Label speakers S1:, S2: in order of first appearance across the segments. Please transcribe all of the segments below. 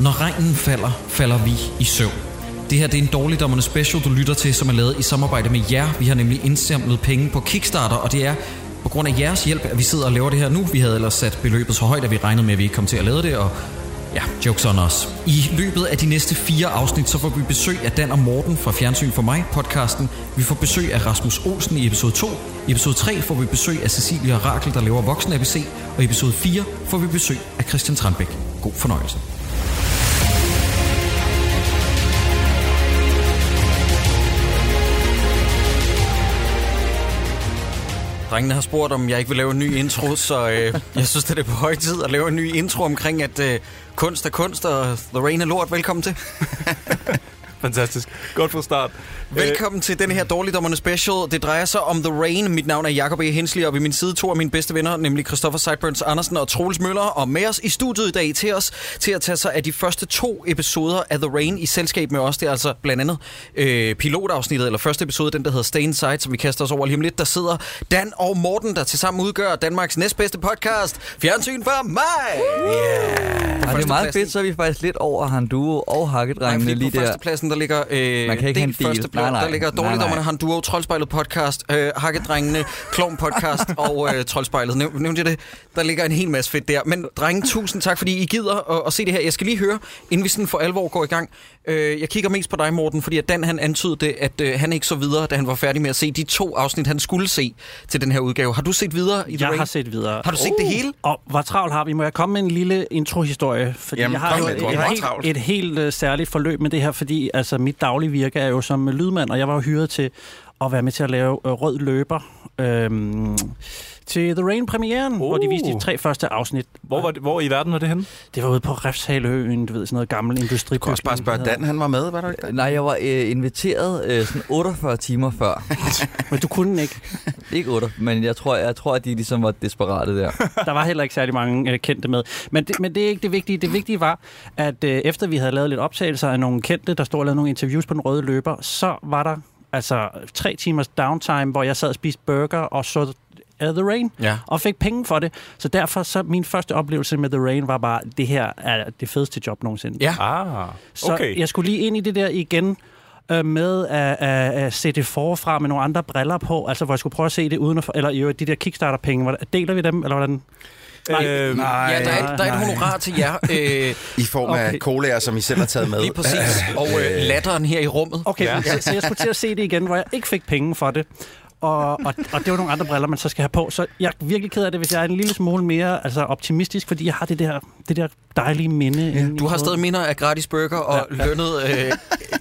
S1: Når regnen falder, falder vi i søvn. Det her det er en dårligdommerne special, du lytter til, som er lavet i samarbejde med jer. Vi har nemlig indsamlet penge på Kickstarter, og det er på grund af jeres hjælp, at vi sidder og laver det her nu. Vi havde ellers sat beløbet så højt, at vi regnede med, at vi ikke kom til at lave det, og Ja, jokes on os. I løbet af de næste fire afsnit, så får vi besøg af Dan og Morten fra Fjernsyn for mig, podcasten. Vi får besøg af Rasmus Olsen i episode 2. I episode 3 får vi besøg af Cecilia Rakel, der laver Voksen ABC. Og i episode 4 får vi besøg af Christian Tranbæk. God fornøjelse. Drengene har spurgt, om jeg ikke vil lave en ny intro, så øh, jeg synes, det er på høj tid at lave en ny intro omkring, at øh, kunst er kunst, og The Rain er lort. Velkommen til.
S2: Fantastisk. Godt fra start.
S1: Velkommen til den her Dårligdommerne Special. Det drejer sig om The Rain. Mit navn er Jakob E. Hensley, og ved min side to af mine bedste venner, nemlig Christoffer Seidburns Andersen og Troels Møller. Og med os i studiet i dag til os til at tage sig af de første to episoder af The Rain i selskab med os. Det er altså blandt andet øh, pilotafsnittet, eller første episode, den der hedder Stay Inside, som vi kaster os over lige om lidt. Der sidder Dan og Morten, der tilsammen udgør Danmarks næstbedste podcast, Fjernsyn for mig! Yeah.
S3: Ej, det er meget fedt, så er vi faktisk lidt over Handuo og Hakkedrengene
S1: Nej, fordi
S3: lige
S1: på
S3: der.
S1: førstepladsen, der ligger... Øh,
S3: Man kan ikke have en
S1: delt
S3: bil.
S1: første blå,
S3: Nej, nej.
S1: Der ligger
S3: Nej, nej.
S1: Dårligdommerne, Han Duo, Troldspejlet podcast, øh, Hakkedrengene, Klovn podcast og øh, Troldspejlet. Næv, nævnte jeg det? Der ligger en hel masse fedt der. Men drenge, tusind tak, fordi I gider at, at se det her. Jeg skal lige høre, inden vi sådan for alvor går i gang. Øh, jeg kigger mest på dig, Morten, fordi at Dan han antydede det, at øh, han ikke så videre, da han var færdig med at se de to afsnit, han skulle se til den her udgave. Har du set videre i The
S4: Jeg
S1: Rain?
S4: har set videre. Uh.
S1: Har du set det hele?
S4: Oh. Og hvor travlt har vi? Må jeg komme med en lille introhistorie? Fordi
S2: Jamen,
S4: jeg har
S2: kom
S4: jo
S2: med,
S4: et,
S2: du har
S4: et,
S2: meget
S4: helt,
S2: travlt.
S4: et helt uh, særligt forløb med det her, fordi altså, mit daglige virke er jo som lydmand, og jeg var jo hyret til at være med til at lave uh, Rød Løber øhm, til The Rain-premieren, uh. hvor de viste de tre første afsnit.
S2: Oh. Hvor, var det, hvor i verden var det henne?
S4: Det var ude på Refshaleøen, du ved, sådan noget gammel industribygning. Du
S5: kunne også bare spørge Dan, han var med, var der ikke det?
S3: Nej, jeg var øh, inviteret øh, sådan 48 timer før.
S4: Men du kunne ikke.
S3: Ikke 8, men jeg tror, jeg tror, at de ligesom var desperate der.
S4: Der var heller ikke særlig mange øh, kendte med. Men det, men det er ikke det vigtige. Det vigtige var, at øh, efter vi havde lavet lidt optagelser af nogle kendte, der stod og lavede nogle interviews på den røde løber, så var der altså tre timers downtime, hvor jeg sad og spiste burger og så uh, The Rain,
S1: Ja.
S4: og fik penge for det. Så derfor, så min første oplevelse med The Rain var bare, det her er det fedeste job nogensinde.
S1: Ja.
S2: Ah,
S4: Så
S2: okay.
S4: jeg skulle lige ind i det der igen øh, med at, at, at se det forfra med nogle andre briller på, altså hvor jeg skulle prøve at se det uden at... For, eller i øvrigt, de der Kickstarter-penge, hvordan- deler vi dem, eller hvordan?
S2: Øh,
S5: Nej,
S1: Øhm, Ja, der er, et, der er et
S4: nej.
S1: honorar til jer. Øh,
S5: i form af colaer, som I selv har taget med.
S1: lige præcis. Og øh, latteren her i rummet.
S4: Okay,
S2: Ja.
S4: ja. så, så jeg skulle til at se det igen, hvor jeg ikke fik penge for det. Og, og, og det var nogle andre briller, man så skal have på. Så jeg er virkelig ked af det, hvis jeg er en lille smule mere altså, optimistisk, fordi jeg har det der, det der dejlige minde. Ja.
S1: Du har stadig minder af gratis burger og ja, ja. lønnet øh,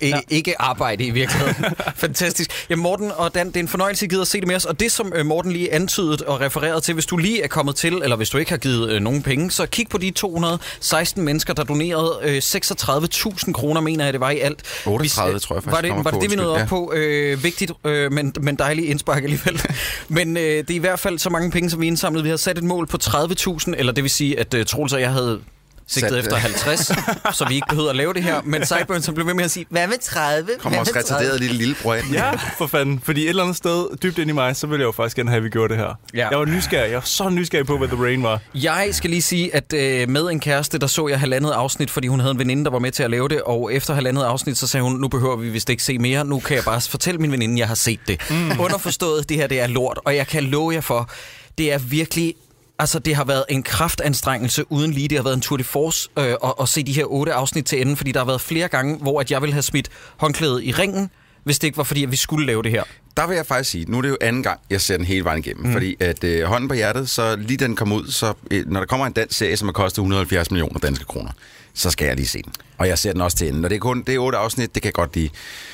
S1: ja. ikke arbejde i virkeligheden. Fantastisk. Ja, Morten og Dan, det er en fornøjelse, at I gider at se det med os. Og det, som øh, Morten lige antydede og refererede til, hvis du lige er kommet til, eller hvis du ikke har givet øh, nogen penge, så kig på de 216 mennesker, der donerede øh, 36.000 kroner, mener jeg, det var i alt. Hvis, øh,
S5: 38, tror jeg faktisk,
S1: Var det,
S5: kommer
S1: var
S5: på,
S1: det det, vi nåede op
S5: undskyld.
S1: på?
S5: Ja.
S1: på. Øh, vigtigt, øh, men, men dejlig indspark alligevel. men øh, det er i hvert fald så mange penge, som vi indsamlede. Vi havde sat et mål på 30.000, eller det vil sige, at øh, Troels og jeg havde sigtet
S5: Sat, øh.
S1: efter 50, så vi ikke behøvede at lave det her. Men Sideburn, som blev ved med at sige, hvad med 30?
S5: Kommer også retarderet lille lillebror ind.
S2: Ja, for fanden. Fordi et eller andet sted, dybt ind i mig, så ville jeg jo faktisk gerne have, at vi gjorde det her.
S1: Ja.
S2: Jeg var nysgerrig. Jeg var så nysgerrig på, hvad The Rain var.
S1: Jeg skal lige sige, at øh, med en kæreste, der så jeg halvandet afsnit, fordi hun havde en veninde, der var med til at lave det, og efter halvandet afsnit, så sagde hun, nu behøver vi vist ikke se mere, nu kan jeg bare fortælle min veninde, jeg har set det. Mm. Underforstået, det her det er lort, og jeg kan love jer for, det er virkelig Altså, det har været en kraftanstrengelse uden lige. Det har været en tour de force øh, at, at se de her otte afsnit til enden, fordi der har været flere gange, hvor at jeg ville have smidt håndklædet i ringen, hvis det ikke var fordi, at vi skulle lave det her.
S5: Der vil jeg faktisk sige, nu er det jo anden gang, jeg ser den hele vejen igennem. Mm. Fordi at øh, hånden på hjertet, så lige den kom ud, så øh, når der kommer en dansk serie, som har kostet 170 millioner danske kroner, så skal jeg lige se den. Og jeg ser den også til enden. Og det er kun det er otte afsnit, det kan jeg godt lide.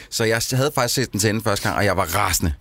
S5: Så jeg havde faktisk set den til enden første gang, og jeg var rasende.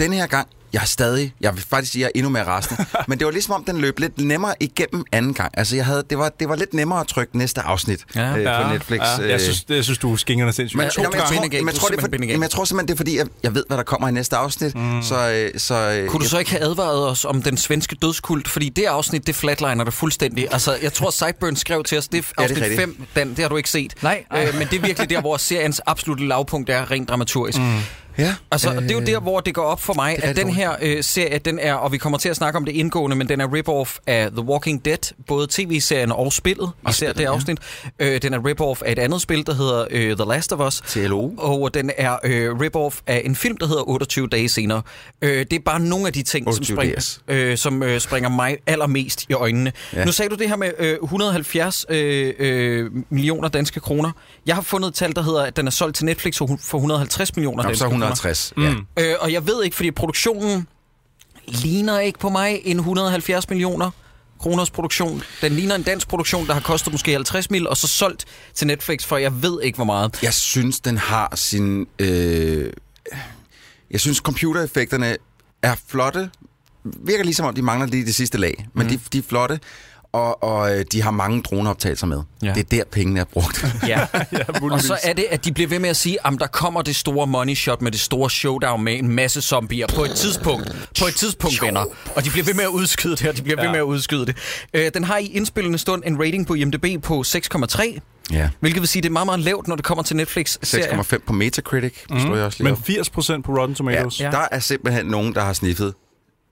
S5: Den her gang, jeg er stadig, jeg vil faktisk sige, jeg er endnu mere rasende. Men det var ligesom om, den løb lidt nemmere igennem anden gang. Altså, jeg havde, det, var, det var lidt nemmere at trykke næste afsnit
S1: Ja.
S5: ja, øh, på Netflix.
S2: Ja. Jeg,
S5: øh.
S2: synes, det, jeg synes, du er skingerne sindssygt.
S5: Men,
S2: Men,
S5: jeg,
S1: to
S5: jeg, jeg,
S1: gange.
S5: tror,
S1: Bindegal.
S5: men jeg,
S1: Du
S5: tror,
S1: er
S5: det er for,
S1: simpelthen bindegal.
S5: jamen, jeg tror simpelthen, det er fordi, jeg, jeg ved, hvad der kommer i næste afsnit. Mm. Så, øh, så, øh,
S1: Kunne du
S5: jeg-
S1: så ikke have advaret os om den svenske dødskult? Fordi det afsnit, det flatliner det fuldstændig. Altså, jeg tror, Sideburn skrev til os, det er
S5: Ja, det er rigtigt.
S1: afsnit 5, Dan, det har du ikke set.
S3: Nej.
S1: Øh, men det er virkelig der, hvor seriens absolutte lavpunkt er rent dramaturgisk. Mm.
S5: Ja.
S1: Altså, øh, det er jo der, hvor det går op for mig,
S5: det er
S1: at
S5: rigtig
S1: den her øh, serie, den er, og vi kommer til at snakke om det indgående, men den er rip-off af The Walking Dead, både tv-serien og spillet, og især spillet, det afsnit. Ja. Øh, den er rip-off af et andet spil, der hedder øh, The Last of Us.
S5: TLO.
S1: Og den er øh, rip-off af en film, der hedder 28 dage senere. Øh, det er bare nogle af de ting, som
S5: 28
S1: springer,
S5: days.
S1: øh, som, øh, springer mig allermest i øjnene. Ja.
S5: Ja.
S1: Nu sagde du det her med øh, 170 øh, øh, millioner danske kroner. Jeg har fundet et tal, der hedder, at den er solgt til Netflix for 150 millioner
S5: Nå,
S1: danske
S5: så
S1: kroner.
S5: 160. Mm. Ja.
S1: Øh, og jeg ved ikke, fordi produktionen ligner ikke på mig en 170 millioner kroners produktion. Den ligner en dansk produktion, der har kostet måske 50 mil, og så solgt til Netflix for jeg ved ikke, hvor meget.
S5: Jeg synes, den har sin... Øh... Jeg synes, computereffekterne er flotte. Virker ligesom om, de mangler lige det sidste lag. Men mm. de, de er flotte, og, og øh, de har mange droneoptagelser med.
S1: Ja.
S5: Ja. Det er der, pengene er brugt.
S1: Ja. og
S2: muligvis.
S1: så er det, at de bliver ved med at sige, at der kommer det store money shot med det store showdown med en masse zombier på et tidspunkt. På et tidspunkt, venner. Og de bliver ved med at udskyde det, og de bliver ved med at udskyde det. Øh, den har i indspillende stund en rating på IMDb på 6,3.
S5: ja.
S1: Hvilket vil sige, at det er meget, meget lavt, når det kommer til Netflix-serier.
S5: 6,5 på Metacritic, mm. slår jeg også lige
S2: Men
S5: op.
S2: 80 procent på Rotten Tomatoes.
S5: Ja. Der er simpelthen nogen, der har sniffet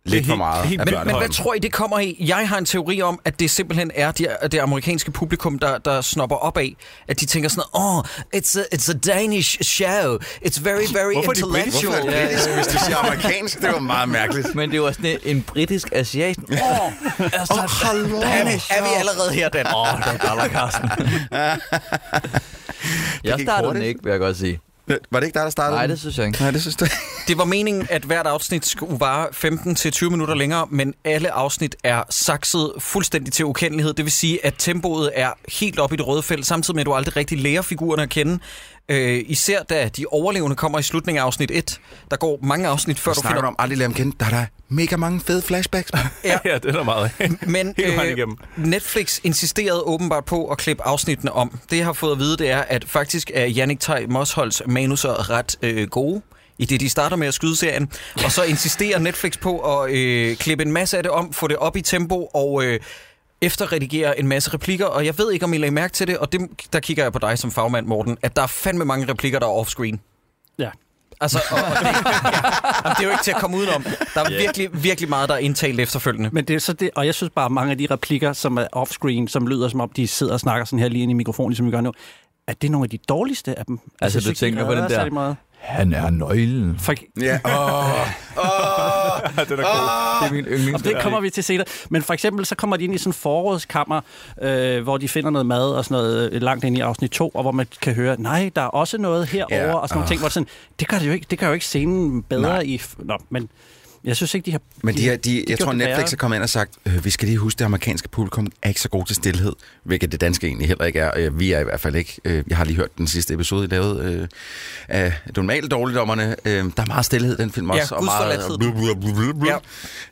S5: lidt for
S2: helt-
S5: meget
S2: helt
S5: af
S2: vildt.
S1: Men, men hvad
S5: børnehøjden.
S1: tror I, det kommer i? Jeg har en teori om, at det simpelthen er det, det amerikanske publikum, der, der snopper op af. At de tænker sådan, oh, it's a, it's a Danish show. It's very, very
S2: Hvorfor er de
S1: intellectual.
S5: Hvorfor er det britisk, hvis de siger amerikansk? Det var meget mærkeligt.
S3: Men det var sådan en, en britisk asiat. Åh, oh, altså,
S5: Hallo.
S1: er, er vi allerede her, Dan?
S3: Åh, oh, det var Carsten. jeg
S5: gik
S3: startede den
S5: hurtigt.
S3: ikke, vil jeg godt sige.
S5: Var det ikke dig, der startede?
S3: Nej,
S5: den?
S3: det synes jeg ikke.
S5: Nej, det synes du
S1: Det var meningen, at hvert afsnit skulle vare 15-20 minutter længere, men alle afsnit er sakset fuldstændig til ukendelighed. Det vil sige, at tempoet er helt op i det røde felt, samtidig med, at du aldrig rigtig lærer figurerne at kende. Øh, især da de overlevende kommer i slutningen af afsnit 1. Der går mange afsnit, før
S5: Hvad
S1: du
S5: snakker
S1: finder
S5: du om? Aldrig lade dem kende. Der er der mega mange fede flashbacks.
S1: Ja.
S2: ja det er der meget af.
S1: Men øh,
S2: Hele vejen igennem.
S1: Netflix insisterede åbenbart på at klippe afsnittene om. Det, jeg har fået at vide, det er, at faktisk er Jannik Tej Mosholds manuser ret øh, gode i det, de starter med at skyde serien. Og så insisterer Netflix på at øh, klippe en masse af det om, få det op i tempo og... Øh, efterredigere en masse replikker, og jeg ved ikke, om I lagde mærke til det, og det, der kigger jeg på dig som fagmand, Morten, at der er fandme mange replikker, der er offscreen.
S4: Ja.
S1: Altså, og, og det, ja, Jamen, det er jo ikke til at komme udenom. Der er virkelig, virkelig meget, der er indtalt efterfølgende.
S4: Men det er så det, og jeg synes bare, at mange af de replikker, som er offscreen, som lyder som om, de sidder og snakker sådan her lige ind i mikrofonen, som vi gør nu, at det er nogle af de dårligste af dem. Jeg
S3: Altså,
S4: synes
S3: du
S4: ikke, de
S3: tænker på den
S4: redder
S3: der-
S4: særlig Meget.
S3: Han er nøglen.
S4: For,
S5: ja. Åh. Åh.
S2: den er god.
S3: Det er min yndlings.
S4: det kommer vi til senere. Men for eksempel, så kommer de ind i sådan en forårskammer, øh, hvor de finder noget mad og sådan noget øh, langt ind i afsnit 2, og hvor man kan høre, nej, der er også noget herovre,
S5: Ja,
S4: og sådan nogle
S5: ah.
S4: ting, hvor det sådan, det gør, det jo ikke, det gør jo ikke scenen bedre
S5: Nej.
S4: i... f- Nå, men jeg synes ikke, de har...
S5: Men de, her, de, jeg
S4: gjorde
S5: tror,
S4: det
S5: Netflix
S4: værre.
S5: er kommet ind og sagt, øh, vi skal lige huske, det amerikanske publikum er ikke så god til stillhed, hvilket det danske egentlig heller ikke er. Øh, vi er i hvert fald ikke. Øh, jeg har lige hørt den sidste episode, I lavede øh, af normalt dårligdommerne. Øh, der er meget stillhed, den film
S1: Ja,
S5: også. øh,
S1: gudsforladthed.
S5: blu, blu, blu, blu, blu.
S1: Ja.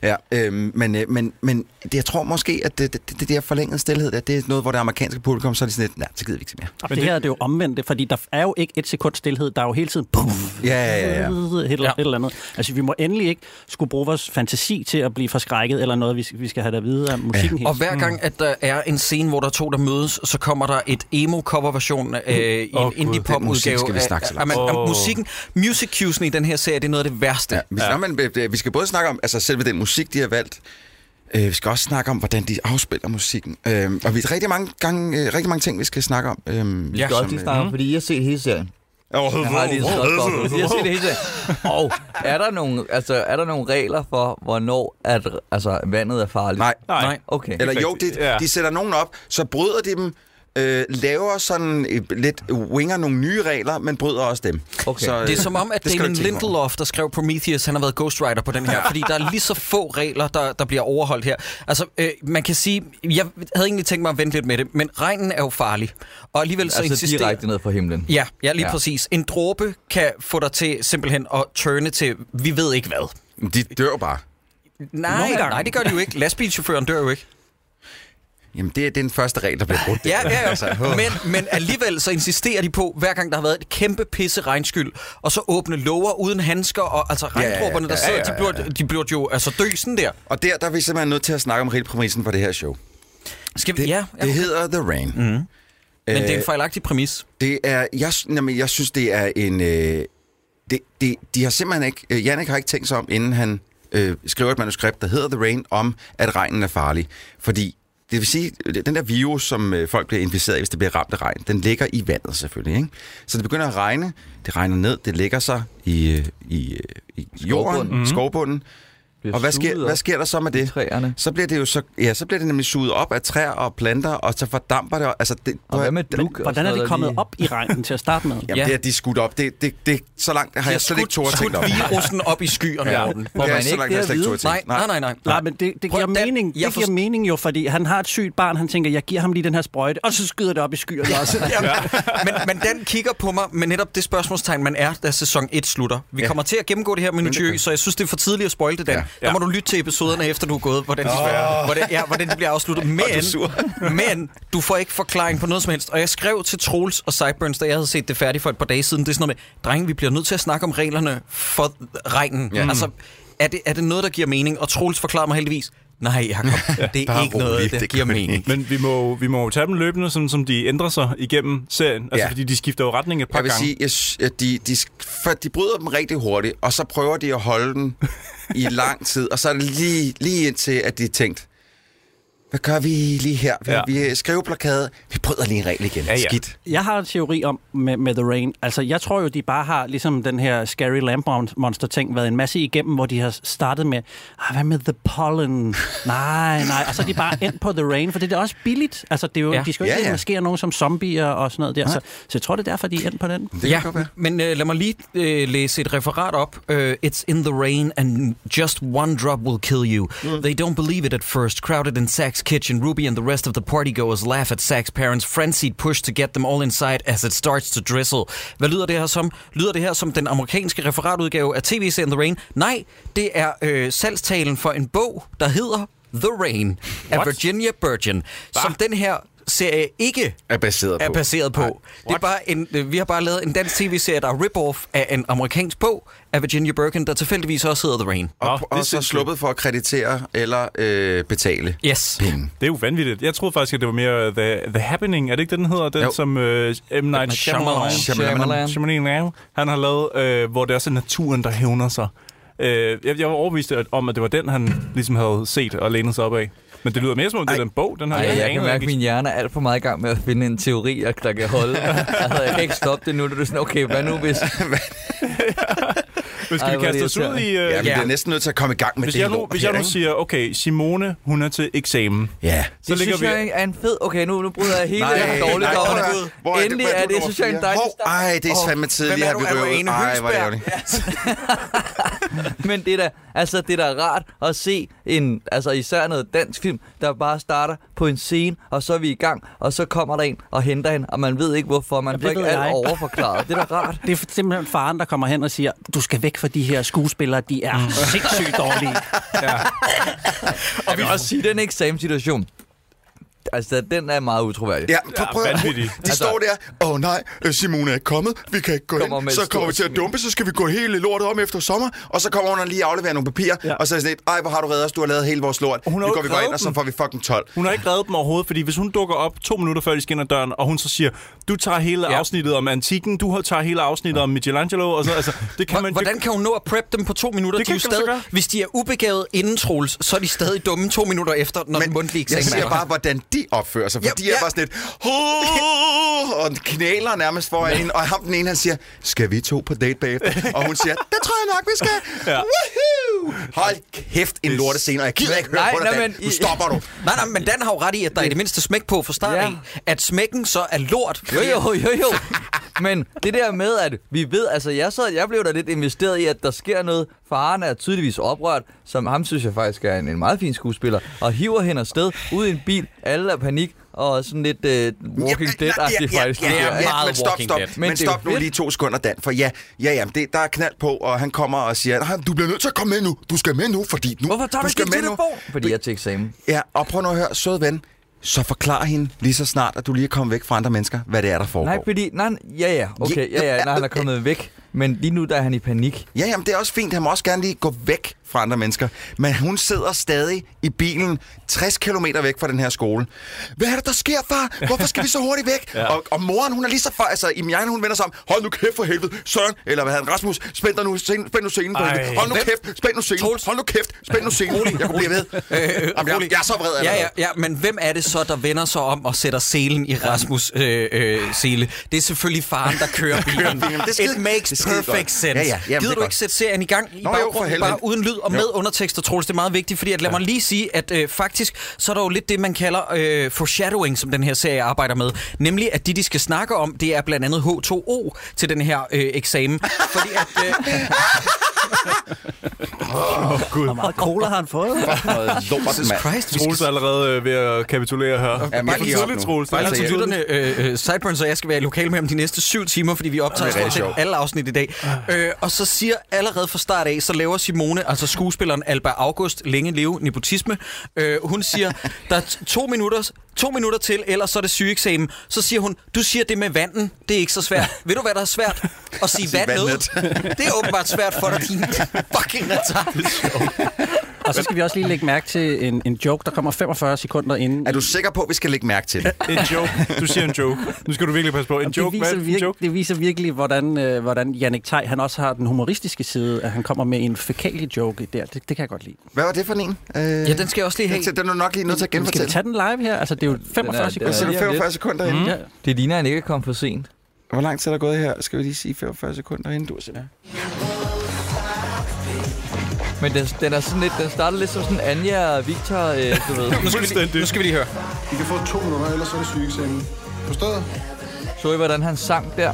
S5: Ja. ja øh, men, øh, men, men det- jeg tror måske, at det, det, det der forlængede stillhed, at det er noget, hvor det amerikanske publikum, så er de sådan lidt, nej, så gider vi ikke se mere.
S4: Og det, det her er det jo omvendt, fordi der er jo ikke et sekund stillhed. Der er jo hele tiden... Puff,
S5: Ja, ja, ja, ja.
S4: Et, eller,
S1: Ja.
S4: ja. et eller andet. Altså, vi må endelig ikke skulle bruge vores fantasi til at blive forskrækket, eller noget, vi, vi skal have der videre af musikken. Ja.
S1: Og hver
S5: Mm.
S1: gang, at der er en scene, hvor der er to, der mødes, så kommer der et emo-cover-version
S2: Åh,
S1: øh, i
S2: Gud,
S1: en
S5: den musik
S1: indie-pop-udgave.
S5: skal vi snakke så
S1: af, af,
S5: langt
S1: af, af
S2: om.
S1: musikken, music i den her serie, det er noget af det værste.
S5: Ja, vi, ja. Nå, men, det- det- øh, vi skal både snakke om altså, selve den musik, de har valgt. Øh, vi skal også snakke om, hvordan de afspiller musikken. Øh, og vi har rigtig mange, gange, øh, rigtig mange ting, vi skal snakke om. Øh,
S1: Ja.
S3: Jeg skal også lige
S1: Mm.
S3: snakke om, fordi jeg har set hele serien.
S5: Oh,
S3: Jeg har lige skrevet spørgsmål. Jeg har set det hele serien. Og er der, nogle, altså, er der nogle regler for, hvornår at, altså, vandet er farligt?
S5: Nej.
S2: Nej.
S1: Nej.
S3: Okay.
S5: Eller jo, de,
S2: rigtigt. Ja.
S5: de sætter nogen op, så bryder de dem, øh, laver sådan øh, lidt winger nogle nye regler, men bryder også dem.
S3: Okay.
S5: øh,
S1: Det er som om, at
S5: det skal du
S1: Damon
S5: ikke tænke over.
S1: Lindelof, der skrev Prometheus, han har været ghostwriter på den her, fordi der er lige så få regler, der, der bliver overholdt her. Altså, øh, man kan sige, jeg havde egentlig tænkt mig at vente lidt med det, men regnen er jo farlig, og alligevel så
S3: altså
S1: insisterer...
S3: direkte ned fra himlen.
S1: Ja, ja, lige ja.
S3: Ja.
S1: præcis. En dråbe kan få dig til simpelthen at turne til, vi ved ikke hvad.
S5: De dør bare.
S1: Nej,
S4: gange.
S1: nej, det gør de jo ikke. Lastbilchaufføren dør jo ikke.
S5: Jamen, det er den første regel, der bliver brudt.
S1: Ja, ja, ja.
S5: Altså, åh.
S1: men, men alligevel så insisterer de på, hver gang der har været et kæmpe pisse regnskyld, og så åbne låger uden handsker, og altså
S5: ja, ja,
S1: regndråberne, der
S5: ja,
S1: sidder,
S5: ja,
S1: de burde, de burde jo altså dø sådan der.
S5: Og der, der er vi simpelthen nødt til at snakke om hele præmissen for det her show.
S1: Skal vi,
S5: Det,
S1: ja, ja,
S5: det hedder The Rain. Øh, Mm.
S1: men det er en fejlagtig præmis.
S5: Det er, jeg, jamen, jeg synes, det er en, øh, det, det, de har simpelthen ikke, øh, Jannik har ikke tænkt sig om, inden han øh, skriver et manuskript, der hedder The Rain, om at regnen er farlig. Fordi det vil sige, øh, den der virus, som øh, folk bliver inficeret af, hvis det bliver ramt af regn, den ligger i vandet selvfølgelig. Ikke? Så det begynder at regne, det regner ned, det ligger sig i, øh, i, øh, i jorden,
S3: Skovbunden. Mhm.
S5: skovbunden. skovbunden.
S3: Bliver
S5: Og hvad sker,
S3: suget
S5: hvad
S3: op
S5: sker der så med
S3: i
S5: det?
S3: Træerne.
S5: Så bliver det jo så, ja, så bliver det nemlig suget op af træer og planter, og så fordamper det. og- Altså det,
S3: Og hvad med duk? og
S4: Mm. Hvordan
S3: sådan
S4: er
S3: noget,
S4: det
S3: der
S4: kommet
S3: lige-
S4: op i regnen til at starte med?
S5: Jamen,
S1: Ja.
S5: ja. det er de er skudt op. Det, det, det, så langt har jeg slet ikke tog at tænke om.
S1: virusen op i skyerne, ja. Morten.
S3: Får
S5: Ja,
S3: man
S5: så
S3: ikke
S5: langt
S3: det
S5: er
S3: at
S5: slet ikke
S3: vide?
S5: til.
S1: Nej, nej, nej, nej.
S4: Nej, men det, det
S1: Prøv,
S4: giver,
S1: Dan,
S4: mening.
S1: jeg
S4: Det giver
S1: forst-
S4: mening jo, fordi han har et sygt barn. Han tænker, jeg giver ham lige den her sprøjte, og så skyder det op i skyerne også.
S1: Jamen, men, men den kigger på mig med netop det spørgsmålstegn, man er, da sæson 1 slutter. Vi ja.
S5: Ja.
S1: kommer til at gennemgå det her minutiøst, så jeg synes, det er for tidligt at spoil det, Dan. Ja.
S5: Ja.
S1: Der må du lytte til episoderne, efter du er gået, hvordan de, oh. hvordan, ja, hvordan de bliver afsluttet. Men,
S5: er sur.
S1: men du får ikke forklaring på noget som helst. Og jeg skrev til Troels og Sideburns, da jeg havde set det færdigt for et par dage siden. Det er sådan noget med, drenge, vi bliver nødt til at snakke om reglerne for regnen. Ja.
S5: Ja.
S1: Altså, er det, er det noget, der giver mening? Og Troels forklarer mig heldigvis, nej, Jacob, det er
S5: bare
S1: ikke noget,
S5: rolig,
S1: der
S5: det
S1: giver
S5: gør det
S1: mening.
S5: ikke.
S2: Men vi må, vi må jo tage dem løbende, sådan, som de ændrer sig igennem serien. Altså,
S5: Ja.
S2: fordi de skifter jo retning et par
S5: Jeg vil
S2: gange.
S5: sige, jeg, sy- at de, de, sk- for de bryder dem rigtig hurtigt, og så prøver de at holde den i lang tid, og så er det lige, lige indtil, at de har tænkt, hvad gør vi lige her? Vi,
S2: Ja.
S5: ja. vi skriver plakade, vi bryder lige en regel igen.
S2: Ja, ja.
S5: Skidt.
S4: Jeg har en teori om med, med The Rain. Altså, jeg tror jo, de bare har, ligesom den her Scary Lamp Monster-ting, været en masse igennem, hvor de har startet med, ah, hvad med The Pollen? nej, nej. Og så er de bare endt på The Rain, for det er da også billigt. Altså, det er jo,
S1: Ja.
S4: ja. de skal jo ikke
S5: Ja, ja.
S4: maskere nogen som zombier og sådan noget der. Så, så jeg tror, det er derfor, de er endt på den.
S5: Det
S1: ja,
S5: kan godt være.
S1: men øh, lad mig lige øh, læse et referat op. Øh, It's in the rain and just one drop will kill you. Mm. They don't believe it at first. Crowded in Zach's kitchen, Ruby and the rest of the partygoers laugh at Zach's parents' frenzied push to get them all inside as it starts to drizzle. Hvad lyder det her som? Lyder det her som den amerikanske referatudgave af tv-serien The Rain? Nej, det er øh, salgstalen for en bog, der hedder The Rain af Virginia Burgeon, som den her serie ikke
S5: Er baseret
S1: er
S5: på.
S1: baseret på. det er bare en, øh, vi har bare lavet en dansk tv-serie, der er rip-off af en amerikansk bog af Virginia Birkin, der tilfældigvis også hedder The Rain.
S5: Og,
S2: Nå, det er
S5: og så
S2: sindssygt.
S5: sluppet for at kreditere eller øh, betale
S1: Yes.
S5: penge.
S2: Det er jo vanvittigt. Jeg troede faktisk, at det var mere øh, The, the Happening. Er det ikke det, den hedder? Den, jo.
S5: Jo.
S2: som øh, M. Night Shyamalan,
S3: Shyamalan.
S2: Shyamalan han har lavet, øh, hvor det også er naturen, der hævner sig. Øh, jeg, jeg var overbevist at- om, at det var den, han ligesom havde set og lænet sig op af. Men det lyder mere som om, det er den bog, den har
S3: Ej, jeg
S2: aner
S3: kan mærke,
S2: ikke.
S3: at min hjerne er alt for meget i gang med at finde en teori, jeg- der kan holde. altså, jeg kan ikke stoppe det nu. Det er sådan, okay, hvad nu hvis...
S2: Men
S3: Ej,
S2: skal
S3: hvor
S2: vi
S3: er det
S2: kaste os ud i...
S5: Ja,
S2: Øh,
S5: men
S1: Ja.
S5: det er næsten nødt til at komme i gang med
S2: hvis
S5: det
S2: jeg, nu,
S5: lort
S2: hvis jeg
S5: her,
S2: nu
S5: ikke?
S2: siger, okay, Simone, hun er til eksamen.
S5: Ja.
S2: Så
S3: det
S2: ligger
S3: synes
S2: vi...
S3: jeg er en fed... Okay, nu, nu bryder jeg hele
S5: Nej,
S3: den dårlige
S5: nej, prøv at
S3: dog.
S5: høre. Hvor er det-
S3: Endelig
S5: hvor er
S3: er
S5: du
S3: det,
S5: nummer
S3: synes jeg, er en
S5: fire?
S3: dejlig
S5: Hov,
S3: start.
S5: Ej, det er
S1: Åh,
S5: fandme
S1: hvem
S5: tidligt,
S1: er
S5: at
S1: du?
S5: vi
S1: Er du
S5: røver.
S1: Ane
S5: Ej, hvor er det
S1: Høgsberg?
S5: ærgerligt.
S3: Men det er da, altså, det er da rart at se en, altså især noget dansk film, der bare starter på en scene, og så er vi i gang, og så kommer der en og henter hende, og man ved ikke hvorfor, man
S4: det
S3: bliver ikke
S4: ved jeg.
S3: alt overforklaret. Det er da rart.
S4: Det er simpelthen faren, der kommer hen og siger, du skal væk fra de her skuespillere, de er sindssygt Altså- dårlige.
S3: Og vi vil også sige, den eksamenssituation, altså den er meget utroværdig.
S5: Ja, prøv, prøv. at-
S2: vanvittigt.
S5: De
S3: Altså-
S5: står der, åh oh, nej, øh, Simone er ikke kommet, vi kan ikke gå
S3: Kommer med
S5: hen,
S3: et
S5: så kommer vi
S3: stort
S5: til at dumpe, så skal vi gå hele lortet om efter sommer, og så kommer hun og lige afleverer nogle papirer, ja. og så er det sådan et, ej, hvor har du reddet os, du har lavet hele vores lort, nu
S2: Hun har jo
S5: går
S2: ikke
S5: vi bare
S2: reddet
S5: ind, og så
S2: dem.
S5: får vi fucking 12.
S2: Hun har ikke reddet dem overhovedet, fordi hvis hun dukker op to minutter før de skal ind ad døren, og hun så siger, du tager hele
S1: Ja.
S2: ja. afsnittet om antikken, du har- tager hele afsnittet om Michelangelo, og så, altså, det kan man...
S1: Hvordan kan hun nå at prep dem på to minutter?
S2: Det
S1: de er
S2: kan ikke
S1: jo
S2: lade sig
S1: stadig,
S2: gøre.
S1: hvis de er ubegavet inden Troels, så er de stadig dumme to minutter efter, når Men, den mundtlige
S5: jeg
S1: eksamen
S5: ser
S1: er.
S5: bare, hvordan de opfører sig, for
S1: Ja,
S5: ja, de er
S1: ja.
S5: bare sådan et, "Åh", og knæler nærmest foran hende, og ham den ene, han siger, skal vi to på date bagefter? Og hun siger, det tror jeg nok, vi skal.
S2: Ja.
S5: Ja. Hold kæft, en lorte scene, og jeg gider ikke høre
S3: Nej,
S5: på dig,
S3: nej,
S5: Dan.
S3: men
S5: Nu
S3: I-
S5: stopper du.
S1: Nej, nej, men Dan har jo ret i, at der er i det mindste smæk på fra start
S3: Ja.
S1: af, at smækken så er lort.
S3: Jo, jo, jo, jo. Men det der med, at vi ved, altså jeg, sad, jeg blev da lidt investeret i, at der sker noget. Faren er tydeligvis oprørt, som ham synes jeg faktisk er en, en meget fin skuespiller, og hiver hende afsted ud i en bil. Alle er i panik, og sådan lidt øh, Walking
S5: Jamen, nej,
S3: Dead-agtig faktisk.
S1: ja,
S3: det
S1: ja.
S3: der.
S1: meget
S5: men stop,
S1: Walking
S5: stop.
S1: Dead.
S5: Men,
S3: Men
S5: men
S3: det er jo
S5: stop nu
S3: fedt.
S5: lige to sekunder, Dan, for ja, ja, ja, det, der er knald på, og han kommer og siger, "Nej, du bliver nødt til at komme med nu, du skal med nu, fordi nu,
S3: Hvorfor tager du
S5: skal
S3: ikke din
S5: med nu."
S3: telefon? Fordi jeg er til eksamen.
S5: Ja, og prøv nu at høre, søde ven, så forklar hende lige så snart, at du lige er kommet væk fra andre mennesker, hvad det er, der foregår.
S3: Nej, fordi... Nej, ja, ja. Okay, ja, ja. Når han er kommet væk. Men lige nu der er han i panik.
S5: Ja, jamen, det er også fint, han må også gerne lige gå væk fra andre mennesker. Men hun sidder stadig i bilen 60 km væk fra den her skole. Hvad er det, der sker, far? Hvorfor skal vi så hurtigt væk? ja. og, og, moren, hun er lige så far. Altså, i min egen, hun vender sig om. Hold nu kæft for helvede. Søren, eller hvad hedder han? Rasmus, spænd dig nu, scenen, spænd nu scenen. på
S2: Ej.
S5: helvede. Hold nu kæft, spænd nu scenen.
S1: Troels.
S5: Hold nu kæft, spænd nu scenen. Jeg kunne blive ved.
S3: Øh,
S5: Jamen, jeg, jeg, er så vred
S1: Ja,
S5: allerede.
S1: ja, ja, men hvem er det så, der vender sig om og sætter selen i Rasmus' øh, øh, sele? Det er selvfølgelig faren, der kører bilen.
S5: bilen. Det er skide-
S1: It makes
S5: det er skide
S1: perfect
S5: godt.
S1: sense.
S5: Ja, ja, jamen, det er
S1: Gider du
S5: godt.
S1: ikke sætte serien i gang i
S5: Nå, jo, for
S1: baggrunden,
S5: helvede.
S1: bare uden lyd og
S5: Jo.
S1: med undertekster, Troels? Det er meget vigtigt, fordi at, lad mig lige sige, at øh, faktisk så er der jo lidt det, man kalder øh, foreshadowing, som den her serie arbejder med. Nemlig, at det, de skal snakke om, det er blandt andet H2O til den her øh, eksamen. Fordi at... Øh,
S4: Hvor meget cola har han fået?
S5: Noget lort, mand.
S1: Christ, vi skal
S2: Troels er allerede øh, ved at kapitulere her. Ja,
S5: men
S2: bare
S5: giv
S2: lige
S5: op
S2: tidligt,
S5: nu.
S2: Troels.
S5: Bare
S1: Bare
S5: lige
S1: lige til
S5: Altså, jeg-
S1: lytterne, øh, øh, Sideburns og jeg skal være i lokale med om de næste syv timer, fordi vi optager
S5: Det er rigtig
S1: stort set
S5: sjovt.
S1: alle afsnit i dag.
S2: Ah.
S1: Øh, og så siger allerede fra start af, så laver Simone, altså skuespilleren Alba August, længe leve nepotisme, øh, hun siger, der er t- to minutter, to minutter til, ellers så er det sygeeksamen. Så siger hun, du siger det med vanden, det er ikke så svært. Ved du, hvad der er svært? At sige
S5: Sige
S1: vandet. Det er åbenbart svært for dig, din fucking retard.
S4: Og så skal vi også lige lægge mærke til en, en joke, der kommer 45 sekunder inden.
S5: Er du sikker på, at vi skal lægge mærke til det?
S2: En joke. Du siger en joke. Nu skal du virkelig passe på. En joke.
S4: det,
S2: Hvad er
S4: viser
S2: det for en
S4: virke,
S2: joke?
S4: det viser virkelig, hvordan, øh, hvordan Jannik Tej, han også har den humoristiske side, at han kommer med en fækalig joke der. Det, det kan jeg godt lide.
S5: Hvad var det for en? Øh,
S1: Ja, den skal jeg også lige have.
S5: den, den er du nok lige nødt til at
S4: Men skal vi
S5: genfortælle.
S4: tage den live her? Altså, det er jo 45
S3: den
S4: sekunder. Mm.
S5: Så er
S3: lige
S5: det
S3: om lidt?
S5: 45 sekunder inden.
S4: Ja.
S3: Det ligner, han ikke er kommet for sent.
S5: Hvor lang tid er der gået her? Skal vi lige sige 45 sekunder inden du er sendt?
S3: Men den, den er sådan lidt, den starter lidt som sådan Anja og Victor, øh, du ved.
S1: Nu skal, vi lige, nu skal vi lige høre.
S6: I kan få to minutter, ellers er det sygeeksamen. Forstået?
S3: Så I, hvordan han sang der?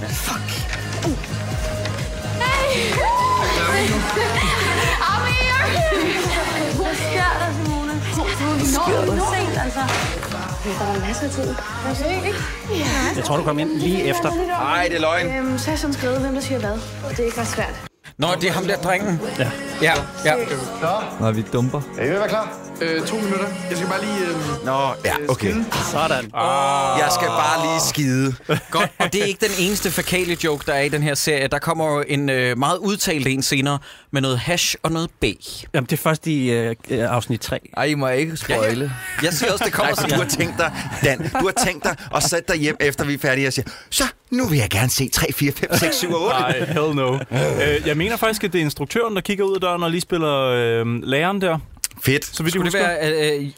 S7: Ami, Hvad sker der, Simone? Hvad sker der? Sent, altså.
S8: Der var masser af tid.
S4: Jeg tror, du kom ind lige efter.
S5: Nej, det er løgn.
S8: Øhm, så har jeg sådan skrevet, hvem der siger hvad. Det er ikke ret svært.
S1: Nå, det er ham der drengen. Ja. Ja, ja.
S3: Når vi dumper.
S6: Er I ved at være klar? Øh, to minutter. Jeg skal bare lige... Øh...
S5: Nå, ja, okay.
S4: Sådan.
S2: Ah.
S5: Jeg skal bare lige skide.
S1: Godt, og det er ikke den eneste fakale joke, der er i den her serie. Der kommer jo en øh, meget udtalt en senere med noget hash og noget B.
S4: Jamen, det er først i øh, øh, afsnit 3.
S3: Ej, I må ikke spoile.
S1: Jeg siger også,
S5: Nej,
S1: det kommer
S5: for
S1: sådan.
S5: du har tænkt dig, Dan, du har tænkt dig at sætte dig hjem, efter vi er færdige, og siger, så, nu vil jeg gerne se 3, 4, 5, 6, 7 og 8.
S2: Nej, hell no. Øh, jeg mener faktisk, at det er instruktøren, der kigger ud af døren og lige spiller øh, læreren der.
S5: Fedt.
S2: Så vidt jeg
S1: Skulle det
S2: husker.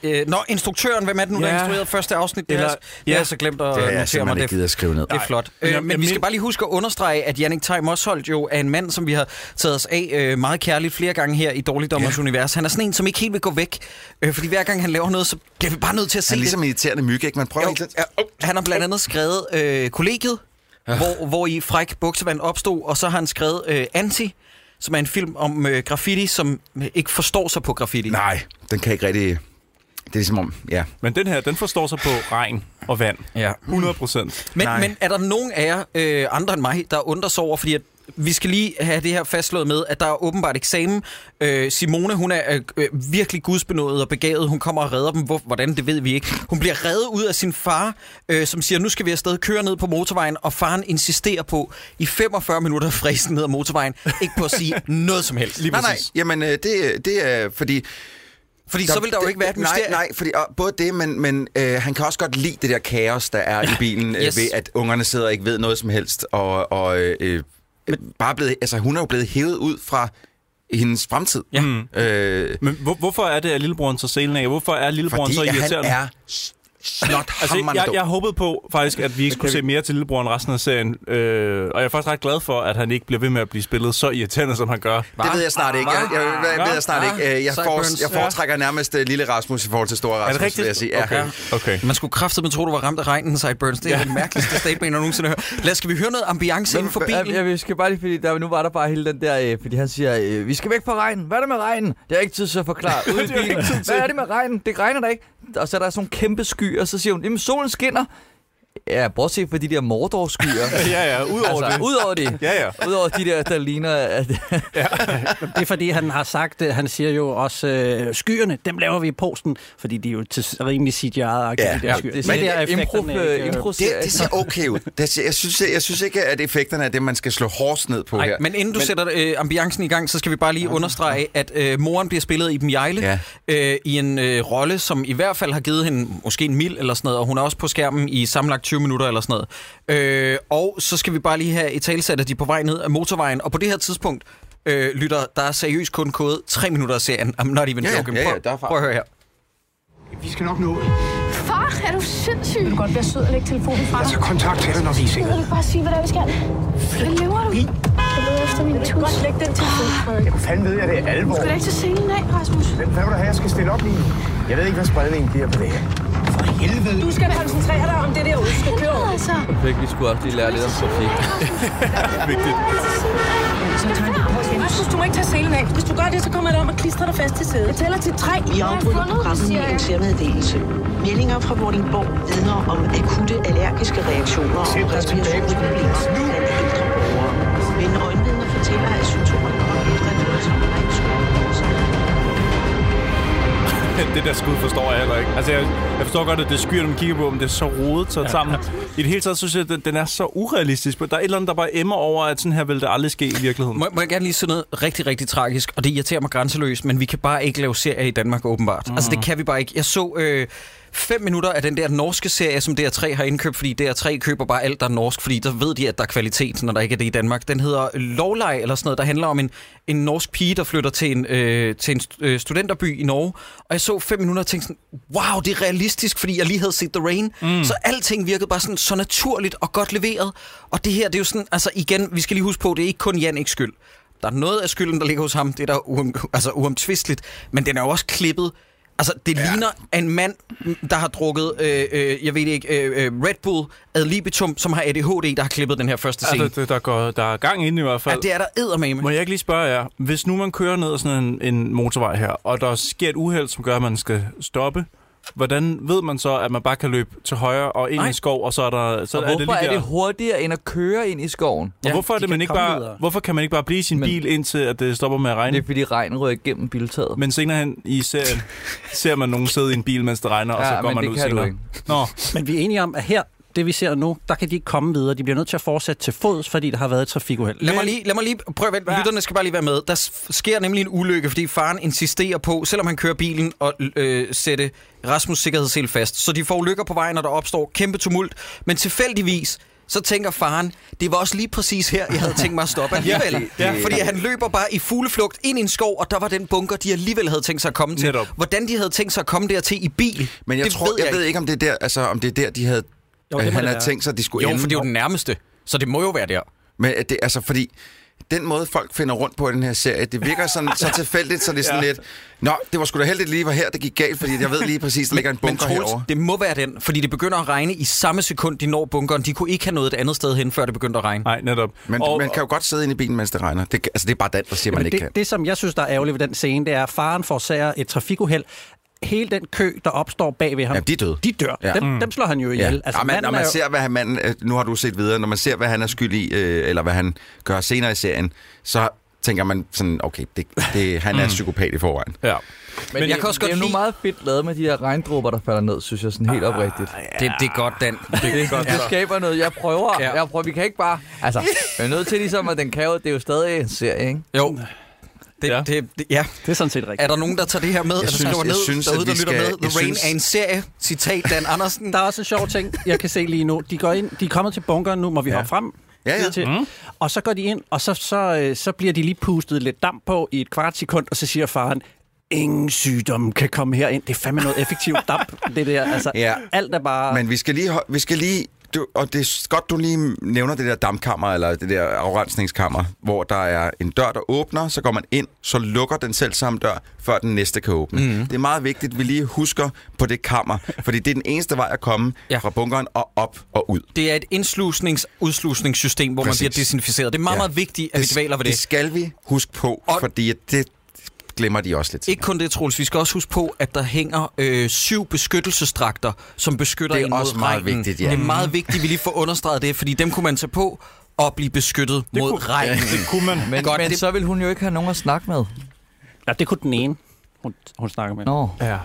S1: være... Øh, øh, nå, instruktøren, hvem er det nu, der
S2: Ja.
S1: instruerede første afsnit? Det,
S2: Eller-
S1: Eller, det har jeg så glemt
S5: Det
S1: at
S5: har jeg
S1: notere mig.
S5: simpelthen ikke
S1: Det,
S5: givet at skrive ned.
S1: det er flot.
S2: Men jeg-
S1: Øh, men
S2: jeg
S1: vi skal
S2: men-
S1: bare lige huske at understrege, at Jannik Tej Mosholdt jo er en mand, som vi har taget os af øh, meget kærligt flere gange her i Dårligdommers Univers. Han er sådan en, som ikke helt vil gå væk, øh, fordi hver gang han laver noget, så bliver vi bare nødt til at se
S5: Han er
S1: det.
S5: ligesom en irriterende myg, ikke? Man prøver
S1: Jo,
S5: helt lidt.
S1: ja, han har blandt andet skrevet øh, kollegiet, hvor, hvor i fræk buksevand opstod, og så har han skrevet øh, Anti, som er en film om øh, graffiti, som ikke forstår sig på graffiti.
S5: Nej, den kan ikke rigtig... Det er ligesom om, ja.
S2: Men den her, den forstår sig på regn og vand.
S1: Ja.
S2: 100 procent.
S1: Men,
S5: Nej.
S1: men er der nogen af jer, øh, andre end mig, der undrer sig over, fordi at vi skal lige have det her fastslået med, at der er åbenbart eksamen. Øh, Simone, hun er øh, øh, virkelig gudsbenået og begavet. Hun kommer og redder dem. Hvor, hvordan, det ved vi ikke. Hun bliver reddet ud af sin far, øh, som siger, nu skal vi afsted køre ned på motorvejen. Og faren insisterer på, i 45 minutter fræsen ned ad motorvejen, ikke på at sige noget som helst.
S5: Nej, nej, jamen øh, det, det er, fordi
S1: Fordi så vil der jo ikke være et
S5: Nej,
S1: mysterie.
S5: nej, fordi og, både det, men, men øh, han kan også godt lide det der kaos, der er i bilen, yes.
S1: Yes.
S5: øh, ved at ungerne sidder og ikke ved noget som helst, og, og øh, øh, bare blevet, altså, hun er jo blevet hævet ud fra hendes fremtid.
S1: Ja.
S5: Øh,
S2: Men hvor, hvorfor er det, at lillebroren så selen af? Hvorfor er lillebroren
S5: fordi
S2: så
S5: at han
S2: irriterende?
S5: er s-
S2: Altså,
S5: snothammerende
S2: jeg,
S5: altså,
S2: jeg håbede på faktisk, at vi ikke skulle se mere til lillebroren resten af serien. Øh, og jeg er faktisk ret glad for, at han ikke bliver ved med at blive spillet så irriterende, som han gør.
S5: Det ved jeg snart ikke. Jeg, jeg, jeg, jeg ved jeg snart
S1: Ah, Hva?
S5: ikke. Øh, Jeg,
S1: Hva?
S5: for,
S1: Sideburns.
S5: jeg foretrækker nærmest øh, lille Rasmus i forhold til store
S2: Er
S5: Rasmus,
S2: det rigtigt?
S5: vil jeg sige. Ja.
S2: Okay. okay.
S1: Man skulle kraftedeme tro, du var ramt af regnen, Sideburns. Det er ja. det mærkeligste statement, jeg nogensinde har hørt. Lad os, skal vi høre noget ambiance inden for bilen?
S3: Ja, vi skal bare lige, fordi der, nu var der bare hele den der, øh, fordi han siger, øh, vi skal væk fra regnen. Hvad er det med regnen? Det er ikke tid til at forklare. Ude i bilen. Hvad er det med regnen? Det regner der ikke. Og så er der sådan nogle kæmpe sky, og så siger hun, jamen solen skinner. Ja, bortset fra de der Mordor-skyer.
S2: Ja, ja, udover
S3: altså,
S2: det.
S3: udover det.
S2: Ja, ja.
S3: Udover de der, der ligner... At,
S4: Det er fordi, han har sagt, øh, han siger jo også, øh, skyerne, dem laver vi i posten, fordi de er jo til rimelig cgi ja, de
S5: Ja,
S4: der skyer.
S3: det
S4: Så
S3: er
S4: der
S3: sådan en impro,
S4: effekterne er ikke, øh,
S3: impro
S5: Det, det ser okay ud. Det ser, jeg, synes, jeg, jeg synes ikke, at effekterne er det, man skal slå hårdest ned på
S1: Ej,
S5: her.
S1: men inden du men... sætter øh, ambiancen i gang, så skal vi bare lige understrege, at øh, moren bliver spillet i Jejle ja.
S5: Ja.
S1: øh, i en øh, rolle, som i hvert fald har givet hende måske en mil eller sådan noget, og hun er også på skærmen i sammenlagt 20 minutter eller sådan noget. Øh, og så skal vi bare lige have i talsat, at de er på vej ned ad motorvejen, og på det her tidspunkt, øh, lytter, der er seriøst kun kode 3 minutter af serien. I'm not even
S5: Ja, ja,
S1: joking.
S5: ja, ja,
S1: Prøv-
S5: der er fart.
S1: Prøv at høre her.
S6: Vi skal nok nå det.
S7: Far, er du sindssyg? Vil du godt
S8: Sød at lægge telefonen fra dig.
S6: Så Altså, kontakt til dig, når vi er
S8: Kan
S6: sikre.
S8: du ikke bare sige, hvad det er, vi skal? Hvad laver du? Jeg leder efter min tus. Godt lægge den telefon fra dig.
S6: Hvor fanden ved jeg, det er alvor?
S8: Skal du ikke til scenen af, Rasmus?
S6: Hvem fanden vil der have, jeg skal stille op lige nu? Jeg ved ikke, hvad spredningen bliver på det her. For helvede.
S9: Du skal koncentrere dig om det der udstyr. Kør.
S8: Altså,
S3: Jeg vi skulle også lige lære lidt om trafik.
S9: Rasmus, du må ikke tage selen af. Hvis du gør det, så kommer jeg om og klistrer dig fast til sædet.
S8: jeg tæller til tre.
S10: Vi afbryder
S8: fundet,
S10: programmet med
S8: siger
S10: en
S8: jeg.
S10: tværmeddelelse. Meldinger fra Vordingborg vidner om akutte allergiske reaktioner og respirationsproblemer blandt ældre borgere. Men øjenvidner fortæller, at symptomerne kommer efter en voldsom regnskyld.
S2: Det der skud forstår jeg heller ikke. Altså, jeg, jeg forstår godt, at det skyer, når man kigger på, men det er så rodet så sammen. I det hele taget synes jeg, at den, den er så urealistisk. Der er et eller andet, der bare emmer over, at sådan her vil det aldrig ske i virkeligheden.
S1: Må, må jeg gerne lige sige noget rigtig, rigtig tragisk, og det irriterer mig grænseløst, men vi kan bare ikke lave serier i Danmark åbenbart. Mm. Altså det kan vi bare ikke. Jeg så øh, fem minutter af den der norske serie, som DR3 har indkøbt, fordi DR3 køber bare alt, der er norsk, fordi der ved de, at der er kvalitet, når der ikke er det i Danmark. Den hedder Lovlej eller sådan noget, der handler om en, en norsk pige, der flytter til en, øh, til en st- øh, studenterby i Norge. Og jeg så fem minutter og tænkte sådan, wow, det er realistisk, fordi jeg lige havde set The Rain. Mm. Så alting virkede bare sådan så naturligt og godt leveret. Og det her, det er jo sådan, altså igen, vi skal lige huske på, det er ikke kun Janniks skyld. Der er noget af skylden, der ligger hos ham, det er der uom, altså uomtvisteligt, men den er jo også klippet. Altså, det ja. ligner en mand, der har drukket, øh, øh, jeg ved det ikke, øh, øh, Red Bull ad libitum, som har ADHD, der har klippet den her første scene.
S2: Altså, det, der, går, der er gang ind i hvert
S1: ja,
S2: fald.
S1: det er der eddermame.
S2: Må jeg ikke lige spørge jer, hvis nu man kører ned ad sådan en, en motorvej her, og der sker et uheld, som gør, at man skal stoppe, hvordan ved man så, at man bare kan løbe til højre og ind
S1: Nej.
S2: i skov, og så er der så
S3: Og
S2: er det
S3: hvorfor
S2: lige
S3: er
S2: der?
S3: det hurtigere end at køre ind i skoven?
S2: og
S1: Ja,
S2: hvorfor, er
S4: de
S2: det,
S4: kan
S2: man ikke
S4: komme
S2: bare,
S4: videre.
S2: hvorfor kan man ikke bare blive i sin
S3: Men-
S2: bil, indtil at det stopper med at regne?
S3: Det er fordi regnen rører igennem biltaget.
S2: Men senere hen i serien ser man nogen sidde i en bil, mens det regner, og
S3: Ja,
S2: så går
S3: men
S2: man
S3: det
S2: ud
S3: kan du
S2: senere.
S3: ikke.
S2: Nå,
S4: Men vi er enige om, at her, det vi ser nu, der kan de ikke komme videre. De bliver nødt til at fortsætte til fods, fordi der har været et trafikuheld.
S1: Lad mig lige, lad mig lige prøve at vente. Lytterne skal bare lige være med. Der s- sker nemlig en ulykke, fordi faren insisterer på, selvom han kører bilen, at øh, sætte Rasmus' sikkerhedssel fast. Så de får ulykker på vejen, og der opstår kæmpe tumult. Men tilfældigvis, så tænker faren, det var også lige præcis her, jeg havde tænkt mig at stoppe alligevel. ja, ja. Fordi han løber bare i fugleflugt ind i en skov, og der var den bunker, de alligevel havde tænkt sig at komme til.
S2: Netop.
S1: Hvordan de havde tænkt sig at komme dertil i bil,
S5: Men jeg,
S1: det
S5: tror,
S1: ved jeg,
S5: jeg ved ikke, om det er der, altså, om det er der de havde,
S4: Jo, det
S5: jo,
S4: må
S5: han
S4: det
S5: havde
S4: være.
S5: tænkt sig, at de skulle
S1: Jo,
S5: ende.
S1: for det er jo den nærmeste, så det må jo være der.
S5: Men at det, altså, fordi den måde, folk finder rundt på i den her serie, det virker sådan, så tilfældigt, så det er sådan ja. lidt... Nå, det var sgu da heldigt lige, var her, det gik galt, fordi jeg ved lige præcis, der ligger en bunker
S1: Troels,
S5: herovre.
S1: det må være den, fordi det begynder at regne i samme sekund, de når bunkeren. De kunne ikke have noget et andet sted hen, før det begyndte at regne.
S2: nej, netop.
S5: Men
S2: og,
S5: man kan jo godt sidde inde i bilen, mens det regner. Det, kan- altså, det er bare den, der siger, man
S4: Men
S5: ikke
S4: det,
S5: kan.
S4: det, som jeg synes, der er ærgerligt ved den scene, det er, at faren forårsager et trafikuheld. Hele den kø, der opstår bag ved ham,
S5: Ja, de er døde.
S4: De dør.
S5: Ja.
S4: Ja. Dem, mm. dem slår han jo ihjel.
S5: Ja. Altså, man, når
S4: manden
S5: man
S4: er jo-
S5: ser, hvad han, manden, øh, nu har du set videre, når man ser, hvad han er skyld i, øh, eller hvad han gør senere i serien, så tænker man sådan, okay, det, det, han er
S4: Mm.
S5: en psykopat i forvejen.
S2: ja. Men,
S1: jeg kan også
S3: Det
S1: godt
S3: er nu
S1: lide... Ah,
S3: meget fedt lavet med de der regndråber, der falder ned, synes jeg sådan helt oprigtigt.
S1: Det, det er godt, Dan. Det er godt.
S3: Det skaber noget. Jeg prøver.
S1: Ja.
S3: Jeg prøver. Vi kan ikke bare... Altså, jeg er nødt til ligesom, at den kan jo... Det er jo stadig en serie, ikke?
S1: Jo. Det, ja.
S2: Ja.
S1: Det, det, ja.
S4: Det er sådan set rigtigt.
S1: Er der nogen, der tager det her med? Jeg
S5: synes-
S1: skriver
S5: jeg
S1: ned,
S5: synes,
S1: derude,
S5: at vi
S1: der lytter
S5: skal-
S1: med. The
S5: jeg
S1: Rain
S5: synes-
S1: er en serie. Citat Dan Andersen.
S4: Der er også en sjov ting, jeg kan se lige nu. De går ind, de er kommet til bunkeren nu, må vi ja. hoppe frem.
S5: Ja, ja.
S4: Ned Til. Mm. Og så går de ind, og så, så, øh, så bliver de lige pustet lidt damp på i et kvart sekund, og så siger faren, ingen sygdom kan komme herind. Det er fandme noget effektivt damp, det der. Altså,
S5: Ja.
S4: ja. alt er
S1: Ah.
S4: bare...
S5: Men vi skal lige... ho- Vi skal lige du, og det er s- godt, du lige nævner det der dammkammer, eller det der afrensningskammer, hvor der er en dør, der åbner, så går man ind, så lukker den selv samme dør, før den næste kan åbne.
S1: Mhm.
S5: Mm. Det er meget vigtigt, at vi lige husker på det kammer, fordi det er den eneste vej at komme
S1: Ja.
S5: ja. fra bunkeren og op og ud.
S1: Det er et indslusnings-udslusningssystem, hvor man
S5: Præcis.
S1: bliver desinficeret. Det er meget,
S5: Ja.
S1: meget vigtigt, at vi dvæler ved
S5: Det
S1: det.
S5: skal vi huske på,
S1: Og-
S5: og fordi at det glemmer de også lidt.
S1: Ikke kun det, Troels. Vi skal også huske på, at der hænger øh, syv beskyttelsesdragter, som beskytter
S5: Det er
S1: en mod
S5: også meget
S1: regnen.
S5: vigtigt, ja.
S1: Det er meget vigtigt, vi lige får understreget det, fordi dem kunne man tage på og blive beskyttet det mod kunne, regnen.
S2: Det kunne man.
S3: Men,
S1: Godt,
S3: Godt, men
S1: det-
S3: det... så vil hun jo ikke have nogen at snakke med.
S4: Ja, det kunne den ene, hun, hun snakker med.
S3: Nå.
S2: Ja.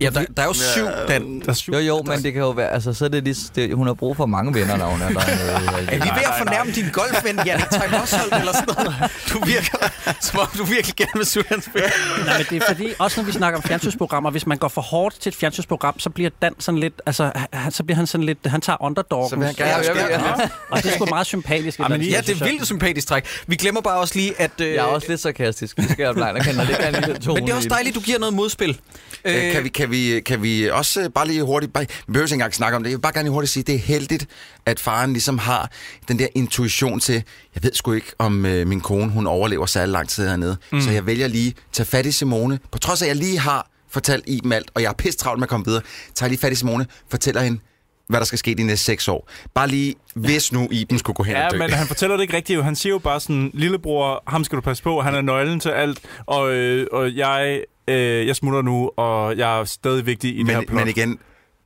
S1: Ja, der, der er jo syv.
S2: Den, der er syv.
S3: Jo, jo, men det kan jo være, altså så er det, lige, det hun har brug for mange venner, når hun er
S1: Er vi
S3: dernede.
S1: ved at fornærme din golfven, Janne Tegnoshold, eller sådan noget? Du virker, som om du virkelig gerne vil suge hans ben.
S4: Nej, men det er fordi, også når vi snakker om fjernsynsprogrammer, hvis man går for hårdt til et fjernsynsprogram, så bliver Dan sådan lidt, altså, han, så bliver han sådan lidt, han tager underdoggen.
S5: Så vil han gerne
S3: Ja,
S5: have
S3: jeg ved-
S5: skærmen.
S4: Og det er sgu meget sympatisk. et
S1: Ja,
S4: eller andet
S1: ja,
S4: sted,
S1: det er
S4: synes jeg.
S1: vildt sympatisk træk. Vi glemmer bare også lige, at... Øh,
S3: Jeg er også lidt sarkastisk, det skal jeg blive, der kan der ligge en lille tone
S1: men det er også
S3: i den.
S1: dejligt, du giver noget modspil.
S5: Øh, kan, vi, kan, vi, kan vi også øh, bare lige hurtigt, bare, vi behøver ikke engang snakke om det, jeg vil bare gerne lige hurtigt sige, det er heldigt, at faren ligesom har den der intuition til, jeg ved sgu ikke, om øh, min kone, hun overlever særlig lang tid hernede, mm. så jeg vælger lige at tage fat i Simone, på trods af, at jeg lige har fortalt i dem alt, og jeg er pisse travlt med at komme videre, tager jeg lige fat i Simone, fortæller hende, hvad der skal ske de næste seks år. Bare lige, hvis nu Iben skulle gå hen og dø.
S2: Ja, men han fortæller det ikke rigtigt. jo. Han siger jo bare sådan, lillebror, ham skal du passe på, han er nøglen til alt, og, øh, og jeg, øh, jeg smutter nu, og jeg er stadig vigtig i det her
S5: men,
S2: plot.
S5: men igen,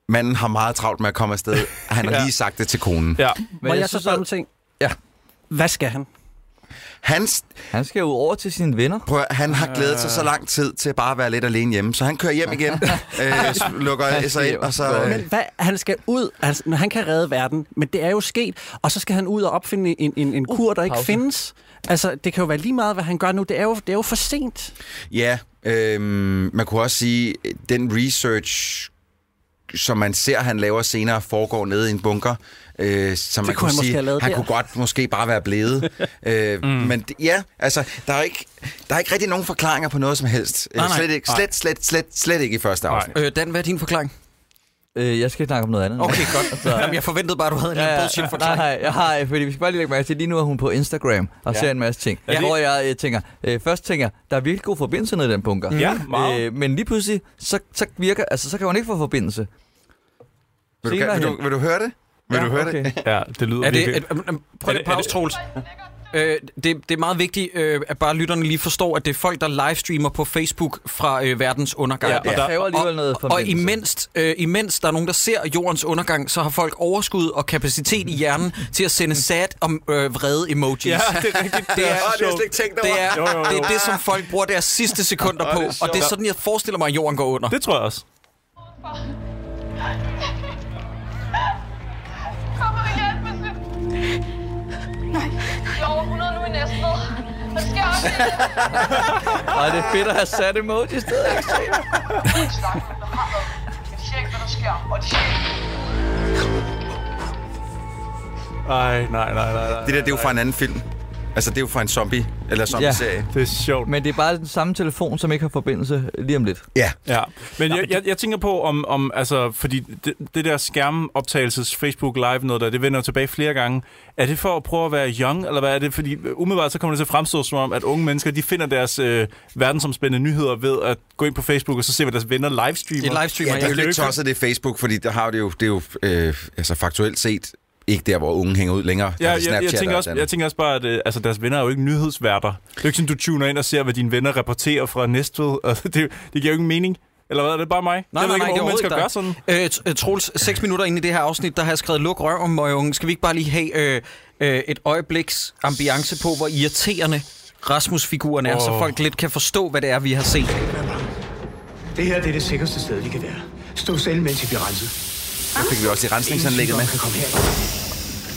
S5: manden har meget travlt med at komme afsted. Han har
S2: Ja.
S5: ja. lige sagt det til konen.
S2: Ja.
S4: Må
S3: Men
S4: jeg,
S3: jeg
S4: jeg så
S3: synes,
S4: spørge
S3: at-
S4: om en ting?
S5: Ja.
S4: Hvad skal han?
S5: Hans
S3: Han skal jo over til sine venner.
S5: Prøv, at- han
S1: Øh.
S5: har glædet sig så lang tid til bare at være lidt alene hjemme, så han kører hjem igen, øh, s- lukker sig ind, og så...
S4: Men
S5: Øh,
S4: hvad, han skal ud, altså, han kan redde verden, men det er jo sket, og så skal han ud og opfinde en, en,
S5: Uh,
S4: en kur, der ikke
S3: pause.
S4: findes. Altså, det kan jo være lige meget, hvad han gør nu. Det er jo, det er jo for sent.
S5: ja, øh, man kunne også sige, øh, den research, som man ser, han laver senere, foregår nede i en bunker, øh, som man
S4: kunne
S5: kunne
S4: han måske
S5: sige,
S4: have lavet
S5: han
S4: der.
S5: kunne godt måske bare være blevet. øh, mm. Men d- ja, altså, der er, ikke, der er ikke rigtig nogen forklaringer på noget som helst. Øh,
S1: Nej, nej.
S5: slet, ikke, slet, slet, slet, slet ikke i første afsnit.
S1: Øh, Dan, hvad er din forklaring?
S3: Øh, jeg skal snakke om noget andet.
S1: Okay, godt. Jamen, jeg forventede bare, at du havde en ja, bullshit
S3: Altså, nej,
S1: forklaring.
S3: nej, jeg har, øh, fordi vi skal bare lige lægge mærke til, lige nu er hun på Instagram og
S2: Ja.
S3: ja. ser en masse ting.
S2: Ja.
S3: Ja. Hvor jeg øh, tænker, øh, først tænker, jeg, der er virkelig god forbindelse nede i den bunker.
S2: Ja, meget.
S3: Øh, men lige pludselig, så, så virker, altså så kan hun ikke få forbindelse.
S5: Vil, du,
S3: Senere
S5: vil, du,
S3: hen.
S5: vil du høre det? Vil du høre det?
S2: Ja, det lyder
S1: Er det,
S2: virkelig...
S1: er, er, prøv
S2: Er
S1: lige
S2: det- er
S1: pause,
S2: det-
S1: Troels. Øh, det, det er meget vigtigt, øh, at bare lytterne lige forstår, at det er folk, der livestreamer på Facebook fra øh, verdens undergang.
S2: Ja,
S1: Og
S2: og
S3: Det
S2: der-
S3: kræver alligevel noget
S1: og, og
S3: forbindelse.
S1: imens, øh, imens der er nogen, der ser jordens undergang, så har folk overskud og kapacitet i hjernen til at sende sad og øh, vrede emojis.
S2: Ja, det er rigtigt. så
S1: Det er- Åh, det er
S2: sjovt.
S5: slet ikke tænkt
S1: Det
S5: over.
S1: er,
S2: Jo, jo, jo.
S1: det er det, som folk bruger deres sidste sekunder på, og det er sådan, jeg forestiller mig, at jorden går under.
S2: Det tror jeg også.
S7: Kom og hjælp os nu. Nej. Jeg er over 100 nu i Næstved. Hvad sker der?
S3: Og det er fedt at have sat emoji i stedet.
S7: De snakker med ham. Men de siger ikke, hvad der sker, og de siger ikke,
S2: Ej, nej, nej, nej, nej.
S5: Det der, det er jo fra en anden film. Altså, det er jo fra en zombie, eller zombie-serie. Ja.
S2: Det er sjovt.
S3: Men det er bare den samme telefon, som ikke har forbindelse lige om lidt.
S5: ja.
S2: Ja, men jeg, jeg, jeg tænker på om, om altså, fordi det, det der skærmoptagelses Facebook Live noget der, det vender jo tilbage flere gange. Er det for at prøve at være young, eller hvad er det? Fordi øh, umiddelbart så kommer det til at fremstå som om, at unge mennesker, de finder deres øh, verdensomspændende nyheder ved at gå ind på Facebook og så se, hvad deres venner livestreamer. Altså,
S1: Det er livestreamer,
S5: Ja, det er jo
S2: det er
S5: lidt
S2: jo ikke-
S5: tosset, det er Facebook, fordi der har det jo, det er jo øh, altså faktuelt set ikke der, hvor unge hænger ud længere.
S2: Ja,
S5: altså
S2: jeg, jeg,
S5: Snapchat
S2: tænker
S5: og
S2: også,
S5: sådan.
S2: jeg tænker også bare, at øh, altså, deres venner er jo ikke nyhedsværter. Det er jo ikke sådan, du tuner ind og ser, hvad dine venner rapporterer fra Næstved. Altså, det, det giver jo ingen mening. Eller hvad, er det bare mig? jeg ved ikke, om unge mennesker gør sådan.
S1: Øh, t- øh, Troels, seks minutter inde i det her afsnit, der har jeg skrevet, luk røven, møgunge. Skal vi ikke bare lige have øh, øh, et øjebliks ambiance på, hvor irriterende Rasmus-figuren er, oh. så
S2: Åh.
S1: folk lidt kan forstå, hvad det er, vi har set.
S6: Det her det er det sikreste sted, vi kan være. Stå selv, mens I bliver renset.
S5: Der fik vi også det rensningsanlægget med.
S6: Ingen kan komme her.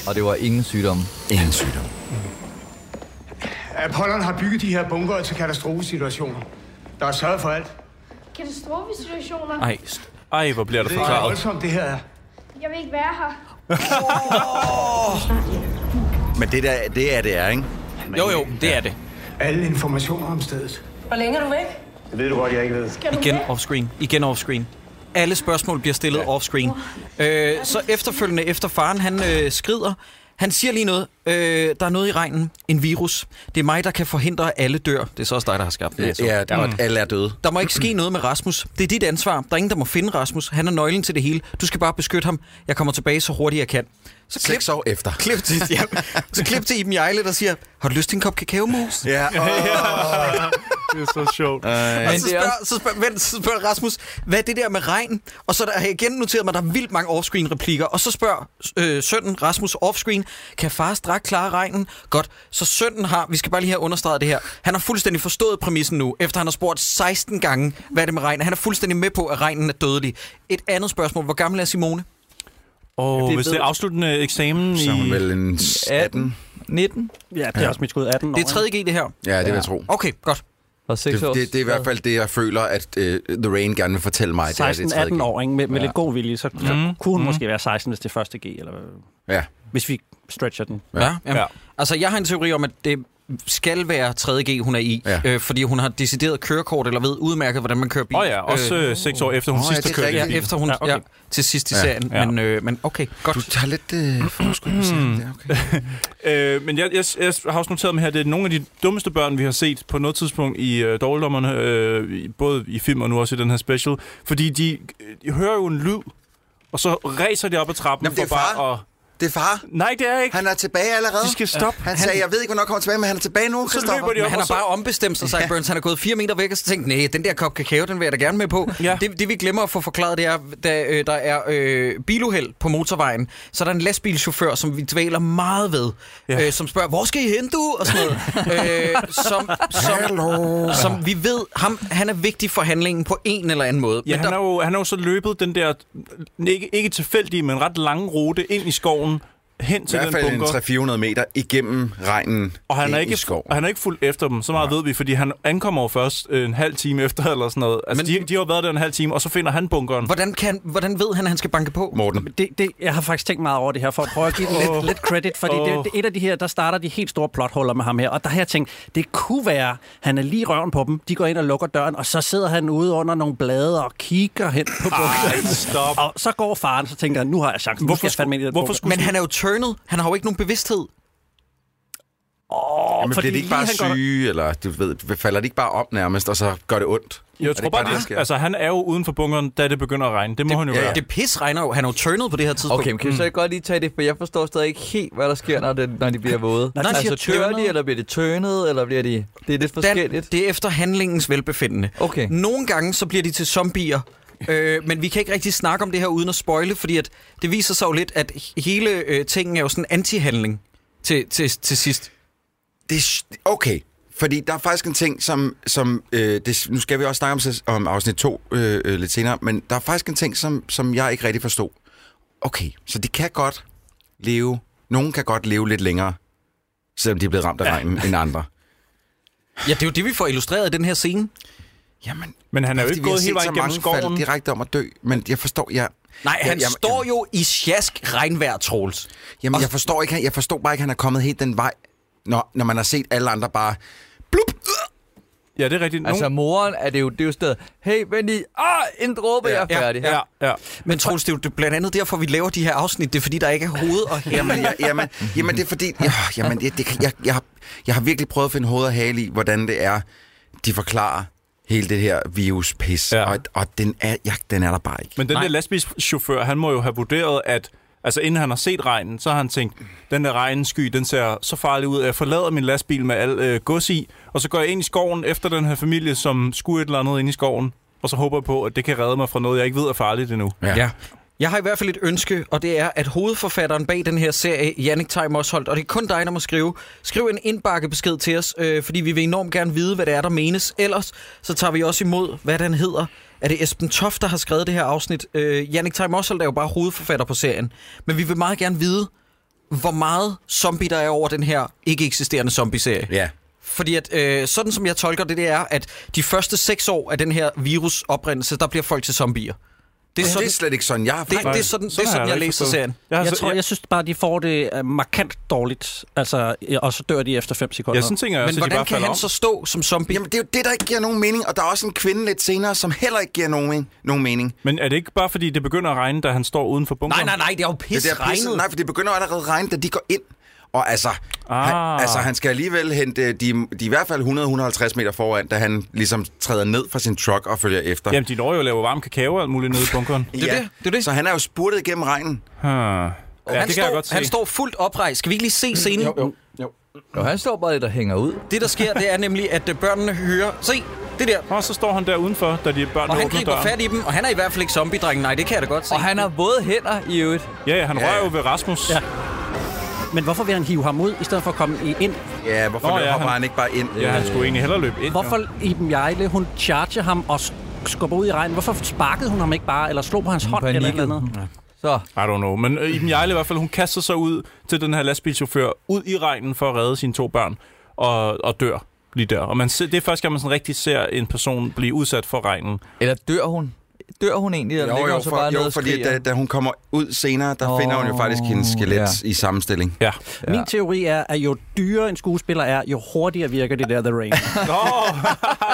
S3: Og det var ingen sygdomme.
S5: Ingen sygdom.
S6: Apollon har bygget de her bunker til katastrofesituationer. Der er sørget for alt.
S7: katastrofesituationer.
S1: Nej,
S2: Ej, hvor bliver der
S6: Det er
S2: forklaret.
S6: voldsomt, det her er.
S7: Jeg vil ikke være her.
S5: Men det, der, det er det er, ikke?
S1: jo jo, det er det.
S6: Alle informationer om stedet.
S9: Hvor længe er du væk?
S6: Det ved du godt, jeg ikke ved.
S7: Skal du
S1: Igen
S7: med?
S1: offscreen. Igen offscreen. Alle spørgsmål bliver stillet offscreen. Øh, så efterfølgende, efter faren, han øh, skrider. Han siger lige noget. Øh, der er noget i regnen. En virus. Det er mig, der kan forhindre, at alle dør. Det er så også dig, der har skabt det.
S5: Ja, der, og
S2: Mm.
S5: alle er døde.
S1: Der må ikke ske noget med Rasmus. Det er dit ansvar. Der er ingen, der må finde Rasmus. Han er nøglen til det hele. Du skal bare beskytte ham. Jeg kommer tilbage så hurtigt, jeg kan. Så klip,
S5: Seks år efter.
S1: klip, til, ja, så klip til Iben Jejle, der siger, har du lyst til en kop kakaomos?
S5: Ja, åh,
S2: Det er så sjovt.
S5: Øh,
S1: Men så spørger, så, spørger, vent, så spørger Rasmus, hvad er det der med regn? Og så der, har jeg igen noteret mig, at der er vildt mange offscreen replikker. Og så spørger øh, sønnen Rasmus offscreen, kan far strak klare regnen? Godt, så sønnen har, vi skal bare lige have understreget det her, han har fuldstændig forstået præmissen nu, efter han har spurgt 16 gange, hvad er det med regn? Han er fuldstændig med på, at regnen er dødelig. Et andet spørgsmål, hvor gammel er Simone?
S2: Og hvis det er afsluttende eksamen
S5: så er hun
S2: i...
S5: vel en
S3: 18, 19
S4: Ja, det er også mit skud 18 år.
S1: Det er 3G det her.
S5: Ja, det vil jeg tro.
S1: Okay, godt.
S3: og 6
S5: Det,
S3: år.
S5: det, det er i hvert fald det, jeg føler, at øh, The Rain gerne vil fortælle mig. det er, det er
S4: 16
S5: tredje
S4: 18
S5: G.
S4: år, ikke? med, med
S5: Ja.
S4: lidt god vilje, så, så
S2: Mm.
S4: kunne hun
S2: Mm.
S4: måske være 16, hvis det er første G, eller hvad-
S5: Ja.
S4: hvis vi stretcher den.
S1: Ja, jamen, ja.
S2: Ja.
S1: Altså, jeg har en teori om, at det skal være 3.G, hun er i, ja.
S5: Ja.
S1: øh, fordi hun har decideret kørekort, eller ved udmærket, hvordan man kører bil.
S2: Åh oh ja, også øh, seks år efter hun
S5: Nå, ja,
S2: sidst
S5: det
S2: har
S5: er
S2: kørt
S1: ja,
S2: i bil.
S1: efter hun, ja,
S4: Ja,
S1: okay.
S4: okay.
S1: ja, til sidst i
S2: Ja,
S1: serien, ja.
S2: ja.
S1: Men, øh, men okay, godt.
S5: Du tager lidt øh, forskud på serien der, okay.
S2: Øh, men jeg, jeg, jeg har også noteret mig her, det er nogle af de dummeste børn, vi har set på noget tidspunkt i øh, Dårligdommerne, øh, i- både i film og nu også i den her special, fordi de, øh, de hører jo en lyd, og så ræser de op ad trappen
S5: Jamen, det er
S2: for bare
S5: far.
S2: at...
S5: Det er far.
S2: Nej, det er ikke.
S5: Han er tilbage allerede.
S2: De skal stoppe.
S5: Han sagde, jeg ved ikke, hvornår jeg kommer tilbage, men han er tilbage nu,
S2: Så
S5: Christoffer.
S2: løber de
S1: Men
S2: op,
S1: han
S2: og
S1: har
S2: så,
S1: bare ombestemt sig, Zach Burns. Han er gået fire meter væk, og så tænkt, nej, den der kop kakao, den vil jeg da gerne med på. Ja.
S2: Ja.
S1: Det, det, vi glemmer at få forklaret, det er, da øh, der er øh, biluheld på motorvejen, så er der en lastbilchauffør, som vi dvæler meget ved, ja.
S2: Ja.
S1: øh, som spørger, hvor skal I hen, du? Og sådan noget. øh, som, som, som vi ved, ham, han er vigtig for handlingen på en eller anden måde.
S2: Ja,
S1: Men
S2: han har, jo, han har jo så løbet den der, ikke, ikke tilfældige, men ret lange rute ind i skoven, hen
S5: I
S2: til den
S5: hvert fald en
S2: bunker.
S5: 300-400 meter igennem regnen
S2: Og han
S5: ind
S2: er,
S5: i
S2: ikke,
S5: skov.
S2: og han er ikke fuldt efter dem, så meget ved vi, fordi han ankommer jo først øh, en halv time efter, eller sådan noget. Altså,
S1: Men-
S2: Men, de, de har jo været der en halv time, og så finder han bunkeren.
S1: hvordan, kan, hvordan ved han, at han skal banke på?
S5: Morten.
S4: Det, det, jeg har faktisk tænkt meget over det her, for at prøve at give den lidt, lidt credit, fordi oh. det,
S2: Åh.
S4: det, er et af de her, der starter de helt store plothuller med ham her, og der har jeg tænkt, det kunne være, han er lige i røven på dem, de går ind og lukker døren, og så sidder han ude under nogle blade og kigger hen på bukken.
S2: stop.
S4: Og så går faren, så tænker han, nu har jeg chancen, nu
S2: Hvorfor
S4: skal jeg
S2: skulle-
S4: fandme ind i den
S2: hvorfor
S4: bunker.
S2: skulle-
S1: Men han er jo turnet. Han har jo ikke nogen bevidsthed.
S5: Jamen,
S4: fordi
S5: bliver de ikke
S4: lige
S5: bare
S4: han går der-
S5: syge, eller du ved, falder de ikke bare op nærmest, og så gør det ondt? Er
S2: Jeg
S5: det
S2: tror
S5: ikke
S2: bare,
S5: det, der
S2: det,
S5: sker?
S2: altså, han er jo uden for bunkeren, da det begynder at regne. Det må det, han jo
S5: ja,
S2: ja,
S5: ja.
S2: være.
S1: Det pis regner jo. Han er jo turnet på det her tidspunkt. Mm.
S3: Okay, men kan vi så ikke godt lige tage det, for jeg forstår stadig ikke helt, hvad der sker, når, det, når de bliver våde.
S4: Når de
S3: altså,
S4: siger
S3: tørrer
S4: tørnet.
S3: de, eller bliver de tørnet, eller bliver de... Det er lidt
S1: Dan,
S3: forskelligt.
S1: det er efter handlingens velbefindende.
S3: Okay.
S1: Nogle gange så bliver de til zombier, øh, men vi kan ikke rigtig snakke om det her uden at spoile, fordi at det viser sig jo lidt, at hele øh, tingen er jo sådan en antihandling til, til, til sidst.
S5: det er, s- okay, fordi der er faktisk en ting, som... som øh, det, nu skal vi også snakke om, sæs- om afsnit 2 øh, øh, lidt senere, men der er faktisk en ting, som, som jeg ikke rigtig forstod. Okay, så de kan godt leve... Nogen kan godt leve lidt længere, selvom de er blevet ramt af regnen, end andre.
S1: Ja, det er jo det, vi får illustreret i den her scene.
S5: Jamen,
S2: Men han er jo
S5: fordi
S2: ikke
S5: vi har
S2: gået
S5: set
S2: hele
S5: så
S2: vejen gennem
S5: mange falde
S2: skoven.
S5: direkte om at dø, men jeg forstår... Jeg,
S1: Nej, han
S5: jeg, jeg,
S1: står jo i sjask regnvejr, Troels.
S5: Jamen,
S1: Og-
S5: jeg forstår, ikke, jeg forstår bare ikke, at han er kommet helt den vej, når, når man har set alle andre bare... Blup!
S2: Ja, det er rigtigt.
S3: Altså, moren er det jo, det er jo stedet, hey, vent lige, ah, en dråbe, jeg er
S1: ja,
S3: færdig.
S2: ja, ja. Ah.
S1: Men Troels, det er jo det- blandt andet derfor, vi laver de her afsnit. Det er fordi, der ikke er hoved og
S5: Jamen,
S1: hænder.
S5: jeg, jamen, jamen, det er fordi... Jeg, jamen, jeg, det, kan- jeg, jeg, har- jeg har virkelig prøvet at finde hoved og hale i, hvordan det er, de forklarer hele det her viruspis. Ja.
S2: Ja.
S5: Og, og den, er, jeg, den er der bare ikke.
S2: Men den Nej. der lastbilschauffør, han må jo have vurderet, at altså, inden han har set regnen, så har han tænkt, den der regnsky, den ser så farlig ud, at jeg forlader min lastbil med al øh, gods i, og så går jeg ind i skoven efter den her familie, som skulle et eller andet ind i skoven, og så håber jeg på, at det kan redde mig fra noget, jeg ikke ved er farligt endnu.
S5: Ja.
S1: Ja. Jeg har i hvert fald et ønske, og det er, at hovedforfatteren bag den her serie, Jannik Theim Osholdt, og det er kun dig, der må skrive, skriv en indbakkebesked til os, øh, fordi vi vil enormt gerne vide, hvad det er, der menes. Ellers så tager vi også imod, hvad den hedder. Er det Esben Toft, der har skrevet det her afsnit? Øh, Jannik Theim Osholdt er jo bare hovedforfatter på serien, men vi vil meget gerne vide, hvor meget zombie der er over den her ikke eksisterende zombie-serie.
S5: ja.
S1: Fordi at, øh, sådan som jeg tolker det, det er, at de første seks år af den her virus oprindelse, der bliver folk til zombier. Det
S5: Så
S1: er,
S5: det
S1: sådan,
S5: er slet ikke sådan, jeg har
S1: det, det er sådan, det er
S2: har
S1: sådan
S2: jeg
S1: jeg ligesom
S2: ikke
S1: læser
S2: forstået.
S1: serien.
S2: Jeg, har
S4: Jeg
S2: så-
S4: tror,
S2: jeg,
S4: jeg synes bare, de får det øh, markant dårligt, altså, øh, og så dør de efter 5 sekunder.
S2: jeg, sådan tænker jeg
S1: Men
S2: også, at de
S1: hvordan
S2: bare
S1: kan
S2: falder
S1: han
S2: om.
S1: så stå som zombie?
S5: Jamen, det er jo det, der ikke giver nogen mening, og der er også en kvinde lidt senere, som heller ikke giver nogen, men- nogen mening.
S2: Men er det ikke bare, fordi det begynder at regne, da han står uden for bunkeren?
S1: nej, nej, nej, det er jo pis
S5: det der pisse,
S1: regnet.
S5: nej, for det begynder allerede at regne, da de går ind. Og altså, ah. han,
S2: Ah.
S5: altså han skal alligevel hente, de, de er i hvert fald 100-150 meter foran, da han ligesom træder ned fra sin truck og følger efter.
S2: Jamen, de når jo at lave varm kakao og alt muligt nede i bunkeren.
S1: det er det, det er det.
S5: Så han er jo spurtet igennem regnen.
S2: Hmm. Ja,
S1: han,
S2: det kan
S1: står,
S2: jeg godt se. Mm,
S1: han står fuldt oprejst. Skal vi ikke lige se scenen? Jo, jo.
S5: jo.
S3: Nå, han står bare lidt og hænger ud.
S1: Det, der sker, det er nemlig, at øh, børnene hører... Se, det der.
S2: Og så står han der udenfor, da de børn
S1: Og han
S2: åbner
S1: griber
S2: døren.
S1: fat i dem, og han er i hvert fald ikke zombie-drengen. Nej, det kan jeg da godt se.
S3: Og han har våde hænder i øvrigt.
S2: Ja, ja, han rører jo ved Rasmus. Ja.
S4: Ja. Men hvorfor vil han hive ham ud, i stedet for at komme i ind?
S5: Ja, hvorfor
S2: Nå,
S5: Nå,
S2: ja,
S5: ja, hopper
S2: han-
S5: han... ikke bare ind?
S2: ja, han skulle egentlig hellere løbe ind. jo.
S4: Hvorfor Iben Jejle, hun charger ham og s- skubber ud i regnen? Hvorfor sparkede hun ham ikke bare, eller slog på hans hånd, eller et eller andet?
S3: Så,
S2: I don't know. Men øh, Iben Jejle i hvert fald, hun kaster sig ud til den her lastbilchauffør, ud i regnen for at redde sine to børn, og, og dør lige der. Og man ser, det er første gang, man sådan rigtig ser en person blive udsat for regnen.
S3: eller dør hun? Dør hun egentlig? Eller
S5: Jo,
S3: ligger
S5: jo,
S3: hun så
S5: for,
S3: bare nede
S5: jo
S3: og
S5: fordi
S3: skriger?
S5: da, da hun kommer ud senere, der oh, finder hun jo faktisk hendes skelet
S3: ja.
S5: ja. i sammenstilling.
S2: Ja.
S4: Ja. Min teori er, at jo dyrere en skuespiller er, jo hurtigere virker det der The Rain.
S2: Nå,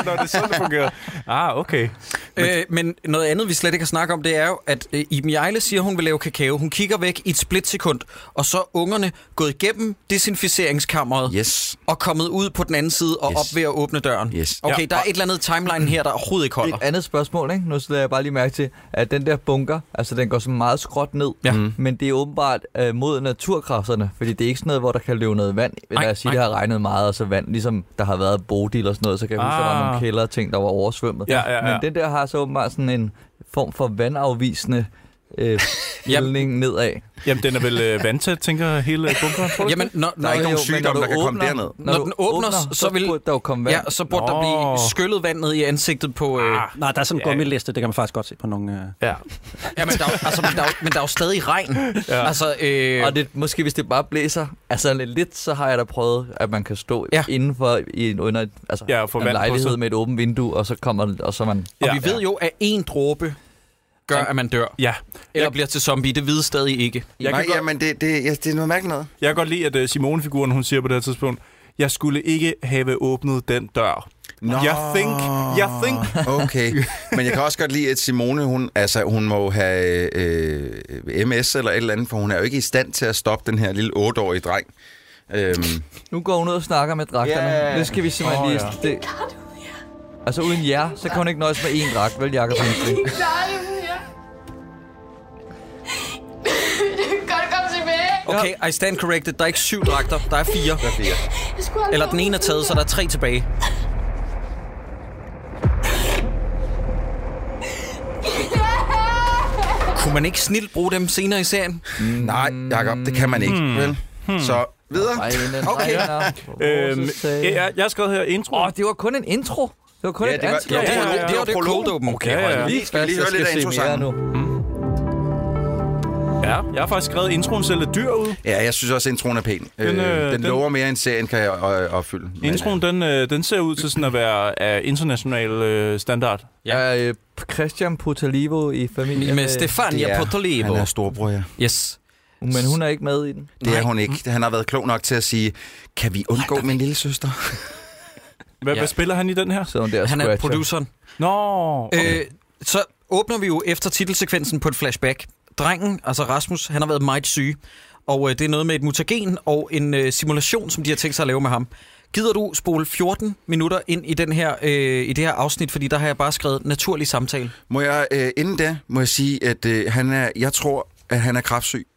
S2: Nå det er sådan, det fungerer. Ah, okay.
S1: Øh, men noget andet, vi slet ikke har snakket om, det er jo, at øh, Iben Jejle siger, hun vil lave kakao. Hun kigger væk i et splitsekund, og så er ungerne gået igennem desinficeringskammeret
S5: Yes.
S1: og kommet ud på den anden side og
S5: Yes.
S1: op ved at åbne døren.
S5: Yes.
S1: Okay,
S2: Ja.
S1: der er et eller andet timeline her, der overhovedet ikke holder.
S3: Et andet spørgsmål, ikke? Nu slår jeg bare lige mærke til, at den der bunker, altså den går sådan meget skråt ned,
S1: Ja.
S3: mm. men det er åbenbart øh, mod naturkræfterne, fordi det er ikke sådan noget, hvor der kan løbe noget vand.
S1: Nej,
S3: Lad os sige,
S1: nej.
S3: det har regnet meget, og så vand, ligesom der har været bodil og sådan noget, så kan jeg huske, der var
S2: Ah.
S3: nogle kælder og ting, der var oversvømmet.
S2: Ja, ja, ja.
S3: Men den der har så åbenbart sådan en form for vandafvisende øh, yldning nedad.
S2: Jamen, den er vel øh, vandtæt, tænker hele bunkeren, tror du?
S1: Jamen, når,
S5: Der er
S1: når,
S5: ikke
S3: Nå,
S5: nogen
S3: jo, men
S5: sygdom,
S3: når
S5: der
S3: du
S5: kan komme
S3: åbner-
S5: derned.
S1: Når
S3: du
S1: den åbner, så vil-
S3: burde der jo komme vand.
S1: ja, så burde der
S2: Nå.
S1: blive skyllet vand ned i ansigtet på... Øh, ah.
S4: Nej, der er sådan en gummiliste, det kan man faktisk godt se på nogle... Øh...
S2: ja.
S1: ja, men, der, er jo- altså, men, der, er jo- men der er jo stadig regn. Ja. Altså, øh,
S3: Og det, måske hvis det bare blæser, altså lidt, lidt, så har jeg da prøvet, at man kan stå
S1: Ja.
S3: ja. indenfor i en, under, et- altså,
S2: Ja, og få
S3: en
S2: vand på
S3: lejlighed
S2: sig.
S3: med et åbent vindue, og så kommer den- og så er man...
S1: og
S2: ja.
S1: vi ved jo, at én dråbe gør, at man dør.
S2: Ja.
S1: Eller
S2: Jeg,
S1: bliver til zombie. Det ved stadig ikke.
S2: jeg,
S5: Nej,
S2: kan godt,
S5: jamen, det, det, ja, det er noget mærkeligt noget.
S2: jeg kan godt lide, at øh, Simone-figuren, hun siger på det her tidspunkt, jeg skulle ikke have åbnet den dør.
S5: Nå.
S2: Jeg think, jeg think.
S5: Ah, Okay, men jeg kan også godt lide, at Simone, hun, altså, hun må jo have øh, MS eller et eller andet, for hun er jo ikke i stand til at stoppe den her lille 8-årige dreng. Øhm,
S3: Nu går hun ud og snakker med dragterne.
S5: Ja.
S3: Yeah. Det skal vi simpelthen
S2: Åh,
S3: oh, lige... Det, altså uden jer, så kan hun ikke nøjes med én dragt, vel Jacob Hensley?
S7: klarer det mere. Det kan godt komme tilbage.
S1: Okay, I stand corrected. Der er ikke syv dragter, der er fire.
S7: Jeg skulle aldrig
S1: Eller den ene er taget, så der er tre tilbage. Kunne man ikke snilt bruge dem senere i serien?
S5: nej, Jacob, det kan man ikke. Hmm. Vel? Så videre.
S3: Ej, den øh.
S1: Okay.
S3: regner.
S2: Øhm,
S3: Rose sagde-
S2: jeg, jeg, jeg har skrevet her intro.
S3: Åh, det var kun en intro. Det var kun
S5: Ja,
S3: et
S5: det var-
S3: antro.
S2: ja,
S1: Det
S2: ja.
S1: var- Det var det
S5: Prologen.
S1: cold open.
S2: Okay, hold nu.
S5: Vi skal lige høre
S3: Jeg
S5: lidt af
S3: se mere
S5: introsangen.
S3: nu.
S2: Ja, jeg har faktisk skrevet introen selv er dyr ud.
S5: Ja, jeg synes også, at introen er pæn. Den, øh,
S2: øh,
S5: den,
S2: den-
S5: den lover mere, end serien kan jeg øh, opfylde. Men,
S2: Introen, den, øh, den ser ud til sådan at være af international øh, standard.
S3: Jeg er øh, Christian Potalivo i familien.
S1: Med
S3: øh,
S5: det
S1: Stefania
S5: er-
S1: Potolivo.
S5: Han er storbror, ja.
S1: Yes.
S3: Men hun er ikke med i den.
S5: Det er hun ikke.
S2: Mm.
S5: Han har været klog nok til at sige, kan vi undgå min lille søster?
S2: Hvad,
S1: Ja.
S2: ja. hvad spiller han i den her?
S3: Så hun der
S1: Han er
S3: scratcher.
S1: produceren.
S2: Nå,
S1: Øh, så åbner vi jo efter titelsekvensen på et flashback. Drengen, altså Rasmus, han har været meget syg. Og øh, det er noget med et mutagen og en øh, simulation, som de har tænkt sig at lave med ham. Gider du spole 14 minutter ind i, den her, øh, i det her afsnit, fordi der har jeg bare skrevet naturlig samtale.
S5: Må jeg, øh, inden da, må jeg sige, at øh, han er, jeg tror, at han er kraftsyg.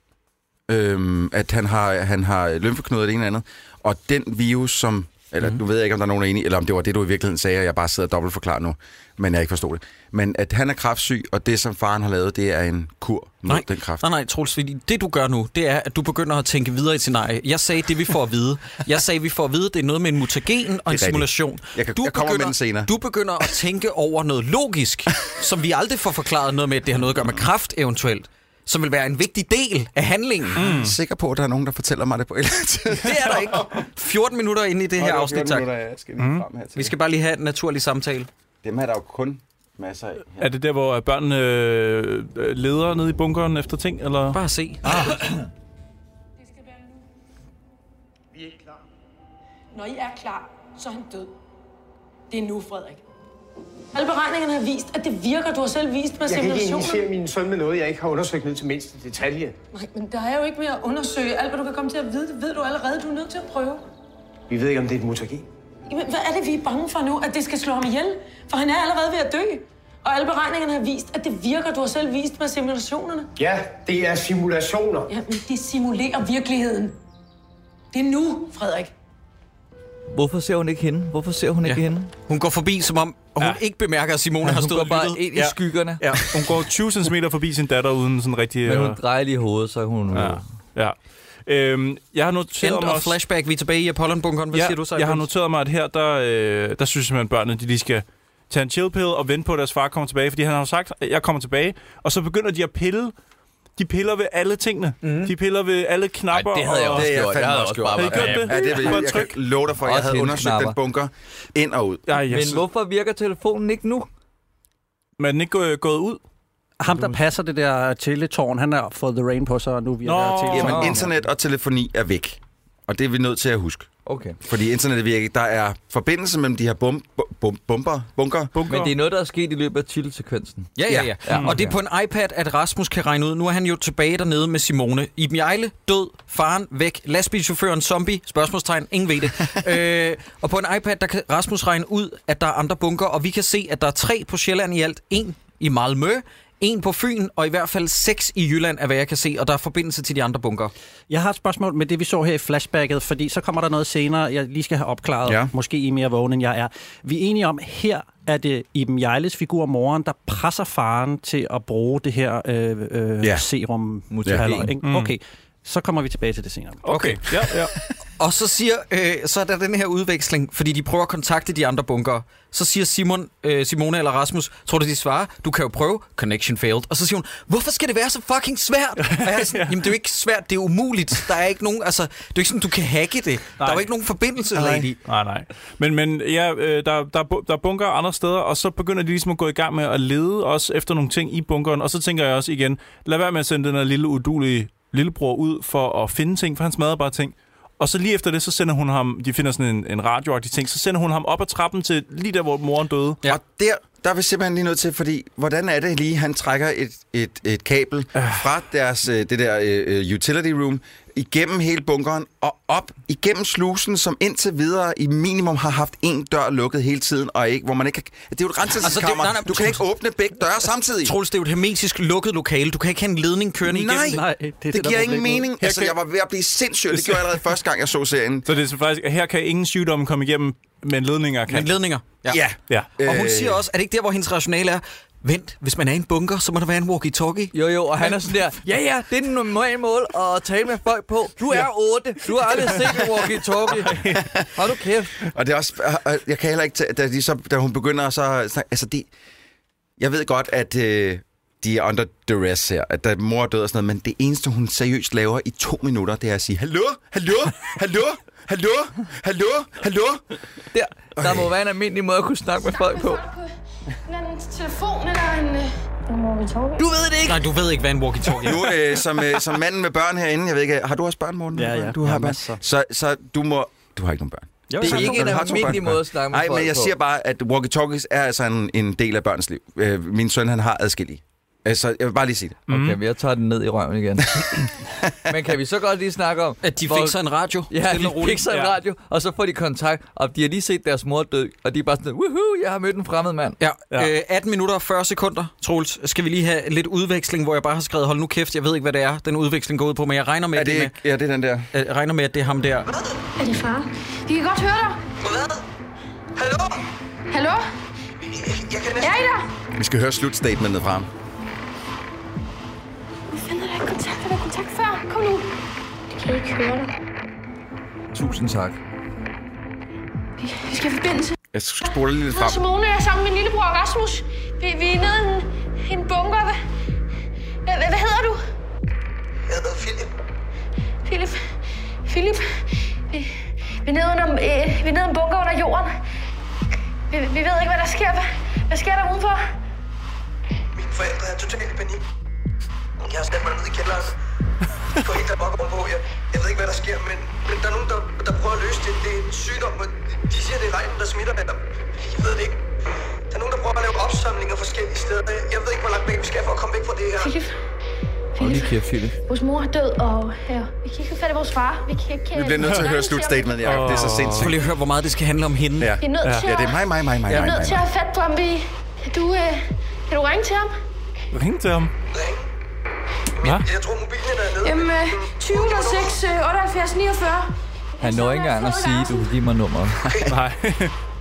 S5: Øhm, at han har, han har lymfeknuder det ene eller andet. Og den virus, som... Eller mm. nu ved jeg ikke, om der er nogen der er enige, eller om det var det, du i virkeligheden sagde, og jeg bare sidder og dobbeltforklarer nu, men jeg ikke forstod det. Men at han er kraftsyg, og det, som faren har lavet, det er en kur mod
S1: Nej.
S5: den kraft.
S1: Nej, nej, Troels, fordi det du gør nu, det er, at du begynder at tænke videre i et scenarie. Jeg sagde det, vi får at vide. Jeg sagde, vi får at vide, det er noget med en mutagen og en
S5: rigtigt.
S1: simulation.
S5: Jeg kan- jeg kommer med den senere.
S1: Du begynder at tænke over noget logisk, som vi aldrig får forklaret noget med, at det har noget at gøre med kraft eventuelt, som vil være en vigtig del af handlingen. Mm.
S5: Jeg er sikker på, at der er nogen, der fortæller mig det på et eller andet tidspunkt.
S1: Det er der ikke. 14 minutter inde i det her afsnit, tak.
S5: skal vi frem her til.
S1: Vi skal bare lige have en naturlig samtale.
S5: Dem er der jo kun masser af.
S2: er det der, hvor øh, børnene øh, leder ned i bunkeren efter ting? Eller? Ah.
S1: Bare se.
S9: Vi er ikke klar. Når I er klar, så er han død. Det er nu, Frederik. Alle beregningerne har vist, at det virker. Du har selv vist med
S6: Jeg kan ikke
S9: simulationen.
S6: initiere min søn med noget, jeg ikke har undersøgt ned til mindste detalje.
S9: Nej, men der er jo ikke mere at undersøge. Alt, hvad du kan komme til at vide, det ved du allerede. Du er nødt til at prøve.
S6: Vi ved ikke, om det er et mutagen.
S9: Jamen, hvad er det, vi er bange for nu? At det skal slå ham ihjel? For han er allerede ved at dø. Og alle beregningerne har vist, at det virker. Du har selv vist med simulationerne.
S6: Ja, det er simulationer.
S9: Jamen, det simulerer virkeligheden. Det er nu, Frederik.
S3: Hvorfor ser hun ikke hende? Hvorfor ser hun ikke ja. hende?
S1: Hun går forbi, som om hun ja. ikke bemærker, at Simone ja, har
S3: hun
S1: stået
S3: går
S1: og
S3: bare
S1: lyttet.
S3: ind i skyggerne.
S2: Ja, hun går 20 cm forbi sin datter uden sådan rigtig...
S3: Men
S2: øh,
S3: hun drejer lige hovedet, så hun...
S2: Ja. ja. Øhm, jeg har noteret
S1: End
S2: mig
S1: og
S2: også...
S1: flashback, vi er tilbage i Apollon-bunkeren. Hvad
S2: ja,
S1: siger du så?
S2: jeg har
S1: Iben?
S2: noteret mig, at her, der, øh, der synes jeg simpelthen, at børnene de lige skal tage en chill pill og vente på, at deres far kommer tilbage. Fordi han har jo sagt, at jeg kommer tilbage. Og så begynder de at pille. De piller ved alle tingene.
S1: Mhm.
S2: Mm. De piller ved alle knapper.
S3: det havde jeg
S2: og,
S3: også
S5: Det er jeg
S3: gjort.
S5: fandme
S3: Jeg havde
S5: også
S3: også
S5: gjort.
S3: bare
S2: Har I gjort det?
S5: Ja, det vil
S2: Bare
S5: jeg, jeg kan
S2: tryk.
S5: love dig for.
S3: Også
S5: Jeg havde
S3: hendes
S5: undersøgt
S3: knapper.
S5: den bunker ind og ud.
S2: Ja,
S3: Men
S2: yes. Men,
S3: hvorfor virker telefonen ikke nu?
S2: Men er den ikke gået, gået ud?
S4: Ham, der passer det der teletårn, han har fået The Rain på sig, og nu virker
S2: Nå.
S4: Nå, teletårn.
S5: Jamen, internet og telefoni er væk. Og det er vi nødt til at huske.
S3: Okay.
S5: Fordi internettet virker ikke. Der er forbindelse mellem de her bum, bum, bumper, bunker.
S3: Men det er noget, der er sket i løbet af titelsekvensen.
S1: Ja, ja, ja. ja
S3: Ja,
S1: okay. Og det er på en iPad, at Rasmus kan regne ud. Nu er han jo tilbage dernede med Simone. Iben Ejle, død. Faren, væk. Lastbilchaufføren, zombie. Spørgsmålstegn. Ingen ved det. øh, og på en iPad, der kan Rasmus regne ud, at der er andre bunker. Og vi kan se, at der er tre på Sjælland i alt. En i Malmø. En på Fyn, og i hvert fald seks i Jylland, er hvad jeg kan se. Og der er forbindelse til de andre bunker.
S4: Jeg har et spørgsmål med det, vi så her i flashbacket, fordi så kommer der noget senere, jeg lige skal have opklaret.
S5: Ja.
S4: Ja. Måske I er mere vågen, end jeg er. Vi er enige om, her er det Iben Jejles figur, moren, der presser faren til at bruge det her øh, øh,
S5: Ja. Mm.
S4: ja. serum.
S3: Mutagen.
S4: Halløj, ikke? Okay, så kommer vi tilbage til det senere.
S2: Okay. Ja, ja.
S1: Og så siger, øh, så er der den her udveksling, fordi de prøver at kontakte de andre bunker. Så siger Simon, øh, Simone eller Rasmus, tror du de svarer? Du kan jo prøve. Connection failed. Og så siger hun, hvorfor skal det være så fucking svært? Og jeg er sådan, jamen det er jo ikke svært, det er umuligt. Der er ikke nogen, altså, det er jo ikke sådan, du kan hacke det. Nej. Der er jo ikke nogen forbindelse, lady.
S2: Nej, nej. Men, men ja, øh, der, der, er bu- der er bunker andre steder, og så begynder de ligesom at gå i gang med at lede også efter nogle ting i bunkeren. Og så tænker jeg også igen, lad være med at sende den her lille udulige lillebror ud for at finde ting, for han smadrer bare ting. Og så lige efter det, så sender hun ham, de finder sådan en, en radio de ting, så sender hun ham op ad trappen til lige der, hvor moren døde.
S5: Ja. Og der, der er vi simpelthen lige nødt til, fordi hvordan er det lige, han trækker et, et, et kabel øh. fra deres, øh, det der øh, øh, utility room igennem hele bunkeren og op igennem slusen, som indtil videre i minimum har haft en dør lukket hele tiden, og ikke, hvor man ikke kan, Det er jo et renselseskammer.
S1: Altså, det er jo- nej, nej,
S5: du kan ikke åbne begge døre samtidig.
S1: Troels, det er jo et hermetisk lukket lokale. Du kan ikke have en ledning kørende
S5: Nej,
S1: igennem.
S4: Nej,
S5: nej,
S4: det er
S5: det,
S4: det,
S5: det
S4: der
S5: giver
S4: er
S5: ingen
S4: problemet.
S5: mening.
S2: Her
S5: Altså,
S2: kan-
S5: jeg var ved at blive sindssyg, og det gjorde jeg allerede første gang, jeg så serien.
S2: Så det er så faktisk, at her kan ingen sygdomme komme igennem, men ledninger kan.
S1: Men ledninger. Ja.
S2: ja.
S1: Og hun
S5: Øh.
S1: siger også, er det ikke der, hvor hendes rationale er, vent, hvis man er i en bunker, så må der være en walkie-talkie.
S3: Jo, jo, og han er sådan der, ja, ja, det er den normale måde at tale med folk på. Du er otte, du har aldrig set en walkie-talkie. Hold du kæft.
S5: Og det er også, og jeg kan heller ikke, tage- da, de så, da hun begynder så, at snakke- altså det, jeg ved godt, at øh, de er under duress her, at der mor er død og sådan noget, men det eneste, hun seriøst laver i to minutter, det er at sige, hallo, hallo, hallo, hallo, hallo, hallo.
S3: Der, der må være en almindelig måde at kunne snakke med folk på.
S7: En anden telefon eller en... øh,
S3: Du ved det ikke.
S1: Nej, du ved ikke, hvad en walkie-talkie er.
S5: Nu øh, som, øh, som manden med børn herinde, jeg ved ikke, har du også børn, Morten?
S4: Ja, ja,
S5: Du har
S4: ja,
S5: børn.
S4: masser.
S5: Så, så du må, du har ikke nogen børn.
S3: Det er
S5: Så
S3: ikke
S5: når
S3: en
S5: du har to
S3: almindelig
S5: børn-
S3: måde at snakke med
S5: Nej,
S3: folk
S5: men jeg
S3: på.
S5: siger bare, at walkie-talkies er altså en, en del af børns liv. Øh, min søn, han har adskillige. Altså, jeg vil bare lige sige det.
S3: Okay, men jeg tager den ned i røven igen. men kan vi så godt lige snakke om...
S1: At de
S3: hvor-
S1: fik sig en radio.
S3: Ja,
S1: Stille og
S3: de
S1: roligt.
S3: fik sig en
S2: Ja.
S3: radio, og så får de kontakt, og de har lige set deres mor dø, og de er bare sådan, woohoo, jeg har mødt en fremmed mand.
S1: Ja,
S2: Ja.
S1: ja. Øh, 18 minutter og 40 sekunder, Troels. Skal vi lige have lidt udveksling, hvor jeg bare har skrevet, hold nu kæft, jeg ved ikke, hvad det er, den udveksling går ud på, men jeg regner med,
S5: Er
S1: at
S5: det
S1: det,
S5: ikke? Ja, det er den der.
S1: er, Øh, jeg regner med, at det er ham der.
S8: Er det far?
S7: Vi kan godt høre dig.
S10: Hallo?
S7: Hallo?
S10: Jeg kan
S7: Er I der?
S5: Vi skal høre slutstatementet fra ham.
S7: Vi finder dig kontakt. Er der kontakt før? Kom nu.
S8: Jeg kan ikke høre dig.
S3: Tusind tak.
S7: Vi, vi skal i forbindelse.
S5: Jeg spoler lige lidt
S7: Nede
S5: frem.
S7: Simone er sammen med min lillebror Rasmus. Vi, vi er nede i en, i en bunker. Hvad, hvad, hvad, hvad hedder du?
S10: Jeg hedder Philip.
S7: Philip. Philip. Vi, vi, er nede under, øh, vi er nede i en bunker under jorden. Vi, vi ved ikke, hvad der sker. Hvad, hvad sker der udenfor?
S10: Mine forældre er totalt i panik. Jeg har sat mig ned i kælderen. De går helt amok ovenpå. Jeg, jeg ved ikke, hvad der sker, men, men der er nogen, der, der prøver at løse det. Det er en sygdom, og de siger, det er regnen, der smitter. Eller, jeg ved det ikke. Der er nogen, der prøver at lave opsamlinger forskellige steder. Jeg- Jeg ved ikke, hvor langt væk vi skal for at komme væk fra det her.
S7: Philip.
S3: Og lige
S7: Philip.
S3: kæft, Philip.
S7: Vores mor er død, og ja, vi kan ikke få fat i vores far. Vi, kan ikke, øh,
S5: Vi bliver nødt til at høre slutstatementet, Jacob. Det er så
S1: Prøv
S5: sindssygt.
S1: lige at høre, hvor meget det skal handle om hende.
S5: Ja,
S7: Vi er nødt til
S5: ja
S7: at,
S5: det er mig, mig, mig, mig,
S7: vi er
S5: mig, mig.
S7: nødt til at have fat på ham. Vi, kan du, øh, kan du ringe til ham?
S5: Øh,
S2: Ring til ham.
S10: Ring.
S2: Hva?
S10: Jeg tror, mobilen er dernede.
S7: Jamen, øh, 20 06, øh, 78, 49.
S3: Han når ikke engang at sige, du kan give mig nummeret.
S2: Nej.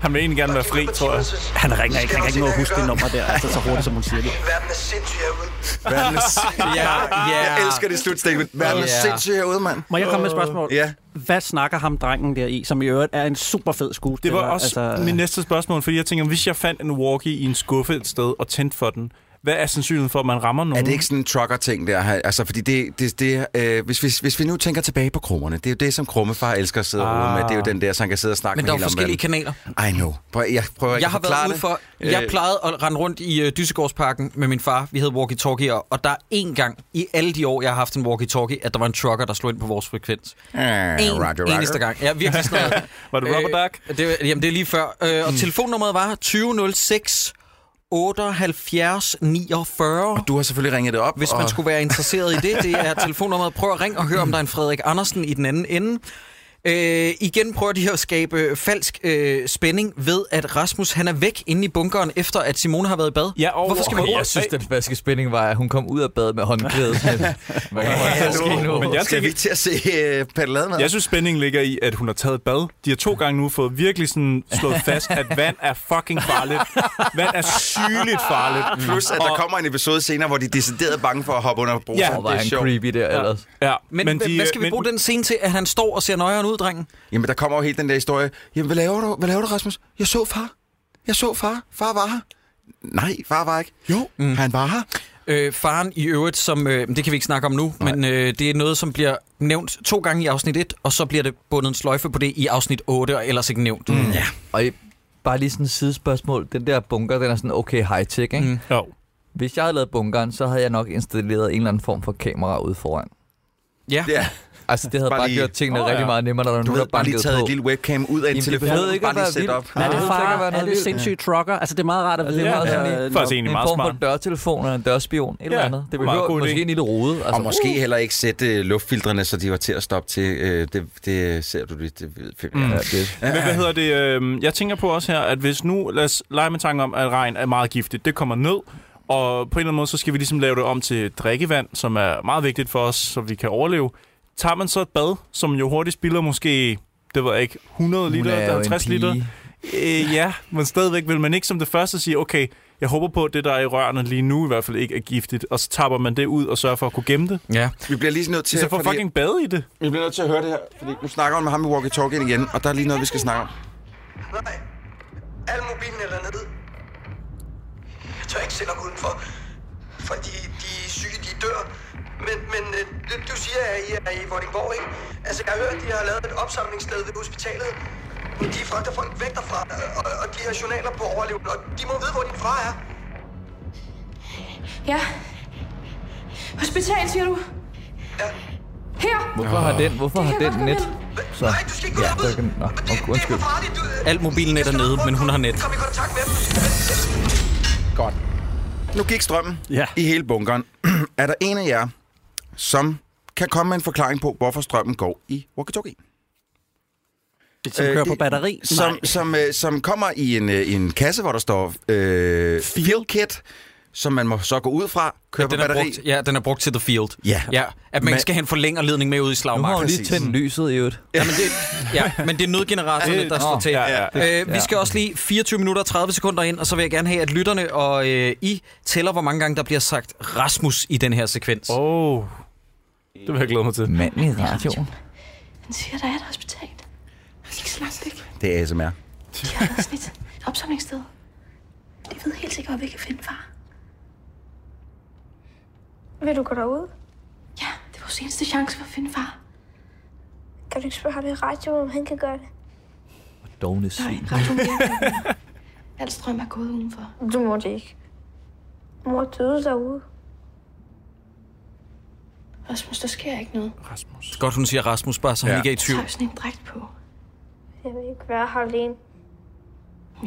S2: Han vil egentlig gerne være fri, tror jeg.
S4: Han ringer ikke, han kan ikke nå at huske det nummer der, altså så hurtigt, som hun siger det.
S6: Verden er sindssyg herude.
S5: Verden er sindssyg.
S1: Ja, ja.
S5: Jeg elsker det slutstatement. Verden er
S1: Ja.
S5: sindssyg herude, mand.
S4: Må jeg komme med et spørgsmål?
S5: Ja.
S4: Hvad snakker ham drengen der i, som i øvrigt er en super fed
S2: Det
S4: skuespiller?
S2: var også altså, min næste spørgsmål, fordi jeg tænker, hvis jeg fandt en walkie i en skuffe et sted og tændte for den, hvad er sandsynligheden for, at man rammer nogen?
S5: Er det ikke sådan en trucker-ting der? Altså, fordi det, det, det øh, hvis, hvis, hvis vi nu tænker tilbage på krummerne, det er jo det, som krummefar elsker at sidde ah.
S2: Ah.
S5: med. Det er jo den der, så han kan sidde og snakke
S1: Men
S5: med
S1: der er
S5: hele
S1: jo forskellige
S5: omverdenen.
S1: kanaler.
S5: I know. Prøv, jeg prøver ikke
S1: Jeg har
S5: at forklare
S1: været ude for...
S5: det.
S1: Jeg
S5: Øh,
S1: plejede at rende rundt i øh, Dyssegårdsparken med min far. Vi havde walkie-talkier, og der er én gang i alle de år, jeg har haft en walkie-talkie, at der var en trucker, der slog ind på vores frekvens.
S5: Ja,
S1: en
S5: Ah, Roger, Roger.
S1: eneste gang. Ja, virkelig sådan noget.
S2: Var det Rubber Duck?
S1: Øh, det, jamen, det er lige før. Øh, og telefonnummeret var 2006 78 49.
S5: Du har selvfølgelig ringet det op.
S1: Hvis man
S5: og-
S1: skulle være interesseret i det, det er telefonnummeret. Prøv at ringe og høre, om der er en Frederik Andersen i den anden ende. Øh, igen prøver de at skabe falsk øh, spænding ved, at Rasmus han er væk inde i bunkeren, efter at Simone har været i bad.
S2: Ja, over-
S1: Hvorfor skal man...
S2: Ja,
S1: Ja,
S3: Jeg synes, den falske spænding var, at hun kom ud af badet med håndklædet. Sådan, Hvad kommer der til at ske
S2: Hallo.
S3: nu?
S2: Men jeg
S5: Skal
S2: tænker-
S5: vi til at se øh, Padelademad?
S2: Jeg synes, spændingen ligger i, at hun har taget et bad. De har to gange nu fået virkelig sådan slået fast, at vand er fucking farligt. Vand er sygeligt farligt.
S5: Plus, at der
S2: Og-
S5: kommer en episode senere, hvor de er decideret bange for at hoppe under broen.
S2: Ja.
S5: det
S3: Hvor var
S5: er
S3: han
S5: sjovt.
S3: creepy der ellers.
S2: Ja,
S1: men, men de, hvad skal vi
S2: men-
S1: bruge den scene til, at han står og ser nøjeren ud, drengen?
S5: Jamen, der kommer jo helt den der historie. Jamen, hvad laver du, hvad laver du Rasmus? Jeg så far. Jeg så far. Far var her. Nej, far var ikke. Jo, mm. han var her.
S1: Øh, faren i øvrigt, som øh, det kan vi ikke snakke om nu, Nej. men øh, det er noget, som bliver nævnt to gange i afsnit 1, og så bliver det bundet en sløjfe på det i afsnit 8, og ellers ikke nævnt. Mm. Ja.
S3: Og I- bare lige sådan et sidespørgsmål. Den der bunker, den er sådan okay high-tech, ikke? Mm.
S2: Jo.
S3: Hvis jeg havde lavet bunkeren, så havde jeg nok installeret en eller anden form for kamera ude foran.
S1: ja.
S5: Ja.
S3: Altså, det havde
S5: Bare
S3: bare, bare
S5: lige-
S3: gjort tingene
S2: Åh,
S3: oh,
S2: ja.
S3: rigtig meget nemmere, når der var
S5: Du
S3: nogen,
S5: har
S3: der
S5: bare lige
S3: bankede
S5: taget
S3: på.
S5: et lille webcam ud af en
S3: Jamen, det
S5: telefon.
S3: behøvede ikke at
S5: bare lige
S3: være
S5: sæt
S3: vildt.
S5: op.
S3: Nej,
S4: Er
S3: det
S4: det
S3: behøver ikke at være
S4: far? Er
S3: noget
S4: det
S3: vildt.
S4: sindssygt trucker? Altså, det er meget rart at vide.
S2: Ja,
S4: altså,
S2: ja.
S4: når-
S2: Faktisk egentlig
S3: en
S2: meget
S3: form
S2: smart.
S3: for dørtelefon eller en dørspion, et eller
S2: Ja,
S3: andet. Det
S2: meget
S3: behøver
S2: god idé.
S3: måske en lille rode. Altså,
S5: Og måske heller ikke sætte øh, luftfiltrene, så de var til at stoppe til. Øh, det, det ser du lidt. Det, ved-
S2: Mm.
S3: Ja, det,
S2: Men hvad hedder det? øhm, Jeg tænker på også her, at hvis nu, lad os lege med tanken om, at regn er meget giftigt. Det kommer ned, og på en eller anden måde, så skal vi ligesom lave det om til drikkevand, som er meget vigtigt for os, så vi kan overleve. Tager man så et bad, som jo hurtigt spiller måske, det ved jeg ikke, 100
S3: hun
S2: liter,
S3: er jo en
S2: 50
S3: pige.
S2: liter? Øh, ja, men stadigvæk vil man ikke som det første sige, okay, jeg håber på, at det, der er i rørene lige nu, i hvert fald ikke er giftigt. Og så tapper man det ud og sørger for at kunne gemme det.
S1: ja.
S5: Vi bliver lige nødt til,
S2: Så får fucking bad i det.
S5: vi bliver nødt til at høre det her. Fordi nu snakker hun med ham med walkie-talkien igen, og der er lige noget, vi skal snakke om.
S6: Nej. Al mobilen er dernede. Jeg tør ikke sende dem udenfor. Fordi de er syge, de dør. Men, men øh, du, du siger, at I er i Vordingborg, ikke? Altså, jeg har hørt, at de har lavet et opsamlingssted ved hospitalet. hvor De frygter folk væk derfra, og, og de har journaler på overlevende, og de må vide, hvor din far er.
S9: Ja. Hospital, siger du?
S6: Ja.
S9: Her!
S3: Hvorfor har den, hvorfor
S9: Det
S3: har
S9: kan jeg
S3: den
S9: godt
S3: net?
S9: komme
S3: Så,
S6: Nej, du skal ikke gå
S3: ja,
S6: derud.
S3: der kan, nå,
S6: Det-
S3: okay,
S6: det er
S3: undskyld.
S6: for farligt. Du, øh,
S1: Alt mobilen er
S6: skal du
S1: dernede,
S6: prøve
S1: men
S6: at
S1: hun har net.
S6: Kom i kontakt med dem.
S5: Godt. Nu gik strømmen
S4: Ja.
S5: i hele bunkeren. er der en af jer, som kan komme med en forklaring på, hvorfor strømmen går i walkie-talkie?
S4: Det som
S5: Øh,
S4: kører
S5: det-
S4: på batteri.
S5: Som, som, øh, som kommer i en, øh, en kasse, hvor der står øh, field kit, som man må så gå ud fra, køre på
S1: Den er,
S5: batteri.
S1: brugt, ja, den er brugt til The Field.
S5: Ja.
S1: ja at man
S5: Men-
S1: Men, skal have en forlængerledning med
S3: Nu
S1: ud i
S3: har hun
S1: slagmarken.
S3: lige
S5: præcis.
S3: tændt lyset i øvrigt.
S1: Ja, men det, ja, men det er nødgeneratorerne, der står til.
S2: Ja,
S1: ja. Øh, vi skal også lige 24 minutter og 30 sekunder ind, og så vil jeg gerne have, at lytterne og øh, I tæller, hvor mange gange der bliver sagt Rasmus i den her sekvens. Oh.
S2: Åh, oh, det vil jeg glæde mig til.
S3: Mand i radioen.
S7: Han siger, der er et hospital. Det er ikke så langt væk.
S5: Det er ASMR.
S7: De har lavet sådan et opsamlingssted. De ved helt sikkert, at vi kan finde far.
S8: Vil du gå derud?
S7: Ja, det er vores eneste chance for at finde far.
S8: Kan du ikke spørge ham i radioen, om han kan gøre det?
S3: Dogne
S7: Nej,
S3: svin.
S7: radioen virker ikke mere. Al strøm er gået udenfor.
S8: Du må det ikke. Mor døde derude.
S7: Rasmus, der sker ikke noget.
S1: Godt, hun siger Rasmus, bare så ja.
S5: Ja.
S1: han ikke er i
S7: Jeg
S1: tvivl.
S7: har jo sådan en dragt på.
S8: Jeg vil ikke være her alene.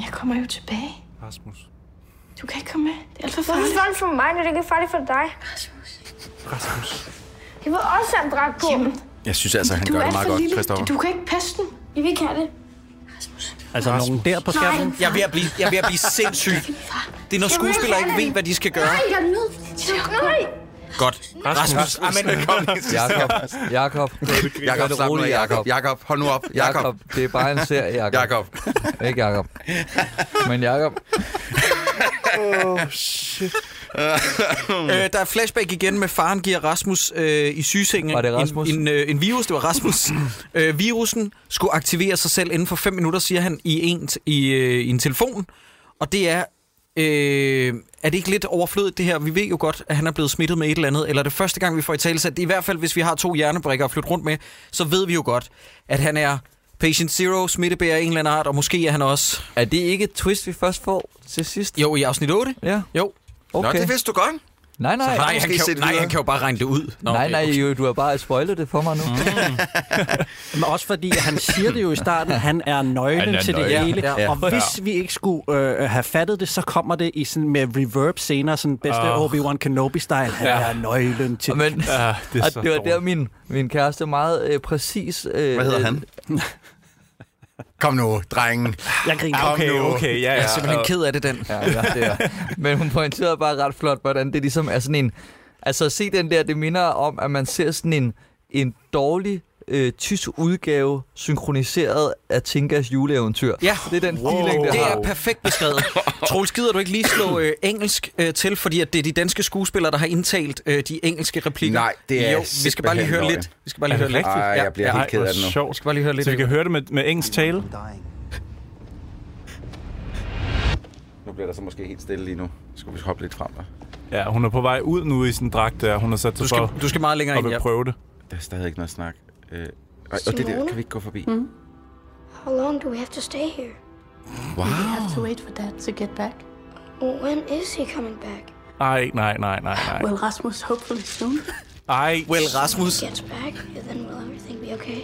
S7: Jeg kommer jo tilbage.
S2: Rasmus.
S7: Du kan ikke komme med. Det er alt for
S8: Hvorfor
S7: farligt.
S8: er det for mig, når det ikke er farligt for dig?
S7: Rasmus.
S8: Jeg vil også have en dragt på.
S7: Jamen,
S5: Jeg synes altså, han
S7: du
S5: gør
S7: er alt
S5: det meget
S7: for
S5: godt,
S7: lille.
S5: Christoffer.
S7: Du kan ikke passe den.
S8: Jeg vil ikke have det.
S4: Altså, nogen der på skærmen.
S1: Jeg er ved at blive, jeg er ved at blive sindssyg. Det er, når
S8: vil
S1: skuespillere
S8: gerne
S1: ikke ved,
S8: det.
S1: hvad de skal gøre.
S8: jeg er nødt til at... Nej!
S1: Godt.
S5: Rasmus, Rasmus, kom.
S3: Jakob, Jakob,
S5: Jakob, slap nu af, Jakob. Jakob, hold nu op. Jakob,
S3: Jakob, det er bare en serie, Jakob.
S5: Jakob.
S3: Ikke Jakob. Men Jakob,
S1: Øh, der er flashback igen med faren giver Rasmus øh, i sygesengen
S3: Var det Rasmus?
S1: En, en, øh, en virus. Det var Rasmus. øh, virusen skulle aktivere sig selv inden for 5 minutter, siger han i en, t- i, øh, i en telefon. Og det er... Øh, er det ikke lidt overflødigt det her? Vi ved jo godt, at han er blevet smittet med et eller andet, eller det er første gang, vi får i tale sat, i hvert fald hvis vi har to hjernebrikker at flytte rundt med, så ved vi jo godt, at han er patient zero, smittebærer af en eller anden art, og måske er han også...
S3: er det ikke et twist, vi først får til sidst?
S1: Jo, i afsnit 8?
S3: Ja,
S1: Jo.
S5: Nå,
S3: okay.
S5: det vidste du godt.
S3: Nej, nej.
S1: Nej, han
S5: måske
S1: kan, jo,
S5: set
S1: nej,
S5: videre.
S1: han kan jo bare regne det ud. Nå,
S3: Nej,
S1: okay.
S3: nej, jo, du har bare spoilet det for mig nu.
S4: Men også fordi han siger det jo i starten, han er nøglen
S2: Han er
S4: til det
S2: nøglen.
S4: hele.
S1: Ja,
S4: Ja,
S1: ja.
S4: ja. Og hvis vi ikke skulle øh, have fattet det, så kommer det i sådan med reverb senere, sådan bedste
S2: Åh.
S4: Obi-Wan Kenobi-style. Han
S1: Mm.
S2: Ah. Ja.
S4: er nøglen til
S3: Men,
S2: Ja, det er
S3: og
S2: så
S3: det var
S2: dårligt.
S3: der, min, min kæreste meget øh, præcis... Øh,
S5: Hvad hedder han? Kom nu, drengen.
S4: Jeg griner.
S5: Kom
S2: Okay,
S5: nu.
S2: okay, ja, ja.
S1: Jeg er simpelthen ked af det, Dan.
S3: Ja, ja, det er. Men hun pointerede bare ret flot, hvordan det ligesom er sådan en... Altså at se den der, det minder om, at man ser sådan en, en dårlig øh, tysk udgave, synkroniseret af Tinkas juleeventyr.
S1: Ja.
S3: Det er den wow. feeling, det,
S1: Det
S3: har.
S1: er perfekt beskrevet. Troels, gider du ikke lige slå øh, engelsk øh, til, fordi at det er de danske skuespillere, der har indtalt øh, de engelske replikker?
S5: Nej, det er
S1: Jo, vi skal bare lige
S5: simpelthen
S1: høre
S5: løgn.
S1: lidt. Vi skal bare lige
S2: Er
S1: høre
S2: det
S1: lidt.
S5: rigtigt? Ej, Ah, jeg bliver helt ked af det nu.
S1: Sjovt. Vi skal bare lige høre lidt.
S2: Så vi kan høre det med, med engelsk tale.
S5: Nu bliver der så måske helt stille lige nu. Skal vi hoppe lidt frem der?
S2: Ja, hun er på vej ud nu i sin dragt der. Hun har sat
S1: du,
S2: sig for
S1: skal, du skal meget længere
S2: at
S1: ind.
S2: vil
S1: Ja.
S2: prøve det.
S5: Der er stadig ikke noget snak. Øh, ej, og det der, kan vi ikke gå forbi?
S8: How long do we have to stay here?
S9: have to wait for dad to get back.
S8: When is he coming back?
S2: Ej, nej, nej, nej, nej.
S9: Well, Rasmus, hopefully soon.
S2: Ej,
S1: Well, Rasmus.
S8: Gets back, then will everything be okay?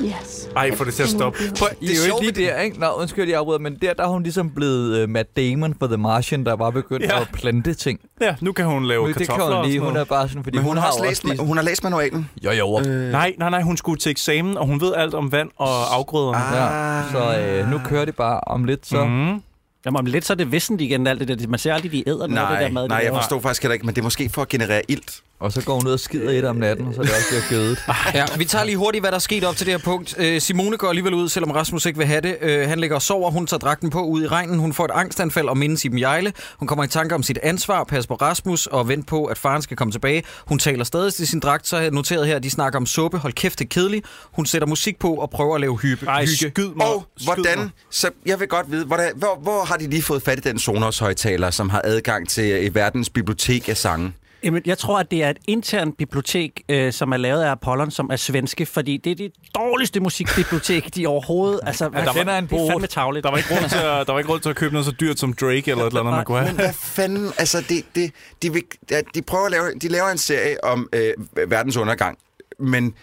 S9: Yes.
S2: ej, får det til at stoppe.
S1: Prøv,
S3: I er jo ikke lige der, ikke? Nå, undskyld, jeg afbryder, men der, der er hun ligesom blevet uh, Matt Damon for The Martian, der bare begyndt
S2: Ja.
S3: ja. at plante ting.
S2: Ja, nu kan hun lave
S3: Men det
S2: kartofler
S3: kan hun
S2: og
S3: lige,
S2: sådan
S3: hun er
S2: noget.
S3: bare sådan, fordi
S5: Men hun, har,
S3: har
S5: også
S3: jo
S5: læst,
S3: lige-
S5: hun har læst manualen. Øh,
S3: Jo, jo.
S2: Nej, nej, nej, hun skulle til eksamen, og hun ved alt om vand og afgrøderne.
S3: Ja, så øh, nu kører det bare om lidt, så... Mm.
S4: Jamen, om lidt så er det vissent igen, alt det der. Man ser aldrig, de æder noget af det
S5: Nej,
S4: der mad. de
S5: nej, jeg
S4: laver.
S5: forstod faktisk heller ikke, men det er måske for at generere ilt.
S3: Og så går hun ud og skider i det om natten, og så er det også bliver gødet.
S1: Ja, vi tager lige hurtigt, hvad der er sket op til det her punkt. Øh, Simone går alligevel ud, selvom Rasmus ikke vil have det. Øh, han ligger og sover, hun tager dragten på ud i regnen, hun får et angstanfald og mindes Iben Jejle. Hun kommer i tanke om sit ansvar, pas på Rasmus og vent på, at faren skal komme tilbage. Hun taler stadig til sin dragt, så har jeg noteret her, at de snakker om suppe. Hold kæft, det er kedeligt. Hun sætter musik på og prøver at lave hype.
S2: Ej,
S1: hygge.
S2: skyd mig.
S5: Og
S2: skyd
S5: hvordan,
S2: mig.
S5: så jeg vil godt vide, hvordan, hvor, hvor har de lige fået fat i den Sonos-højtaler, som har adgang til øh, verdens bibliotek af sange?
S4: Jamen, jeg tror, at det er et internt bibliotek, øh, som er lavet af Apollon, som er svenske, fordi det er det dårligste musikbibliotek, de overhovedet... Altså, ja,
S2: der var-
S4: det er fandme tavligt.
S2: Der var ikke råd til at, der var ikke råd til at købe noget så dyrt som Drake eller et eller andet, man kunne have.
S5: Hvad fanden, altså, det, det, de, vil, ja, de prøver at lave, de laver en serie om øh, verdens undergang, men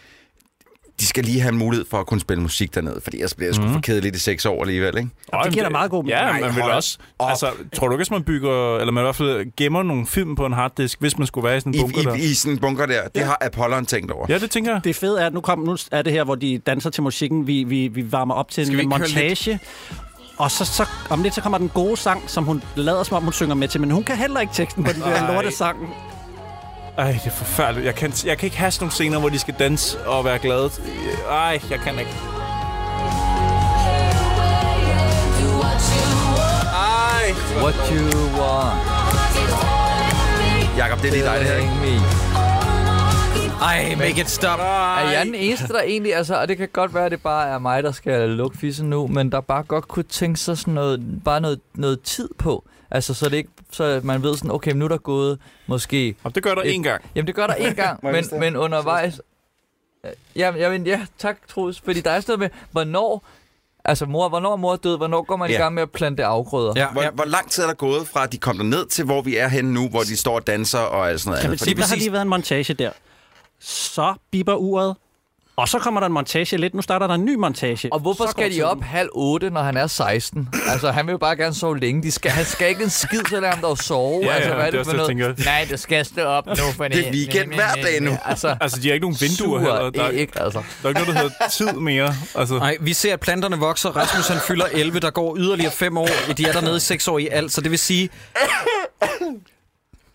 S5: de skal lige have en mulighed for at kunne spille musik dernede, fordi ellers bliver jeg sgu mm. for kedeligt i seks år alligevel, ikke?
S4: det giver da meget god mening.
S2: Ja,
S4: Nej,
S2: man vil
S5: hold
S2: også.
S5: op.
S2: Altså, tror du ikke, at man bygger, eller man i hvert fald gemmer nogle film på en harddisk, hvis man skulle være i sådan en bunker der?
S5: I, i, I sådan en bunker der. Det har Apollon tænkt over.
S2: Ja, det tænker jeg.
S4: Det fede er, at nu, kom, nu er det her, hvor de danser til musikken. Vi, vi, vi varmer op til
S1: vi
S4: en
S1: ikke høre
S4: montage. Og så, så, om lidt, så kommer den gode sang, som hun lader som om, hun synger med til. Men hun kan heller ikke teksten på den der
S2: Nej.
S4: lorte sang.
S2: Ej, det er forfærdeligt. Jeg kan, jeg kan ikke have sådan nogle scener, hvor de skal danse og være glade. Ej, jeg kan ikke.
S5: Uh,
S3: What you want,
S5: Jakob, det er lige dig, det her, ikke?
S3: telling me.
S1: Ej, make it stop.
S3: Er jeg den eneste, der egentlig, altså, og det kan godt være, at det bare er mig, der skal lukke fissen nu, men der bare godt kunne tænke sig sådan noget, bare noget, noget tid på. Altså, så det ikke, så man ved sådan, okay, men nu er der gået måske...
S2: Og det gør der
S3: Et-
S2: én gang.
S3: Jamen, det gør der én gang,
S5: jeg
S3: men,
S5: vise det?
S3: men undervejs... Jamen, jamen, ja, tak, Troels, fordi der er sådan noget med, hvornår... Altså, mor, hvornår er mor død? Hvornår går man
S5: Ja.
S3: i gang med at plante afgrøder?
S1: Ja,
S5: Hvor,
S1: ja.
S5: hvor lang tid er der gået fra, at de kom ned til, hvor vi er henne nu, hvor de står og danser og alt sådan noget
S4: Kan
S5: andet?
S4: man sige, der har
S1: præcis-
S4: lige været en montage der. Så biber uret. Og så kommer der en montage lidt. Nu starter der en ny montage.
S3: Og hvorfor
S4: så går
S3: skal de
S4: tiden.
S3: op halv otte, når han er 16? Altså, han vil jo bare gerne sove længe. De skal, han skal ikke en skid, så lad ham dog sove.
S2: Ja, ja,
S3: altså,
S2: det er også
S3: for
S2: det, jeg
S3: noget?
S2: tænker.
S3: Nej, du skal stå op nu. For
S5: Det er weekend hver dag nu.
S3: Altså,
S2: Altså, de har ikke nogen
S3: sur
S2: vinduer heller. Der, er-
S3: ikke, altså.
S2: der er ikke noget, der hedder tid mere. Altså,
S1: Nej, vi ser, at planterne vokser. Rasmus han fylder 11, der går yderligere 5 år. De er dernede i 6 år i alt, så det vil sige...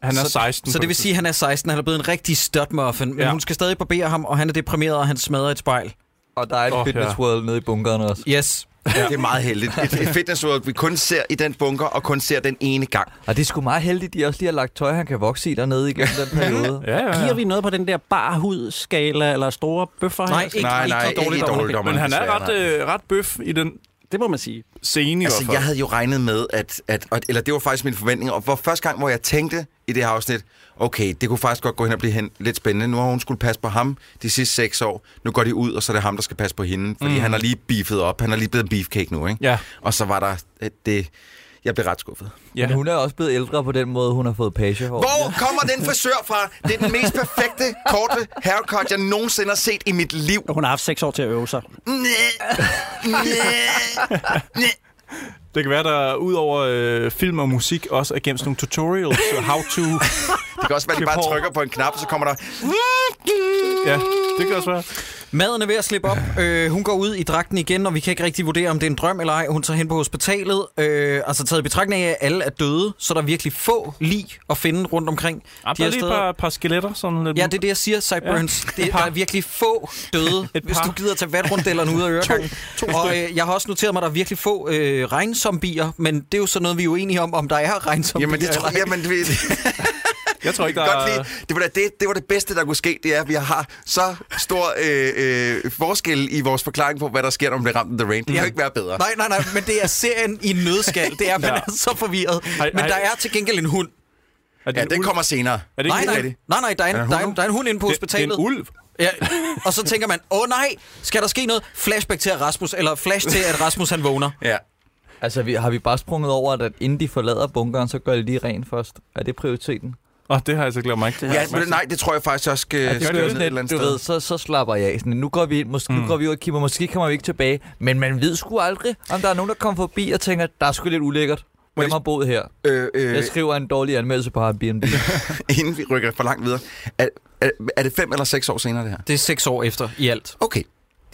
S2: Han er 16.
S1: Så det vil sige, at han er 16, han er blevet en rigtig støtmuffin, men
S2: Ja.
S1: ja. hun skal stadig barbere ham, og han er deprimeret, og han smadrer et spejl.
S3: Og der er et
S2: Åh,
S3: oh, fitness
S2: ja.
S3: world nede i bunkeren også.
S1: Yes.
S5: Ja. Det er meget heldigt. Et, et fitness world, vi kun ser i den bunker, og kun ser den ene gang.
S3: Og det er sgu meget heldigt, de også lige har lagt tøj, han kan vokse i dernede igennem den periode.
S2: Ja, ja,
S4: Giver
S2: ja.
S4: vi noget på den der barhudskala eller store bøffer? her?
S1: Nej,
S2: altså,
S1: ikke,
S5: Nej, nej,
S1: ikke, dårligt,
S5: ikke i
S1: dårligt.
S5: dårligdommerne,
S2: Men han er
S5: desværre,
S2: ret,
S5: nej.
S2: øh, ret bøf i den
S4: Det må man sige.
S2: scene i hvert
S5: Altså,
S2: fald.
S5: jeg havde jo regnet med, at, at, at... Eller det var faktisk min forventning. Og for første gang, hvor jeg tænkte i det her afsnit, okay, det kunne faktisk godt gå hen og blive hen, lidt spændende. Nu har hun skulle passe på ham de sidste seks år. Nu går de ud, og så er det ham, der skal passe på hende. Fordi mm. han har lige beefet op. Han er lige blevet en beefcake nu, ikke?
S2: Ja.
S5: Og så var der øh, det... Jeg blev ret skuffet.
S2: Ja.
S3: Men hun er også blevet ældre på den måde, hun har fået pagehår.
S5: Hvor kommer den frisør fra? Det er den mest perfekte, korte haircut, jeg nogensinde har set i mit liv.
S4: Hun har haft seks år til at øve sig.
S2: Det kan være, der ud over øh, film og musik også er gemt sådan nogle tutorials, og how to...
S5: Det kan også være, at de
S2: Klip
S5: bare
S2: hår.
S5: trykker på en knap, og så kommer der...
S2: Ja, det kan også være.
S1: Maden er ved at slippe op. Øh, hun går ud i dragten igen, og vi kan ikke rigtig vurdere, om det er en drøm eller ej. Hun tager hen på hospitalet. Øh, altså taget i betragtning af, at alle er døde, så der er virkelig få lig at finde rundt omkring.
S2: Ja, der er lige et par, par skeletter, sådan lidt...
S1: Ja, det er det, jeg siger, Cyburns. Ja. Det, der
S2: par.
S1: er virkelig få døde,
S2: Et
S1: hvis
S2: par.
S1: du gider tage vatrundellerne ud af øregangen. og øh, jeg har også noteret mig, at der er virkelig få øh, regnzombier, men det er jo sådan noget, vi er uenige om, om der er regnzombier.
S5: Jamen, det tror jeg... Jamen, det,
S2: Jeg tror ikke, der
S5: godt
S2: er...
S5: lige, det, var da, det, det var det bedste, der kunne ske, det er, at vi har så stor øh, øh, forskel i vores forklaring på, hvad der sker, når man bliver ramt af The Rain.
S2: Mm.
S5: Det kan jo ikke være bedre.
S1: Nej, nej, nej, men det er serien i en nødskal. Det er, man
S2: Ja.
S1: er så forvirret.
S2: Ej,
S1: Men
S2: ej.
S1: der er til gengæld en hund.
S2: er det
S5: Ja,
S2: en
S5: den
S2: ulv?
S5: kommer senere.
S2: Er det ikke
S1: Nej, nej,
S2: en ulv?
S1: nej, nej der, er en,
S5: Er der
S1: der, er,
S5: hund
S1: en- der er en hund inde på
S2: Det, det er
S1: hospitalet.
S2: en ulv.
S1: Ja, og så tænker man, åh nej, skal der ske noget? Flashback til at Rasmus, eller flash til, at Rasmus han vågner.
S5: Ja.
S3: Altså, vi, har vi bare sprunget over, at inden de forlader bunkeren, så gør de lige rent først? Er det prioriteten?
S2: Åh, det har jeg så glemt mig ikke.
S5: ja men, nej, det tror jeg faktisk også skal ja,
S2: det er jo sådan
S5: et eller andet
S3: Du ved, så, så slapper jeg af. Sådan, nu går vi ind, måske, mm. nu går vi ud og kigger, måske kommer vi ikke tilbage. Men man ved sgu aldrig, om der er nogen, der kommer forbi og tænker, der er sgu lidt ulækkert. Hvem
S5: de-
S3: har boet her?
S5: Øh, øh,
S3: Jeg skriver en dårlig anmeldelse på Airbnb.
S5: inden vi rykker for langt videre. Er, er, er det fem eller seks år senere, det her?
S1: Det er seks år efter i alt.
S5: Okay.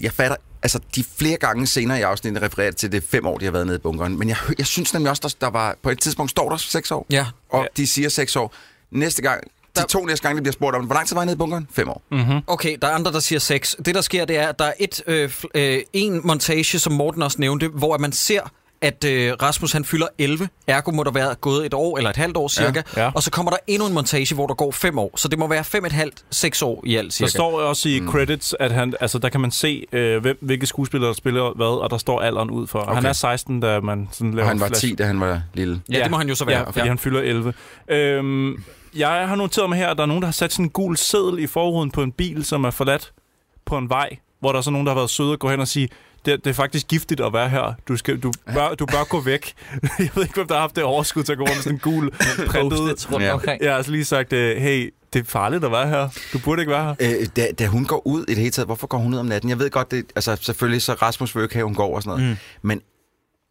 S5: Jeg fatter, altså de flere gange senere i afsnittet refererer til det fem år, de har været nede i bunkeren. Men jeg, hø- jeg synes nemlig også, der, der var, på et tidspunkt står der seks år.
S1: Ja.
S5: Og
S2: Ja.
S5: de siger seks år. Næste gang, de
S1: Der-
S5: to næste gange, de bliver spurgt om, hvor lang tid var jeg nede i bunkeren? Fem år. Mm.
S2: Mm-hmm.
S1: Okay, der er andre, der siger seks. Det, der sker, det er, at der er et, øh, fl- øh, en montage, som Morten også nævnte, hvor at man ser, at øh, Rasmus han fylder 11. Ergo må der være gået et år eller et halvt år cirka. Ja,
S2: ja.
S1: Og så kommer der endnu en montage, hvor der går fem år. Så det må være fem et halvt, seks år i alt
S2: Der
S1: cirka.
S2: står også
S5: Mm.
S2: i credits, at han, altså, der kan man se, øh, hvem, hvilke skuespillere, der spiller hvad, og der står alderen ud for. Okay. Han
S5: Okay.
S2: er 16, da man sådan laver
S5: Og han
S2: en
S5: var
S2: flash.
S5: 10, da han var lille.
S1: Ja, det må han jo så være.
S2: Ja, fordi
S1: Ja.
S2: han fylder 11. Øhm, jeg har noteret mig her, at der er nogen, der har sat sådan en gul seddel i forruden på en bil, som er forladt på en vej, hvor der er så nogen, der har været søde at gå hen og sige, det, det er faktisk giftigt at være her. Du, skal, du, bør, du bør gå væk. jeg ved ikke, hvem der har haft det overskud til at gå rundt med sådan en gul printet.
S3: Post-its rundt
S5: Ja.
S3: omkring.
S2: Jeg har altså lige sagt, øh, hey, det er farligt at være her. Du burde ikke være her.
S5: Øh, da, da hun går ud i det hele taget, hvorfor går hun ud om natten? Jeg ved godt, det, altså selvfølgelig så Rasmus vil jo ikke have, hun går og sådan noget, mm. men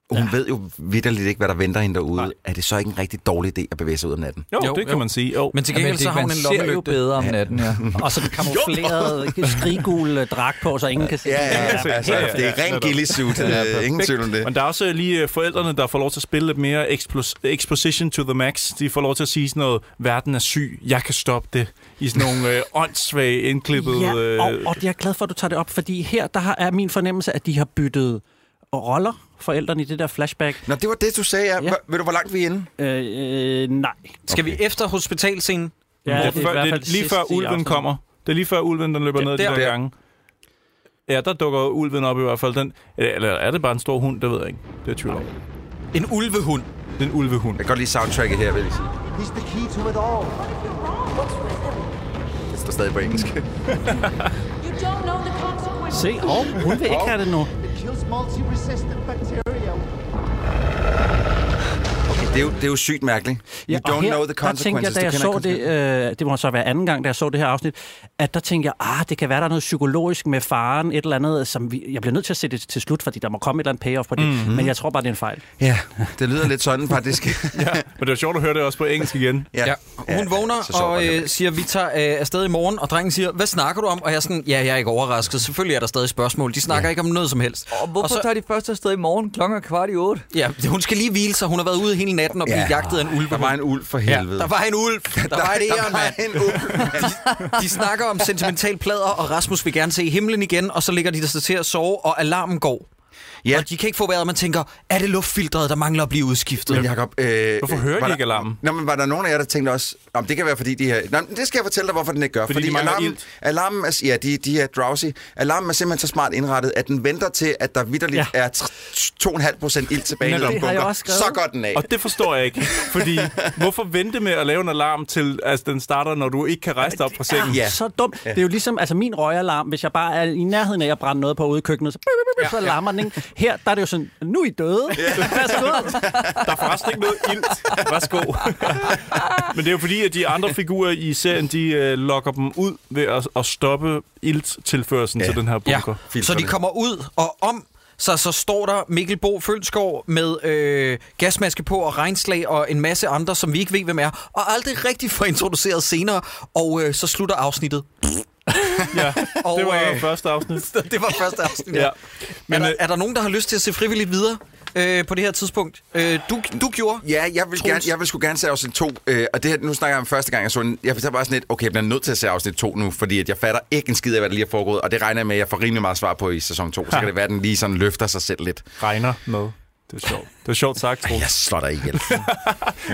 S5: hun ja. ved jo vidderligt ikke, hvad der venter hende derude. Nej. Er det så ikke en rigtig dårlig idé at bevæge sig ud om natten?
S2: Jo,
S1: Jo,
S2: jo det kan
S1: jo.
S2: man sige. Jo.
S1: Men til
S3: Jamen,
S1: gengæld
S3: det,
S1: så har
S3: man
S1: hun en
S3: ser jo
S1: lommelygte.
S3: bedre om natten, ja.
S4: Og så den kamuflerede, skriggule dragt på, så ingen kan se.
S5: Ja, ja, ja, altså,
S2: ja,
S5: det er
S2: ja,
S5: ren gillisuit.
S2: øh.
S5: Ja, ingen tvivl om det.
S2: Men der er også lige øh, forældrene, der får lov til at spille lidt mere explos- exposition to the max. De får lov til at sige sådan noget, verden er syg, jeg kan stoppe det. I sådan nogle øh, åndssvage, indklippede...
S4: Ja, og,
S2: øh,
S4: og jeg er glad for, at du tager det op, fordi her der har- er min fornemmelse, at de har byttet roller forældrene i det der flashback.
S5: Nå, det var det, du sagde. Ja.
S4: Ja.
S5: Ja. Ved du, hvor langt vi er inde?
S4: Øh, øh, nej.
S1: Skal vi efter hospitalscenen?
S4: Ja,
S2: det, er før, det er lige før ulven kommer. Det er lige før ulven, den løber
S1: Ja,
S2: ned ad de
S1: der.
S2: der
S1: Der.
S2: gange. Ja, der dukker ulven op i hvert fald. Den, eller er det bare en stor hund? Det ved jeg ikke. Det er jeg i tvivl om.
S1: En ulvehund.
S2: Det er en ulvehund.
S5: Jeg kan godt lide soundtracket her, vil jeg sige.
S6: He's the key to it all.
S5: Det står stadig på engelsk.
S9: You don't know the consequences.
S4: Se, og hun vil ikke have det nu.
S6: It kills multi-resistant bacteria.
S5: Okay, det er jo, det er jo sygt mærkeligt. You
S4: og
S5: don't know the
S4: der tænkte jeg,
S5: consequences.
S4: da jeg
S5: Du
S4: så
S5: kender
S4: det,
S5: ikke
S4: øh, det må så være anden gang, da jeg så det her afsnit, at der tænkte jeg, ah, det kan være, der er noget psykologisk med faren, et eller andet, som vi, jeg bliver nødt til at se det til slut, fordi der må komme et eller andet payoff på det, mm-hmm. men jeg tror bare, det er en fejl.
S5: konsekvenserne. Ja, Mhm. det lyder lidt sådan faktisk.
S2: Ja, men det var sjovt at høre det også på engelsk igen.
S1: Ja. ja. Hun vågner
S5: så
S1: ja,
S5: sjovt var
S1: og
S5: det.
S1: øh, siger, vi tager øh, afsted i morgen, og drengen siger, hvad snakker du om? Og jeg er sådan, ja, jeg er ikke overrasket. Selvfølgelig er der stadig spørgsmål. De snakker ja. ikke om noget som helst.
S3: Og hvorfor
S1: og
S3: så... tager de først afsted i morgen klokken er kvart i otte?
S1: Ja, hun skal lige hvile sig. Hun har været ude hele natten og blive
S5: Ja.
S1: ja. jagtet af en ulv.
S5: Der var en ulv for helvede.
S1: Der var en ulv. Der var et æren, mand.
S5: en ulv.
S1: De snakker om sentimental plader, og Rasmus vil gerne se himlen igen, og så ligger de der så til at sove, og alarmen går.
S5: Ja.
S1: Ja. Og de kan ikke få vejret, og man tænker, er det luftfiltret, der mangler at blive udskiftet?
S5: Men Jacob, øh,
S2: Hvorfor
S5: øh,
S2: hører
S5: var
S2: de
S5: der-
S2: ikke alarmen?
S5: Nå, men var der nogen af jer, der tænkte også, om det kan være, fordi de her... Nå, men det skal jeg fortælle dig, hvorfor den ikke gør.
S2: Fordi de mangler
S5: alarmen,
S2: ilt.
S5: alarmen er, ja, de, de er drowsy. Alarmen er simpelthen så smart indrettet, at den venter til, at der vidderligt ja.
S4: Ja.
S5: er tr- 2,5 procent ild tilbage i
S4: Men det har
S5: nogle
S4: jeg
S5: bunker.
S4: også skrevet.
S5: Så går den af.
S2: Og det forstår jeg ikke, fordi hvorfor vente med at lave en alarm til, at altså, den starter, når du ikke kan rejse dig op fra sengen?
S5: Ja.
S4: Ja. Så dumt. Ja. Det er jo ligesom altså min røgalarm, hvis jeg bare er i nærheden af at brænde noget på ude i køkkenet, så, ja, så larmer den. Ikke? Her der er det jo sådan, nu er I døde. Altså, Ja. Pas på.
S2: Der er forresten ikke noget ilt. Værsgo. Men det er jo fordi, at de andre figurer i serien, de øh, lokker dem ud ved at, at stoppe ilttilførselen
S5: Ja.
S2: ja. til den her bunker. Ja.
S5: Filtrene.
S1: Så de kommer ud, og om så, så står der Mikkel Bo Følskov med øh, gasmaske på og regnslag og en masse andre, som vi ikke ved, hvem er, og aldrig rigtig får introduceret senere, og øh, så slutter afsnittet.
S2: Ja.
S1: Og,
S2: Det var
S1: øh,
S2: øh, første afsnit.
S1: det var første afsnit.
S2: Ja.
S1: Men,
S2: Men,
S1: er, der,
S2: øh,
S1: er der nogen, der har lyst til at se frivilligt videre øh, på det her tidspunkt? Øh, du, du gjorde.
S5: Ja, jeg vil,
S1: Troels.
S5: gerne, jeg vil sgu gerne se afsnit 2, øh, og det her, nu snakker jeg om første gang, jeg så den. Jeg var bare sådan lidt, okay, jeg bliver nødt til at se afsnit 2 nu, fordi at jeg fatter ikke en skid af, hvad der lige er foregået, og det regner jeg med, at jeg får rimelig meget svar på i sæson 2, så kan det være, at den lige sådan løfter sig selv lidt.
S2: regner med. Det er sjovt. Det er sjovt sagt, Troels.
S5: Jeg slår dig ihjel.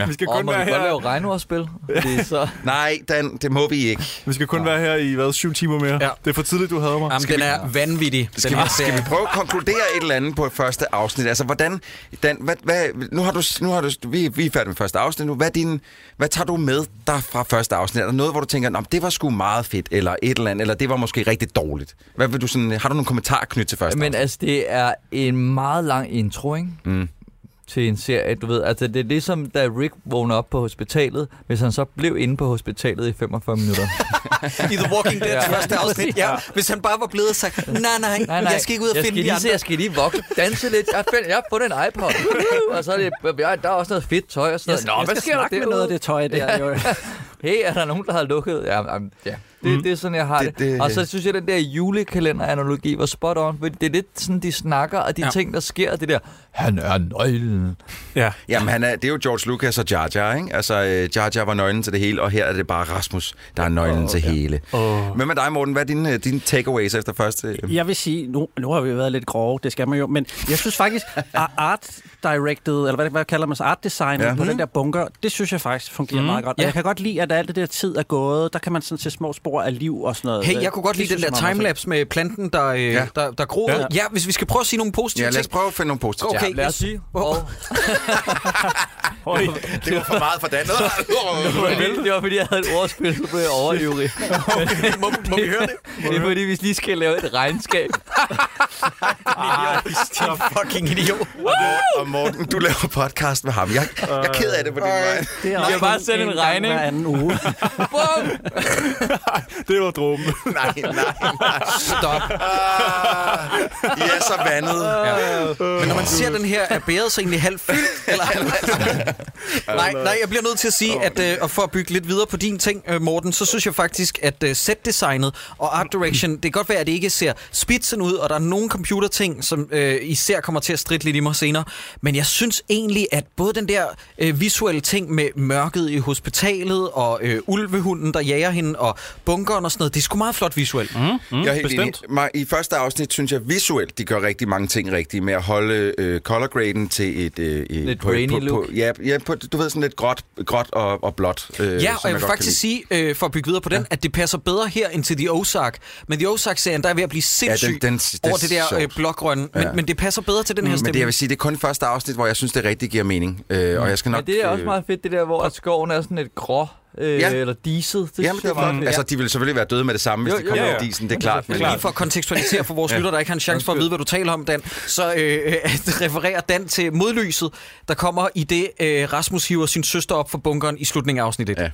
S2: Vi skal
S3: Og
S2: kun
S3: må vi
S2: være
S3: godt
S2: her.
S3: lave regnordspil? Fordi så...
S5: Nej, Dan, det må vi ikke.
S2: Vi skal kun være her i, hvad, syv timer mere?
S1: Ja.
S2: Ja. Det er for tidligt, du havde mig.
S1: Jamen, den er vanvittig, den
S5: Skal vi,
S1: her
S5: skal
S1: serie.
S5: vi prøve at konkludere et eller andet på et første afsnit? Altså, hvordan... Dan, hvad, hvad, nu har du... Nu har du vi, vi er færdige med første afsnit nu. Hvad, er din, hvad tager du med dig fra første afsnit? Er der noget, hvor du tænker, Nå, men det var sgu meget fedt, eller et eller andet, eller det var måske rigtig dårligt? Hvad vil du sådan, har du nogle kommentarer knyttet til første
S3: Men altså, det er en meget lang intro, ikke?
S5: Mm.
S3: Til en serie, du ved. Altså, det er ligesom, da Rick vågner op på hospitalet, hvis han så blev inde på hospitalet i 45 minutter.
S1: I The Walking Dead
S3: Ja.
S1: første afsnit. Ja. Hvis han bare var blevet og sagt, nej, nej, nej, nej, jeg skal ikke ud og
S3: jeg
S1: finde
S3: skal
S1: de
S3: lige
S1: andre.
S3: se, jeg skal lige vokse, danse lidt. Jeg, find, jeg har fundet en iPod. og så er det, ja, der er også noget fedt tøj og sådan
S4: Jeg,
S3: noget.
S4: Nå, jeg skal snakke med noget af det tøj. Det
S3: Ja.
S4: ja. jo.
S3: Hey, er der nogen, der har lukket? Ja, jamen, ja. Det, mm. det er sådan, jeg har det,
S5: Det-
S3: det.
S5: det-
S3: Og så synes jeg, den der julekalender-analogi var spot on, fordi det er lidt sådan, de snakker, og de
S1: Ja.
S3: ja. ting, der sker, det der, han er nøglen.
S2: Ja.
S5: Jamen, han er, det er jo George Lucas og Jar Jar, ikke? Altså, øh, Jar Jar var nøglen til det hele, og her er det bare Rasmus, der er nøglen oh, til hele. Oh. Men med dig, Morten, hvad er dine, øh, dine takeaways efter første... øh,
S4: Jeg vil sige, nu, nu har vi jo været lidt grove, det skal man jo, men jeg synes faktisk, at art directed, eller hvad, hvad kalder man så, art design
S5: Ja.
S4: ja. på den der bunker, det synes jeg faktisk fungerer mm. meget godt. Og
S1: Ja.
S4: jeg kan godt lide, at alt det der tid er gået, der kan man sådan se små spor af liv og sådan noget.
S1: Hey, jeg kunne
S4: Det
S1: godt lide den
S4: synes
S1: der
S4: jeg meget fedt.
S1: timelapse med planten, der, øh,
S5: Ja.
S1: ja. der, der groede. Ja.
S4: Ja.
S1: ja, hvis vi skal prøve at sige nogle positive
S5: Ja, lad os
S1: ting.
S5: prøve at finde nogle positive.
S1: Okay.
S3: Lad os sige.
S1: Åh.
S3: Og,
S2: Høj.
S5: Det var for meget for Dan.
S3: fordi, det var fordi, jeg havde et ordspil, så blev jeg overivrig.
S1: må, må vi høre det?
S3: det er fordi, vi lige skal lave et regnskab.
S1: Din fucking idiot.
S5: Og Morten, du laver podcast med ham. Jeg, jeg er ked af det på din vej.
S4: Øh, Det er
S3: Jeg
S4: også
S3: vil bare
S4: kun
S3: sende en
S4: gang
S3: regning.
S4: Hver anden uge.
S3: Bum!
S2: Det var dråben.
S5: Nej, nej, nej.
S1: Stop.
S5: Ah, I er så vandet.
S1: Men når man ser den her, er bæret så egentlig halvt fyldt? Eller? nej, nej, jeg bliver nødt til at sige, at øh, og for at bygge lidt videre på din ting, øh, Morten, så synes jeg faktisk, at øh, setdesignet og art direction, det kan godt være, at det ikke ser spidsen ud, og der er nogle computerting, som øh, især kommer til at stritte lidt i mig senere. Men jeg synes egentlig, at både den der øh, visuelle ting med mørket i hospitalet, og øh, ulvehunden, der jager hende, og bunkeren og sådan noget, det er sgu meget flot visuelt. Mm.
S5: Mm, jeg er helt enig.
S2: bestemt.
S5: Mig- I første afsnit synes jeg visuelt, de gør rigtig mange ting rigtigt med at holde øh, color graden til et... Øh, et-
S3: Lidt
S5: et-
S3: grainy
S5: på,
S3: look.
S5: På, ja, ja på, du ved, sådan lidt gråt, gråt og, og blåt. Øh,
S1: Ja,
S5: som
S1: og jeg vil
S5: godt
S1: faktisk
S5: kan
S1: sige, øh, for at bygge videre på den, ja. at det passer bedre her end til The Ozark. Men The Ozark-serien, der er ved at blive sindssyg ja,
S5: den-
S1: den,
S5: den-
S1: den,
S5: det er
S1: over det der
S5: sjovt.
S1: øh, blågrønne. Men,
S5: Ja.
S1: ja. men det passer bedre til den her
S5: lide. Mm, Men det, jeg
S1: stemning.
S5: vil sige, det er kun første afsnit, hvor jeg synes, det rigtig giver mening. Øh, og jeg skal nok...
S3: Mm. Men det er også
S5: øh,
S3: meget fedt, det der, hvor at skoven er sådan et grå, øh,
S5: Ja.
S3: ja. eller diset. Det
S5: Jamen,
S3: synes
S5: det
S3: jeg
S5: er
S3: var
S5: meget,
S3: fedt.
S5: altså, de ville selvfølgelig være døde med det samme, hvis
S3: Jo,
S5: de
S3: jo, Altså,
S5: kom ud
S2: jo.
S5: af disen, det er klart. Men,
S1: Lige for at kontekstualisere for vores ja. lytter, der ikke har en chance for at vide, hvad du taler om, Dan, så øh, at refererer Dan til modlyset, der kommer i det, øh, Rasmus hiver sin søster op fra bunkeren i slutningen af afsnittet. Ja.
S5: Ja.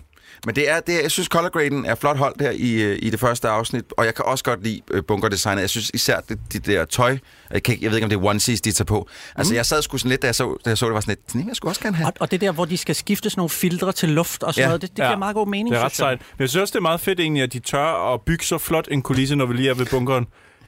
S5: Men det er, det er, jeg synes, color graden er flot holdt her i, øh, i det første afsnit, og jeg kan også godt lide øh, bunkerdesignet. Jeg synes især det, det der tøj, jeg, kan, ikke- jeg ved ikke, om det er onesies, de tager på. Altså, mm. jeg sad sgu sådan lidt, da jeg så, da jeg så det, var sådan lidt, sådan, jeg skulle også gerne have.
S4: Og, og det der, hvor de skal skifte sådan nogle filtre til luft og sådan
S5: Ja.
S4: ja. noget, det, det giver meget god mening,
S2: Det er ret
S4: synes jeg.
S2: sejt. Men jeg synes også, det er meget fedt egentlig, at de tør at bygge så flot en kulisse, når vi lige er ved bunkeren.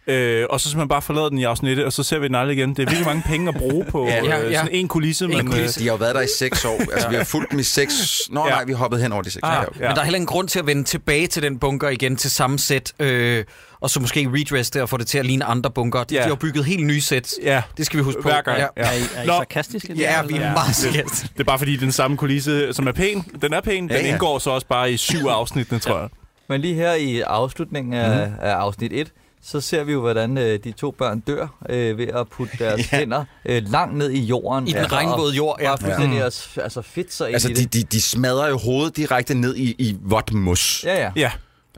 S2: Øh, og så simpelthen bare forlader den i afsnittet, og så ser vi den aldrig igen. Det er virkelig mange penge at bruge på ja, ja, ja. sådan en kulisse.
S5: Men,
S2: men, øh,
S5: de har jo været der i seks år. Altså, vi har fulgt dem i seks... Nå,
S2: Ja.
S5: nej, vi hoppede hen over de seks år.
S2: Ah,
S5: Ja, okay.
S2: ja.
S1: Men der er heller ingen grund til at vende tilbage til den bunker igen til samme sæt, øh, og så måske redress det og få det til at ligne andre bunker. De,
S2: Ja.
S1: de har jo bygget helt nye sæt.
S2: Ja.
S1: Det skal vi huske på.
S2: Hver gang,
S1: Ja,
S2: ja.
S4: Er I, er I
S2: Nå.
S4: sarkastiske?
S1: ja vi er meget
S2: Det,
S1: skært.
S2: det er bare fordi, den samme kulisse, som er pæn, den er pæn, ja, den
S5: ja.
S2: indgår så også bare i syv af afsnittene, tror jeg.
S3: Men lige her i afslutningen af, mm. af afsnit 1, så ser vi jo, hvordan øh, de to børn dør øh, ved at putte deres ja. hænder øh, langt ned i jorden.
S1: I den regnvåde jord, ja.
S3: Ja, og fuldstændig ja. altså fedt sig ind
S5: Altså,
S3: i
S5: de,
S3: det.
S5: de, de smadrer jo hovedet direkte ned i, i vådt mos.
S3: Ja, ja.
S2: Ja,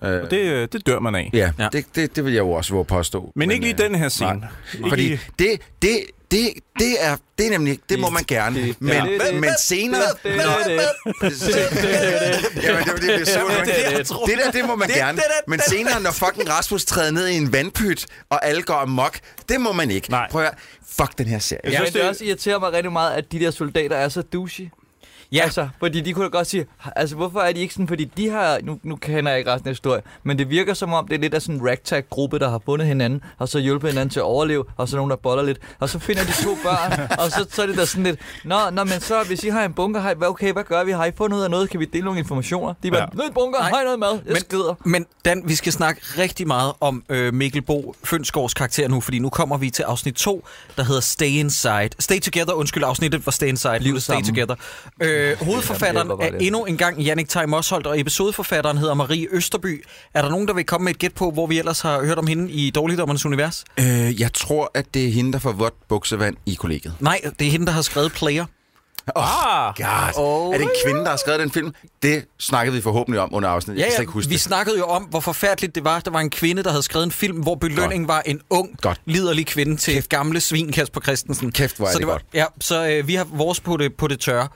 S5: Øh,
S2: og det, øh, det dør man af.
S5: ja,
S1: Ja.
S5: Det, det, det vil jeg jo også våge påstå.
S2: Men ikke lige
S5: øh,
S2: den her scene.
S5: Nej.
S2: Ikke
S5: Fordi
S2: lige-
S5: det, det, det, det, er, det er nemlig, det må man gerne. Men,
S3: Ja.
S5: men senere...
S3: Det- det- det-
S5: Jamen, det var det, jeg så.
S1: det-
S5: Det det der, det må man gerne. Men senere, når fucking Rasmus træder ned i en vandpyt, og alle går amok, det må man ikke.
S2: Nej.
S5: Prøv at høre. Fuck den her serie.
S3: Ja,
S2: synes,
S3: men det
S2: det-
S3: også irriterer mig rigtig meget, at de der soldater er så douche.
S1: Ja.
S3: Altså, fordi de kunne da godt sige, altså hvorfor er de ikke sådan, fordi de har, nu, nu kender jeg ikke resten af historien, men det virker som om, det er lidt af sådan en ragtag-gruppe, der har bundet hinanden, og så hjulpet hinanden til at overleve, og så nogen, der boller lidt, og så finder de to børn, og så, så er det der sådan lidt, nå, nå, men så hvis I har en bunker, hej, hvad, okay, hvad gør vi? Har I fundet ud af noget? Kan vi dele nogle informationer? De er bare,
S2: Ja.
S3: ja. nød en bunker,
S1: Nej.
S3: har I noget mad? Jeg men, skider.
S1: Men Dan, vi skal snakke rigtig meget om øh, Mikkel Bo Fønsgaards karakter nu, fordi nu kommer vi til afsnit 2, der hedder Stay Inside. Stay Together, undskyld, afsnittet var Stay Inside, nu er det Stay
S3: sammen.
S1: Together. Øh,
S3: Jamen,
S1: hovedforfatteren
S3: det hjælper bare
S1: er
S3: lidt.
S1: endnu engang Jannik Tej Mosholdt, og episodeforfatteren hedder Marie Østerby. Er der nogen, der vil komme med et gæt på, hvor vi ellers har hørt om hende i Dårligdommernes Univers?
S5: Øh, jeg tror, at det er hende, der får vådt buksevand i kollegiet.
S1: Nej, det er hende, der har skrevet Player.
S2: Ah,
S5: God. Oh, er det en kvinde, der har skrevet den film? Det snakkede vi forhåbentlig om under afsnittet.
S1: Ja,
S5: jeg kan slet ikke
S1: ja,
S5: huske
S1: vi
S5: det.
S1: snakkede jo om, hvor forfærdeligt det var. Der var en kvinde, der havde skrevet en film, hvor belønningen var en ung,
S5: Godt.
S1: liderlig kvinde til Kæft. gamle svin, Kasper Christensen.
S5: Kæft, hvor er
S1: så
S5: det
S1: var,
S5: godt.
S1: Ja, så øh, vi har vores på det, på det tørre.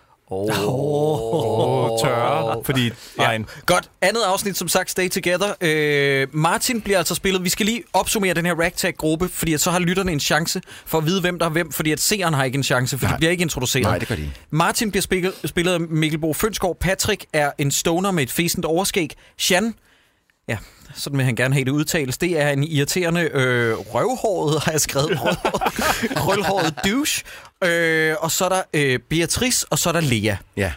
S2: og tørre, fordi... Nej,
S1: Godt. Andet afsnit, som sagt, Stay Together. Øh, Martin bliver altså spillet. Vi skal lige opsummere den her ragtag-gruppe, fordi at så har lytterne en chance for at vide, hvem der er hvem, fordi at seeren har ikke en chance, for de bliver ikke introduceret.
S5: Nej, det gør de ikke.
S1: Martin bliver spillet, spillet af Mikkel Bo Fønsgaard. Patrick er en stoner med et fæsent overskæg. Shan Ja, sådan vil han gerne have det udtales. Det er en irriterende øh, røvhåret, har jeg skrevet. Røvhåret- Krølhåret douche. Øh, og så er der øh, Beatrice, og så er der Lea.
S5: Ja.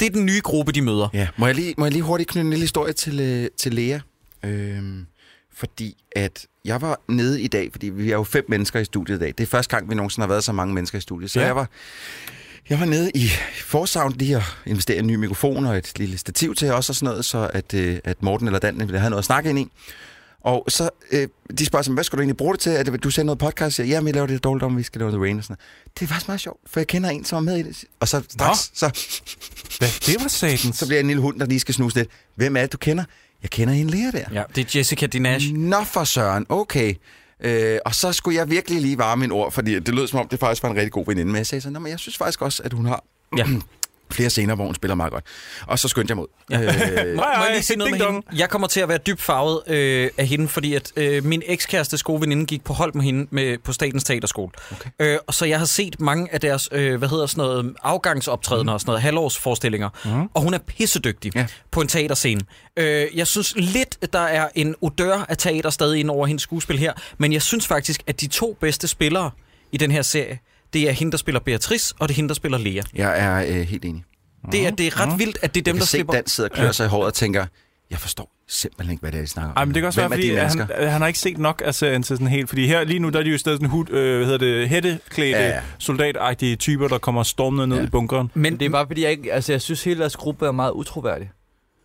S1: Det er den nye gruppe, de møder.
S5: Ja, må jeg lige, må jeg lige hurtigt knytte en lille historie til, øh, til Lea? Øhm, fordi at jeg var nede i dag, fordi vi er jo fem mennesker i studiet i dag. Det er første gang, vi nogensinde har været så mange mennesker i studiet. Så
S2: Ja.
S5: ja. jeg, var, jeg var nede i Forsound lige at investere i en ny mikrofon og et lille stativ til os og sådan noget, så at, øh, at Morten eller Dan ville have noget at snakke ind i. Og så, øh, de spørger sig, hvad skal du egentlig bruge det til? Er det, du sender noget podcast? Jeg siger, jamen, jeg laver det dårligt om, vi skal lave The Rain og sådan noget. Det er faktisk meget sjovt, for jeg kender en, som er med i det. Og så straks, så
S2: hvad det var satans.
S5: så bliver jeg en lille hund, der lige skal snuse lidt. Hvem er det, du kender? Jeg kender en lærer der.
S1: Ja, det er Jessica Dinash.
S5: Nå for søren, okay. Øh, og så skulle jeg virkelig lige varme mine ord, fordi det lød som om, det faktisk var en rigtig god veninde. Men jeg sagde så, "Nå, men jeg synes faktisk også, at hun har
S1: Ja.
S5: flere scener, hvor hun spiller meget godt. Og så skyndte jeg mod. Ja. Øh,
S2: Hej,
S1: Må jeg
S2: hej,
S1: lige sige noget
S2: ding
S1: med
S2: dong.
S1: hende? Jeg kommer til at være dybt farvet øh, af hende, fordi at øh, min ekskærestes gode veninde gik på hold med hende med, på Statens Teaterskole. Okay. Øh, og så jeg har set mange af deres, øh, hvad hedder sådan noget, afgangsoptrædener og sådan noget, halvårsforestillinger. Mm. Og hun er pissedygtig
S5: Mhm.
S1: ja.
S5: Ja.
S1: på en teaterscene. Øh, jeg synes lidt, at der er en odør af teater stadig ind over hendes skuespil her, men jeg synes faktisk, at de to bedste spillere i den her serie, det er hende, der spiller Beatrice, og det er hende, der spiller Lea.
S5: jeg er øh, helt enig.
S1: Det, er, det er ret vildt, at det er
S5: Mhm. Jeg
S1: dem, der
S5: kan se
S1: slipper...
S5: Dan sidder og klør sig i håret og tænker, jeg forstår simpelthen ikke, hvad det er, de snakker om.
S2: Ej, men det kan også
S5: Hvem
S2: være,
S5: er
S2: fordi
S5: de
S2: at
S5: mennesker?
S2: han, at han har ikke set nok af serien til sådan helt. Fordi her lige nu, der er de jo stadig sådan hud, øh, hvad hedder det, hætteklædte, ja,
S5: Ja,
S2: ja.
S5: ja.
S2: soldatagtige typer, der kommer stormende ned ja.
S5: Ja.
S2: i bunkeren.
S1: Men
S3: Det er bare fordi, jeg, ikke, altså, jeg synes, hele deres gruppe er meget utroværdig.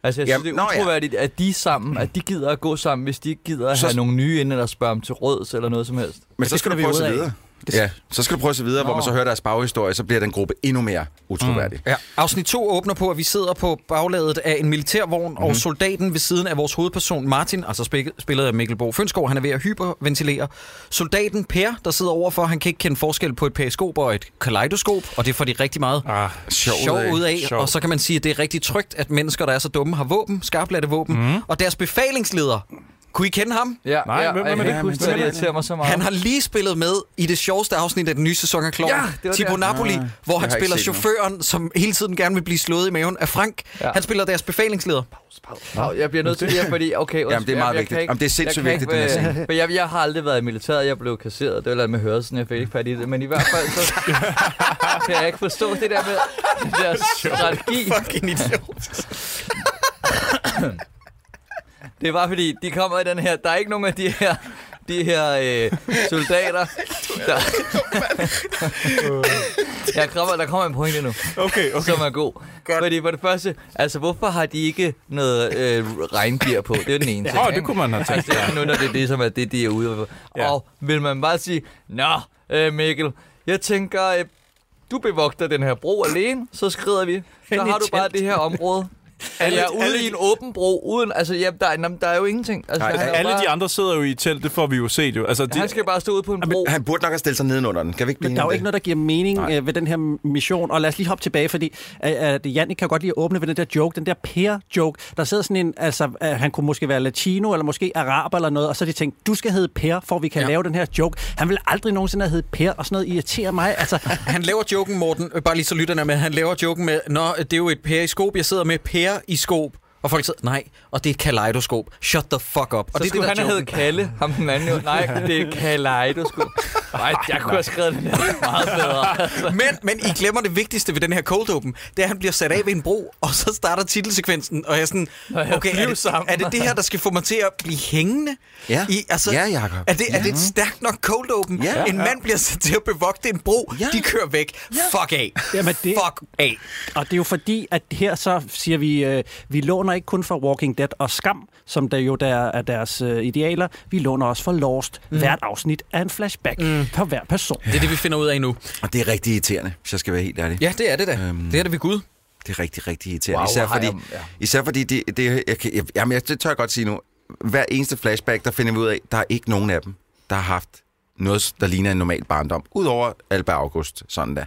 S3: Altså, jeg synes, Jamen,
S5: Jamen,
S3: det
S5: nå
S3: er
S5: ja.
S3: utroværdigt, ja. at de er sammen, at de gider at gå sammen, hvis de ikke gider at
S5: Så-
S3: have nogle nye inden, eller spørge dem til råds, eller noget som helst.
S5: Men så skal du
S4: finder vi
S5: prøve at se
S4: ud af.
S5: videre. Ja, så skal du prøve at se videre, hvor man så hører deres baghistorie, så bliver den gruppe endnu mere utroværdig.
S1: Ja. Afsnit 2 åbner på, at vi sidder på bagladet af en militærvogn, mm-hmm. og soldaten ved siden af vores hovedperson Martin, altså spik- spillet af Mikkel Bo Fønsgaard, han er ved at hyperventilere. Soldaten Per, der sidder overfor, han kan ikke kende forskel på et periskop og et kaleidoskop, og det får de rigtig meget
S2: Ah,
S5: Sjov
S1: sjov
S5: ud af.
S1: ud af.
S2: Sjov.
S1: Og så kan man sige, at det er rigtig trygt, at mennesker, der er så dumme, har våben, skarpladte våben, mm. og deres befalingsleder Kunne I kende ham?
S3: Ja,
S2: Nej,
S3: ja,
S2: hvem
S3: og jeg
S2: er
S3: kan
S2: det?
S3: ikke
S2: Hvem
S3: huske,
S2: er
S3: hvad det
S2: det?
S3: irriterer mig så meget.
S1: Han har lige spillet med i det sjoveste afsnit af den nye sæson af Klovn,
S3: Ja, det var
S1: Tipo
S3: det.
S1: Napoli, hvor han
S5: Ah, har ikke
S1: spiller
S5: set den.
S1: chaufføren, som hele tiden gerne vil blive slået i maven af Frank.
S3: Ja.
S1: Han spiller deres befalingsleder.
S3: Nå, jeg bliver nødt til det her, fordi... Okay, undskyld,
S5: Jamen, det er meget
S3: jeg, jeg
S5: vigtigt.
S3: kan Ikke,
S5: Jamen, det er sindssygt
S3: jeg kan
S5: vigtigt,
S3: ikke,
S5: den her
S3: øh, Men jeg, jeg har aldrig været i militæret, jeg blev kasseret. Det var lavet med hørelsen, jeg fik ikke fat i det. Men i hvert fald, så kan jeg ikke forstå det der med den der strategi.
S1: Fucking idiot.
S3: Det var fordi, de kommer i den her... Der er ikke nogen af de her de her øh, soldater. Der, jeg kommer, der kommer en pointe nu.
S2: Okay, okay.
S3: som er god. Godt. Fordi for det første, altså hvorfor har de ikke noget øh, regnbier på? Det er den ene ting.
S2: Åh, oh,
S3: ikke?
S2: det kunne man have tænkt.
S3: Altså, det er nu, når det er det, som er det, de er ude for.
S2: Ja.
S3: Ja. Og vil man bare sige, Nå, øh, Mikkel, jeg tænker, øh, du bevogter den her bro alene, så skrider vi. Så
S4: Hen i
S3: har du bare
S4: telt.
S3: det her område. Alle, jeg er ude
S2: alle
S3: alle, i
S2: de-
S3: en åben bro, uden, altså, ja, der, er, jamen, der er jo ingenting. Altså,
S5: Nej,
S3: han er jo
S2: Alle
S3: bare,
S2: de andre sidder jo i telt, det får vi jo set jo. Altså, de,
S3: Han skal bare stå ude på en bro.
S5: Han burde nok have stillet sig nedenunder den. Kan vi ikke blive
S4: Men der er jo
S5: enige
S4: ikke
S5: om
S4: noget, der giver mening øh, ved den her mission. Og lad os lige hoppe tilbage, fordi øh, at Jannik kan godt lide at åbne ved den der joke, den der Per-joke. Der sidder sådan en, altså øh, han kunne måske være latino, eller måske araber eller noget, og så har de tænkt, du skal hedde Per, for vi kan
S5: Ja.
S4: ja. lave den her joke. Han vil aldrig nogensinde have heddet Per, og sådan noget irriterer mig. Altså,
S1: Han laver joken, Morten, øh, bare lige så lytterne er med, han laver joken med, Nå, det er jo et pære i skob, jeg sidder med pære i skob. Og folk sidder, nej, og det er et kaleidoskop. Shut the fuck up. Og
S3: Så
S1: det
S3: det,
S1: er det,
S3: skulle
S1: der
S3: det,
S1: er
S3: han hedde
S1: joken.
S3: Kalle, ham den anden jo. Nej, det er Kalle du skulle. Nej, jeg kunne have skrevet den her meget bedre. altså.
S1: Men, men I glemmer det vigtigste ved den her cold open, det er, at han bliver sat af ved en bro, og så starter titelsekvensen, og jeg er sådan,
S3: jeg
S1: okay, er
S3: blev
S1: det,
S3: sammen.
S1: er det det her, der skal få mig til at blive hængende?
S5: Ja.
S1: I, altså,
S5: Ja, Jacob.
S1: Er det, er det et stærkt nok cold open?
S5: Ja.
S1: En mand bliver sat til at bevogte en bro,
S5: Ja.
S1: de kører væk. Fuck af.
S4: Jamen, det-
S1: Fuck af.
S4: Og det er jo fordi, at her så siger vi, øh, vi låner ikke kun fra Walking Dead og Skam, som der jo der er deres øh, idealer, vi låner også fra Lost. Mm. Hvert afsnit er en flashback mm. for hver person.
S1: Det er det, vi finder ud af nu.
S5: Og det er rigtig irriterende, hvis jeg skal være helt ærlig.
S1: Ja, det er det da. Øhm. Det er det ved Gud.
S5: Det er rigtig, rigtig irriterende.
S3: Wow,
S5: især
S3: har
S5: fordi,
S3: jeg- ja.
S5: især fordi det, det, jeg, kan- jeg, jamen, jeg, det tør jeg godt sige nu. Hver eneste flashback, der finder vi ud af, der er ikke nogen af dem, der har haft noget, der ligner en normal barndom. Udover Albert August, sådan der.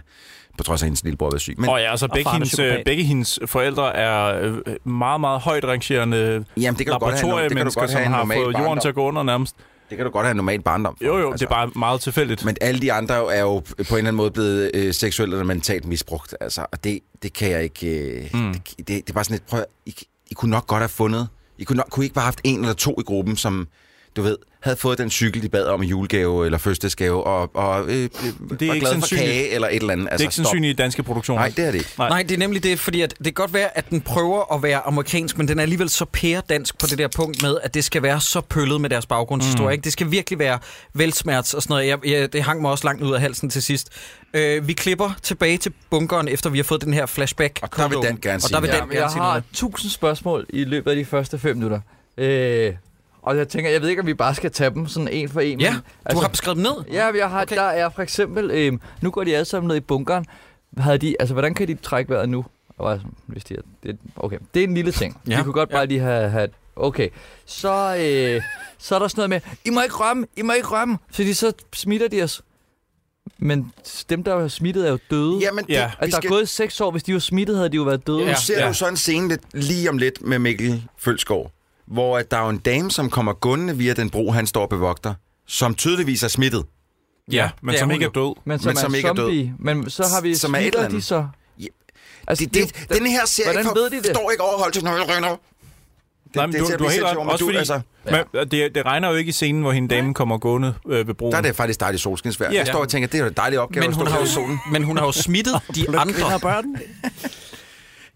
S5: På trods af, at hendes lillebror var syg. Men,
S2: og ja, altså begge
S4: faren er
S2: hendes, øh,
S4: psykopat.
S2: begge hendes forældre er øh, meget, meget højt rangerende
S5: Jamen, det kan du godt have, en- det kan du
S2: laboratoriemennesker,
S5: godt
S2: som
S5: have en
S2: har
S5: normal
S2: fået jorden
S5: barndom.
S2: til at gå under nærmest.
S5: Det kan du godt have en normal barndom for. altså.
S2: Jo, jo, det er bare meget tilfældigt.
S5: Men alle de andre er jo på en eller anden måde blevet øh, seksuelt eller mentalt misbrugt. Altså, og det, det kan jeg ikke... Øh, mm. det, det, det er bare sådan et... Prøv, at- I, I kunne nok godt have fundet... I kunne, nok, kunne I ikke bare have haft en eller to i gruppen, som du ved, havde fået den cykel, de bad om i julegave eller fødselsdagsgave, og, og øh, det var
S2: ikke
S5: glad for
S2: sandsynligt.
S5: kage eller et eller andet. Altså,
S2: det er ikke
S5: stop.
S2: sandsynligt i danske produktioner.
S5: Nej, det er det ikke.
S1: Nej, det er nemlig det, fordi at det kan godt være, at den prøver at være amerikansk, men den er alligevel så pæredansk på det der punkt med, at det skal være så pøllet med deres baggrundshistorie. Mm. Ikke? Det skal virkelig være velsmerts og sådan noget. Jeg, jeg, det hang mig også langt ud af halsen til sidst. Øh, vi klipper tilbage til bunkeren, efter vi har fået den her flashback.
S5: Og der vil Dan gerne
S1: og der
S5: sige
S1: vil
S5: noget.
S1: Dan
S3: Jamen, jeg
S1: gerne sige
S3: har
S1: noget.
S3: tusind spørgsmål i løbet af de første fem minutter. Øh, og jeg tænker, jeg ved ikke, om vi bare skal tage dem sådan en for en.
S1: Ja,
S3: men, altså-
S1: du har skrevet dem ned.
S3: Ja, jeg har, okay. der er for eksempel, øh, nu går de alle sammen ned i bunkeren. Havde de, altså, hvordan kan de trække vejret nu? Og bare sådan, hvis de er, det, okay, det er en lille ting.
S1: Ja,
S3: Ja. De kunne godt bare lige have, have okay. Så, øh, så er der sådan noget med, I må ikke rømme, I må ikke rømme. Så de så smitter de os. Men dem, der er smittet, er jo døde.
S5: Jamen, det,
S2: Ja.
S5: ja.
S3: Altså, der er gået seks år. Hvis de var smittet, havde de jo været døde.
S5: Nu
S2: Ja.
S5: ser du så en scene lidt, lige om lidt med Mikkel Følsgaard, hvor at der er jo en dame, som kommer gående via den bro, han står og bevogter, som tydeligvis er smittet.
S2: Ja, men
S1: det er
S2: som
S1: hun
S2: ikke er
S1: jo.
S2: død.
S3: Men som, men som er ikke
S5: er død.
S3: zombie. Men så har vi
S5: Som er et
S3: smitter
S5: eller
S3: de
S5: andet.
S3: så.
S5: Ja.
S3: Altså,
S5: Det, det, den her serie
S3: hvordan
S5: for,
S3: ved de det?
S5: står ikke overholdt til noget rønner.
S2: Nej, men
S5: det
S2: du,
S5: ser
S2: du har
S5: vi
S2: helt ret.
S5: sindssygt over,
S2: Også
S5: men
S2: fordi,
S5: du-
S2: altså,
S5: altså-
S2: men, det, det regner jo ikke i scenen, hvor hende dame kommer gående øh, ved broen.
S5: Der er det faktisk dejligt solskinsvær.
S2: Ja.
S5: Ja. Jeg står og tænker, det er jo en dejlig opgave
S1: Men
S5: at
S1: hun,
S5: stå
S1: har
S5: her
S1: jo,
S5: i solen.
S1: men hun har jo smittet de andre.
S4: børn.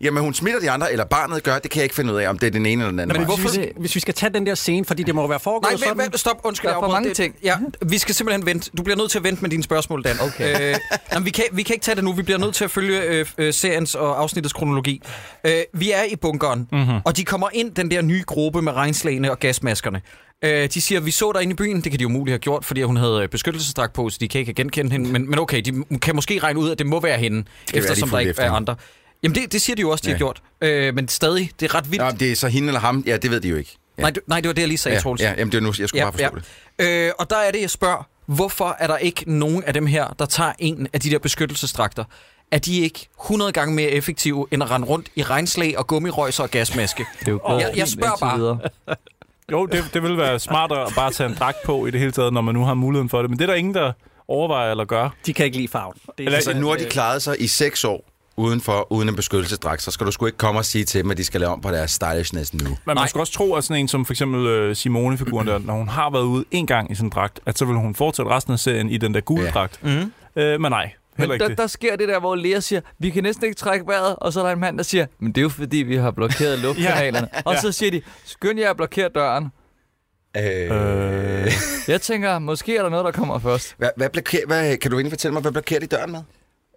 S5: Jamen, hun smitter de andre, eller barnet gør, det kan jeg ikke finde ud af, om det er den ene eller den anden.
S1: Men
S5: vej.
S1: hvorfor-
S4: Hvis, vi- hvis vi skal tage den der scene, fordi det må jo være foregået
S1: Nej,
S4: sådan.
S1: vent, vent, stop. Undskyld,
S3: Der er
S1: jeg
S3: for
S1: afbryder.
S3: mange
S1: Det-
S3: ting.
S1: Ja, vi skal simpelthen vente. Du bliver nødt til at vente med dine spørgsmål, Dan.
S3: Okay.
S1: Øh, jamen, vi, kan, vi kan ikke tage det nu. Vi bliver nødt til at følge øh, øh, seriens og afsnittets kronologi. Øh, vi er i bunkeren, mm-hmm. og de kommer ind, den der nye gruppe med regnslagene og gasmaskerne. Øh, de siger, vi så dig inde i byen. Det kan de jo muligt have gjort, fordi hun havde øh, beskyttelsesdragt på, så de kan ikke genkende hende. Men, men okay, de m- kan måske regne ud, at det må være hende,
S5: være, de
S1: eftersom
S5: er
S1: der
S5: fulgt
S1: ikke
S5: efter
S1: er
S5: hende.
S1: andre. Jamen, det, det siger de jo også, de
S5: Ja.
S1: har gjort. Øh, men stadig, det er ret vildt.
S5: Nå, om det er så hende eller ham, ja, det ved de jo ikke. Ja.
S1: Nej, du, nej, det var det, jeg lige sagde, Troels.
S5: ja, ja, jamen, det er nu, jeg skulle bare forstå det.
S1: det. Øh, og der er det, jeg spørger, hvorfor er der ikke nogen af dem her, der tager en af de der beskyttelsesdragter? Er de ikke 100 gange mere effektive, end at rende rundt i regnslag og gummirøjser og gasmaske?
S3: Det er jo gået
S1: Jeg, jeg
S3: fint
S1: spørger
S3: indtil
S1: bare.
S3: videre.
S2: Jo, det, det vil være smartere at bare tage en dragt på i det hele taget, når man nu har muligheden for det. Men det er der ingen, der overvejer eller gør.
S4: De kan ikke lide farven. Det
S2: Eller- øh,
S5: Altså, nu har de klaret sig i seks år udenfor, uden en beskyttelsesdragt, så skal du sgu ikke komme og sige til dem, at de skal lave om på deres stylishness nu.
S2: Men man skal også tro, at sådan en som for eksempel øh, Simone-figuren, der, når hun har været ude en gang i sådan en dragt, at så vil hun fortsætte resten af serien i den der gule
S5: Ja.
S4: Mhm.
S2: dragt. Mm. Øh, men nej, heller
S3: Men
S2: ikke
S3: der,
S2: det.
S3: der sker det der, hvor Lea siger, vi kan næsten ikke trække vejret, og så er der en mand, der siger, men det er jo fordi, vi har blokeret luftkanalerne. ja. Og så siger de, skynd jer at blokere døren.
S5: Øh...
S3: Jeg tænker, måske er der noget, der kommer først.
S5: Hvad, hvad, blokerer, hvad, kan du egentlig fortælle mig, hvad blokerer de døren med?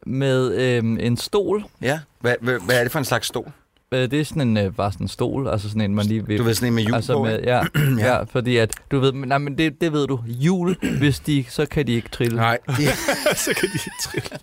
S3: Med øhm, en stol.
S5: Ja. Hvad, hvad, hvad er det for en slags stol?
S3: Øh, det er sådan en, øh, bare sådan en stol, altså sådan en, man lige vil...
S5: Du ved, sådan en med hjul
S3: altså
S5: på,
S3: med,
S5: ikke?
S3: ja, ja. ja, fordi at, du ved, men- nej, men det, det ved du, jul, hvis de, så kan de ikke trille.
S5: Nej.
S2: så kan de trille.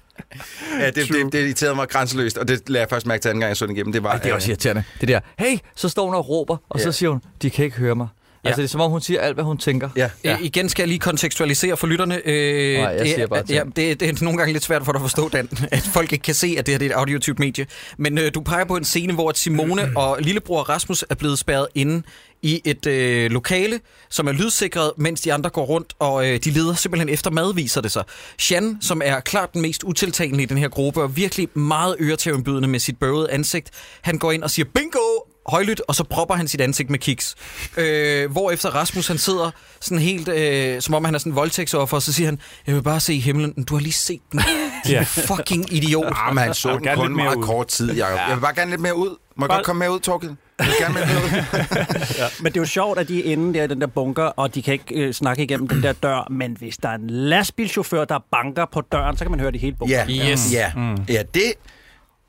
S5: ja, det, det, det, irriterede mig grænseløst, og det lagde jeg først mærke til anden gang, jeg så den igennem. Det var, øh,
S3: Det er også irriterende. Det der, hey, så står hun og råber, og
S5: Ja.
S3: så siger hun, de kan ikke høre mig.
S1: Ja.
S3: Altså, det er som om, hun siger alt, hvad hun tænker.
S5: ja,
S1: Ja.
S5: ja.
S1: Øh, igen skal jeg lige kontekstualisere for lytterne. Øh,
S3: Nej, jeg
S1: det-
S3: siger bare ting.
S1: ja, det, det er nogle gange lidt svært for dig at forstå, Dan, at folk ikke kan se, at det her det er et audiotype medie. Men øh, du peger på en scene, hvor at Simone og lillebror Rasmus er blevet spærret inde i et øh, lokale, som er lydsikret, mens de andre går rundt, og øh, de leder simpelthen efter mad, viser det sig. Shan, som er klart den mest utiltalende i den her gruppe, og virkelig meget øretævindbydende med sit bøvede ansigt, han går ind og siger, bingo, højlydt, og så propper han sit ansigt med kiks. Øh, hvorefter Rasmus, han sidder sådan helt, øh, som om han er sådan en voldtægtsoffer, og så siger han, jeg vil bare se himlen, du har lige set den.
S2: Ja.
S1: Din fucking idiot.
S5: Ah, men han så
S2: Jeg vil
S5: den
S2: gerne
S5: kun
S2: lidt mere
S5: meget
S2: ud.
S5: kort tid, Jacob. Jeg vil bare gerne lidt mere ud. Må jeg
S2: Bare-
S5: godt komme med ud, Torkild? Jeg vil gerne med mere ud.
S4: Men det er jo sjovt, at de er inde der i den der bunker, og de kan ikke øh, snakke igennem den der dør. Men hvis der er en lastbilchauffør, der banker på døren, så kan man høre det hele bunker.
S5: Ja, Mm.
S1: Yes.
S5: ja. ja det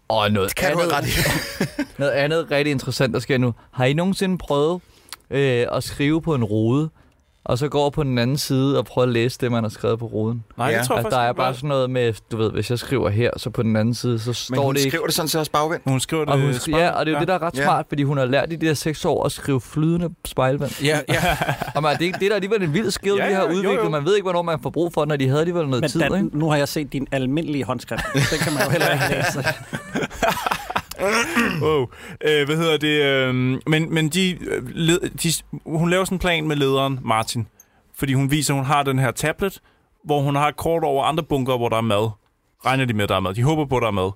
S3: Og noget
S5: kan du
S3: andet,
S5: have ret i.
S3: noget andet rigtig interessant, der sker nu. Har I nogensinde prøvet øh, at skrive på en rode, og så gå over på den anden side og prøve at læse det, man har skrevet på roden?
S2: Nej,
S5: Ja.
S2: det tror jeg
S3: Altså, der er
S2: faktisk
S3: bare
S2: ikke,
S3: sådan noget med, du ved, hvis jeg skriver her, så på den anden side, så
S5: Men
S3: står
S5: hun
S3: det ikke.
S5: skriver det sådan set også bagvendt.
S2: hun skriver det
S3: Og hun
S2: øh,
S3: skriver, ja, og det er jo ja. det, der er ret
S5: Ja.
S3: smart, fordi hun har lært i de der seks år at skrive flydende spejlvand.
S1: Ja, ja.
S3: Og man, det, er ikke- det er da alligevel en vild skill,
S2: Ja,
S3: ja, vi har
S2: ja, jo,
S3: udviklet.
S2: jo.
S3: Man ved ikke, hvornår man får brug for den, og de havde alligevel noget
S4: Men
S3: tid,
S4: Dan,
S3: ikke?
S4: nu har jeg set din almindelige håndskrift. Den kan man jo heller ikke læse.
S2: Wow. Øh, hvad hedder det? Øh, men men de, øh, led, de, hun laver sådan en plan med lederen, Martin. Fordi hun viser, at hun har den her tablet, hvor hun har et kort over andre bunker, hvor der er mad. Regner de med, at der er mad. De håber på, at der er mad.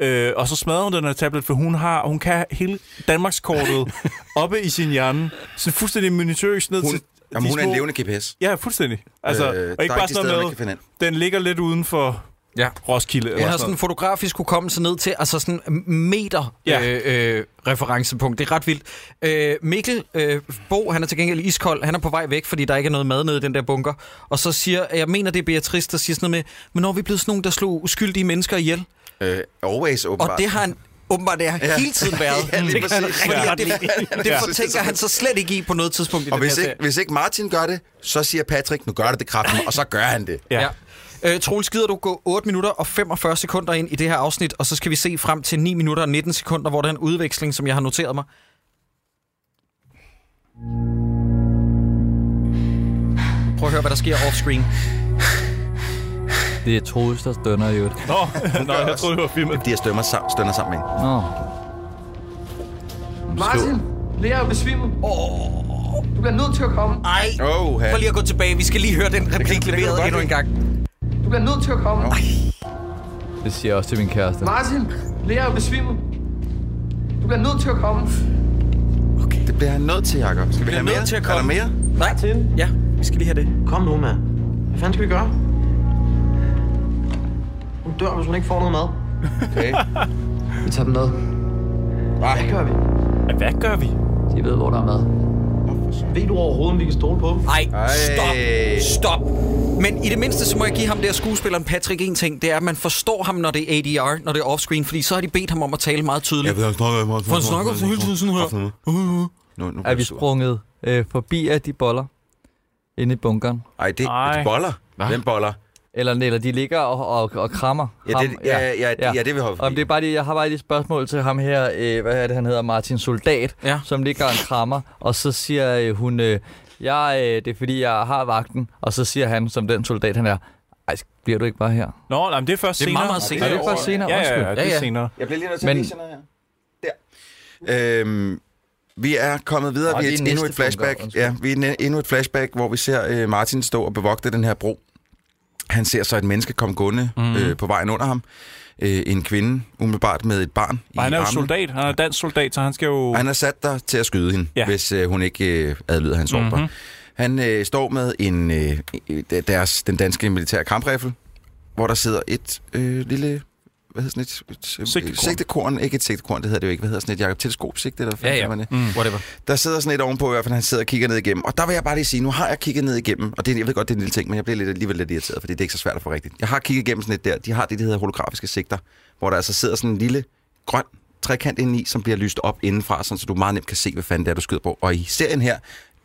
S2: Øh, og så smadrer hun den her tablet, for hun, har, hun kan have hele Danmarkskortet oppe i sin hjerne. Sådan fuldstændig minutøst ned
S5: Hun,
S2: til...
S5: jamen,
S2: de
S5: hun er
S2: små-
S5: en levende GPS.
S2: Ja, fuldstændig. Altså, øh, og ikke bare sådan noget med, den ligger lidt uden for
S1: Ja.
S2: Roskilde.
S1: Hun
S2: eller
S1: har
S2: sådan
S1: sådan en
S2: noget.
S1: fotografisk hukommelse ned til, altså sådan en meter
S2: Ja.
S1: øh, øh, referencepunkt. Det er ret vildt. Øh, Mikkel øh, Bo, han er til gengæld iskold. Han er på vej væk, fordi der ikke er noget mad nede i den der bunker. Og så siger, jeg mener det er Beatrice, der siger sådan noget med, men når er vi blevet sådan nogen, der slog uskyldige mennesker ihjel?
S5: Øh, always, åbenbart.
S1: Og det har han åbenbart det har
S5: Ja.
S1: hele tiden været.
S5: Ja, lige
S1: Det kan han
S5: præcis.
S1: rigtig
S5: Ja.
S1: godt lide. Det
S5: Ja.
S1: fortænker han så slet ikke i på noget tidspunkt i
S5: Og
S1: den her
S5: hvis
S1: serie.
S5: ikke, hvis ikke Martin gør det, så siger Patrick, nu gør det det kraften, og så gør han det.
S2: Ja.
S1: Ja. Øh, Troels, gider du gå 8 minutter og 45 sekunder ind i det her afsnit, og så skal vi se frem til 9 minutter og 19 sekunder, hvor der er en udveksling, som jeg har noteret mig. Prøv at høre, hvad der sker off-screen.
S3: Det er Troels, der stønner jo.
S2: Nå, Nå, jeg troede, det var filmet.
S5: De her stømmer sammen, stønner sammen med hende.
S3: Nå.
S6: Martin, Lea er besvimet. Oh. Du bliver nødt til at komme.
S1: Ej,
S5: Åh, ja.
S1: prøv lige at gå tilbage. Vi skal lige høre den replik
S5: det kan du
S1: leveret
S5: godt
S1: endnu en
S5: lide.
S1: gang.
S6: Du bliver nødt til at komme.
S5: Nå.
S3: Det siger jeg også til min kæreste.
S6: Martin, Lea er besvimet. Du bliver nødt til at komme.
S5: Det bliver han nødt til, Jacob. Skal vi have
S1: nødt
S5: mere?
S1: til at
S5: Er der
S1: komme.
S5: mere?
S1: Nej, ja, vi skal lige have det.
S10: Kom nu, mand. Hvad fanden skal vi gøre? Hun dør, hvis hun ikke får noget mad.
S5: Okay.
S6: Vi tager dem med.
S10: Hvad gør vi?
S2: Hvad gør vi?
S3: De ved, hvor der er mad.
S10: Ved du overhovedet, om vi kan stole på dem?
S1: Ej,
S5: Ej.
S1: stop, stop. Men i det mindste, så må jeg give ham der skuespilleren Patrick en ting. Det er, at man forstår ham, når det er ADR, når det er offscreen, fordi så har de bedt ham om at tale meget tydeligt.
S5: ved, han snakker meget.
S1: For han snakker så hele tiden sådan her. Uh,
S5: Nu, nu
S3: Er
S5: bliver
S3: vi
S5: vi sur.
S3: sprunget øh, forbi af de boller inde i bunkeren?
S5: Ej, det
S2: Ej.
S5: er boller. Hvem boller?
S3: Eller, eller de ligger og, og, og krammer
S5: Ja,
S3: ham.
S5: det, ja, ja, ja, det- ja, det vil hoppe
S3: Om det er bare lige, jeg har bare lige et spørgsmål til ham her, øh, hvad er det, han hedder, Martin Soldat,
S1: Ja.
S3: som ligger og krammer, og så siger øh, hun, øh, jeg, øh, det er fordi, jeg har vagten, og så siger han, som den soldat han er, ej, bliver du ikke bare her?
S2: Nå, nej, men det er først
S1: Det er
S2: senere.
S1: meget, meget senere.
S3: Er det først senere?
S2: Ja, ja,
S3: Undskyld.
S2: ja,
S1: Ja,
S2: det
S1: ja.
S2: er senere.
S5: Jeg bliver lige nødt
S3: Men-
S5: sådan noget her. Der. Øhm, Vi er kommet videre.
S3: Nå,
S5: vi
S3: det
S5: er
S3: er
S5: et-
S3: næste
S5: endnu et
S3: punkt,
S5: flashback.
S3: undskyld.
S5: Ja, vi er ne- endnu et flashback, hvor vi ser øh, Martin stå og bevogte den her bro. Han ser så et menneske komme gående mm. øh, på vejen under ham. Øh, en kvinde, umiddelbart med et barn i
S2: Og han er jo
S5: armene.
S2: soldat. Han er dansk soldat, så han skal jo...
S5: Og Han er sat der til at skyde hende, ja.
S2: Ja.
S5: hvis øh, hun ikke øh, adlyder hans ordre. Mm-hmm. Han øh, står med en øh, øh, deres, den danske militære kamprifle, hvor der sidder et øh, lille... Hvad hedder sådan et, et øh,
S2: Sigtekorn.
S5: sigtekorn? Ikke et sigtekorn, det hedder det jo ikke. Hvad hedder sådan et Jacob Teleskopsigte? Eller hvad
S1: Ja,
S5: fanden
S1: ja.
S5: kalder man det?
S1: Mm. Whatever.
S5: Der sidder sådan et ovenpå, i hvert fald han sidder og kigger ned igennem. Og der vil jeg bare lige sige, nu har jeg kigget ned igennem, og det, jeg ved godt, det er en lille ting, men jeg bliver lidt, alligevel lidt irriteret, fordi det er ikke så svært at få rigtigt. Jeg har kigget igennem sådan et der, de har det, der hedder holografiske sigter, hvor der altså sidder sådan en lille grøn trekant indeni, som bliver lyst op indenfra, sådan, så du meget nemt kan se, hvad fanden det er, du skyder på. Og i serien her,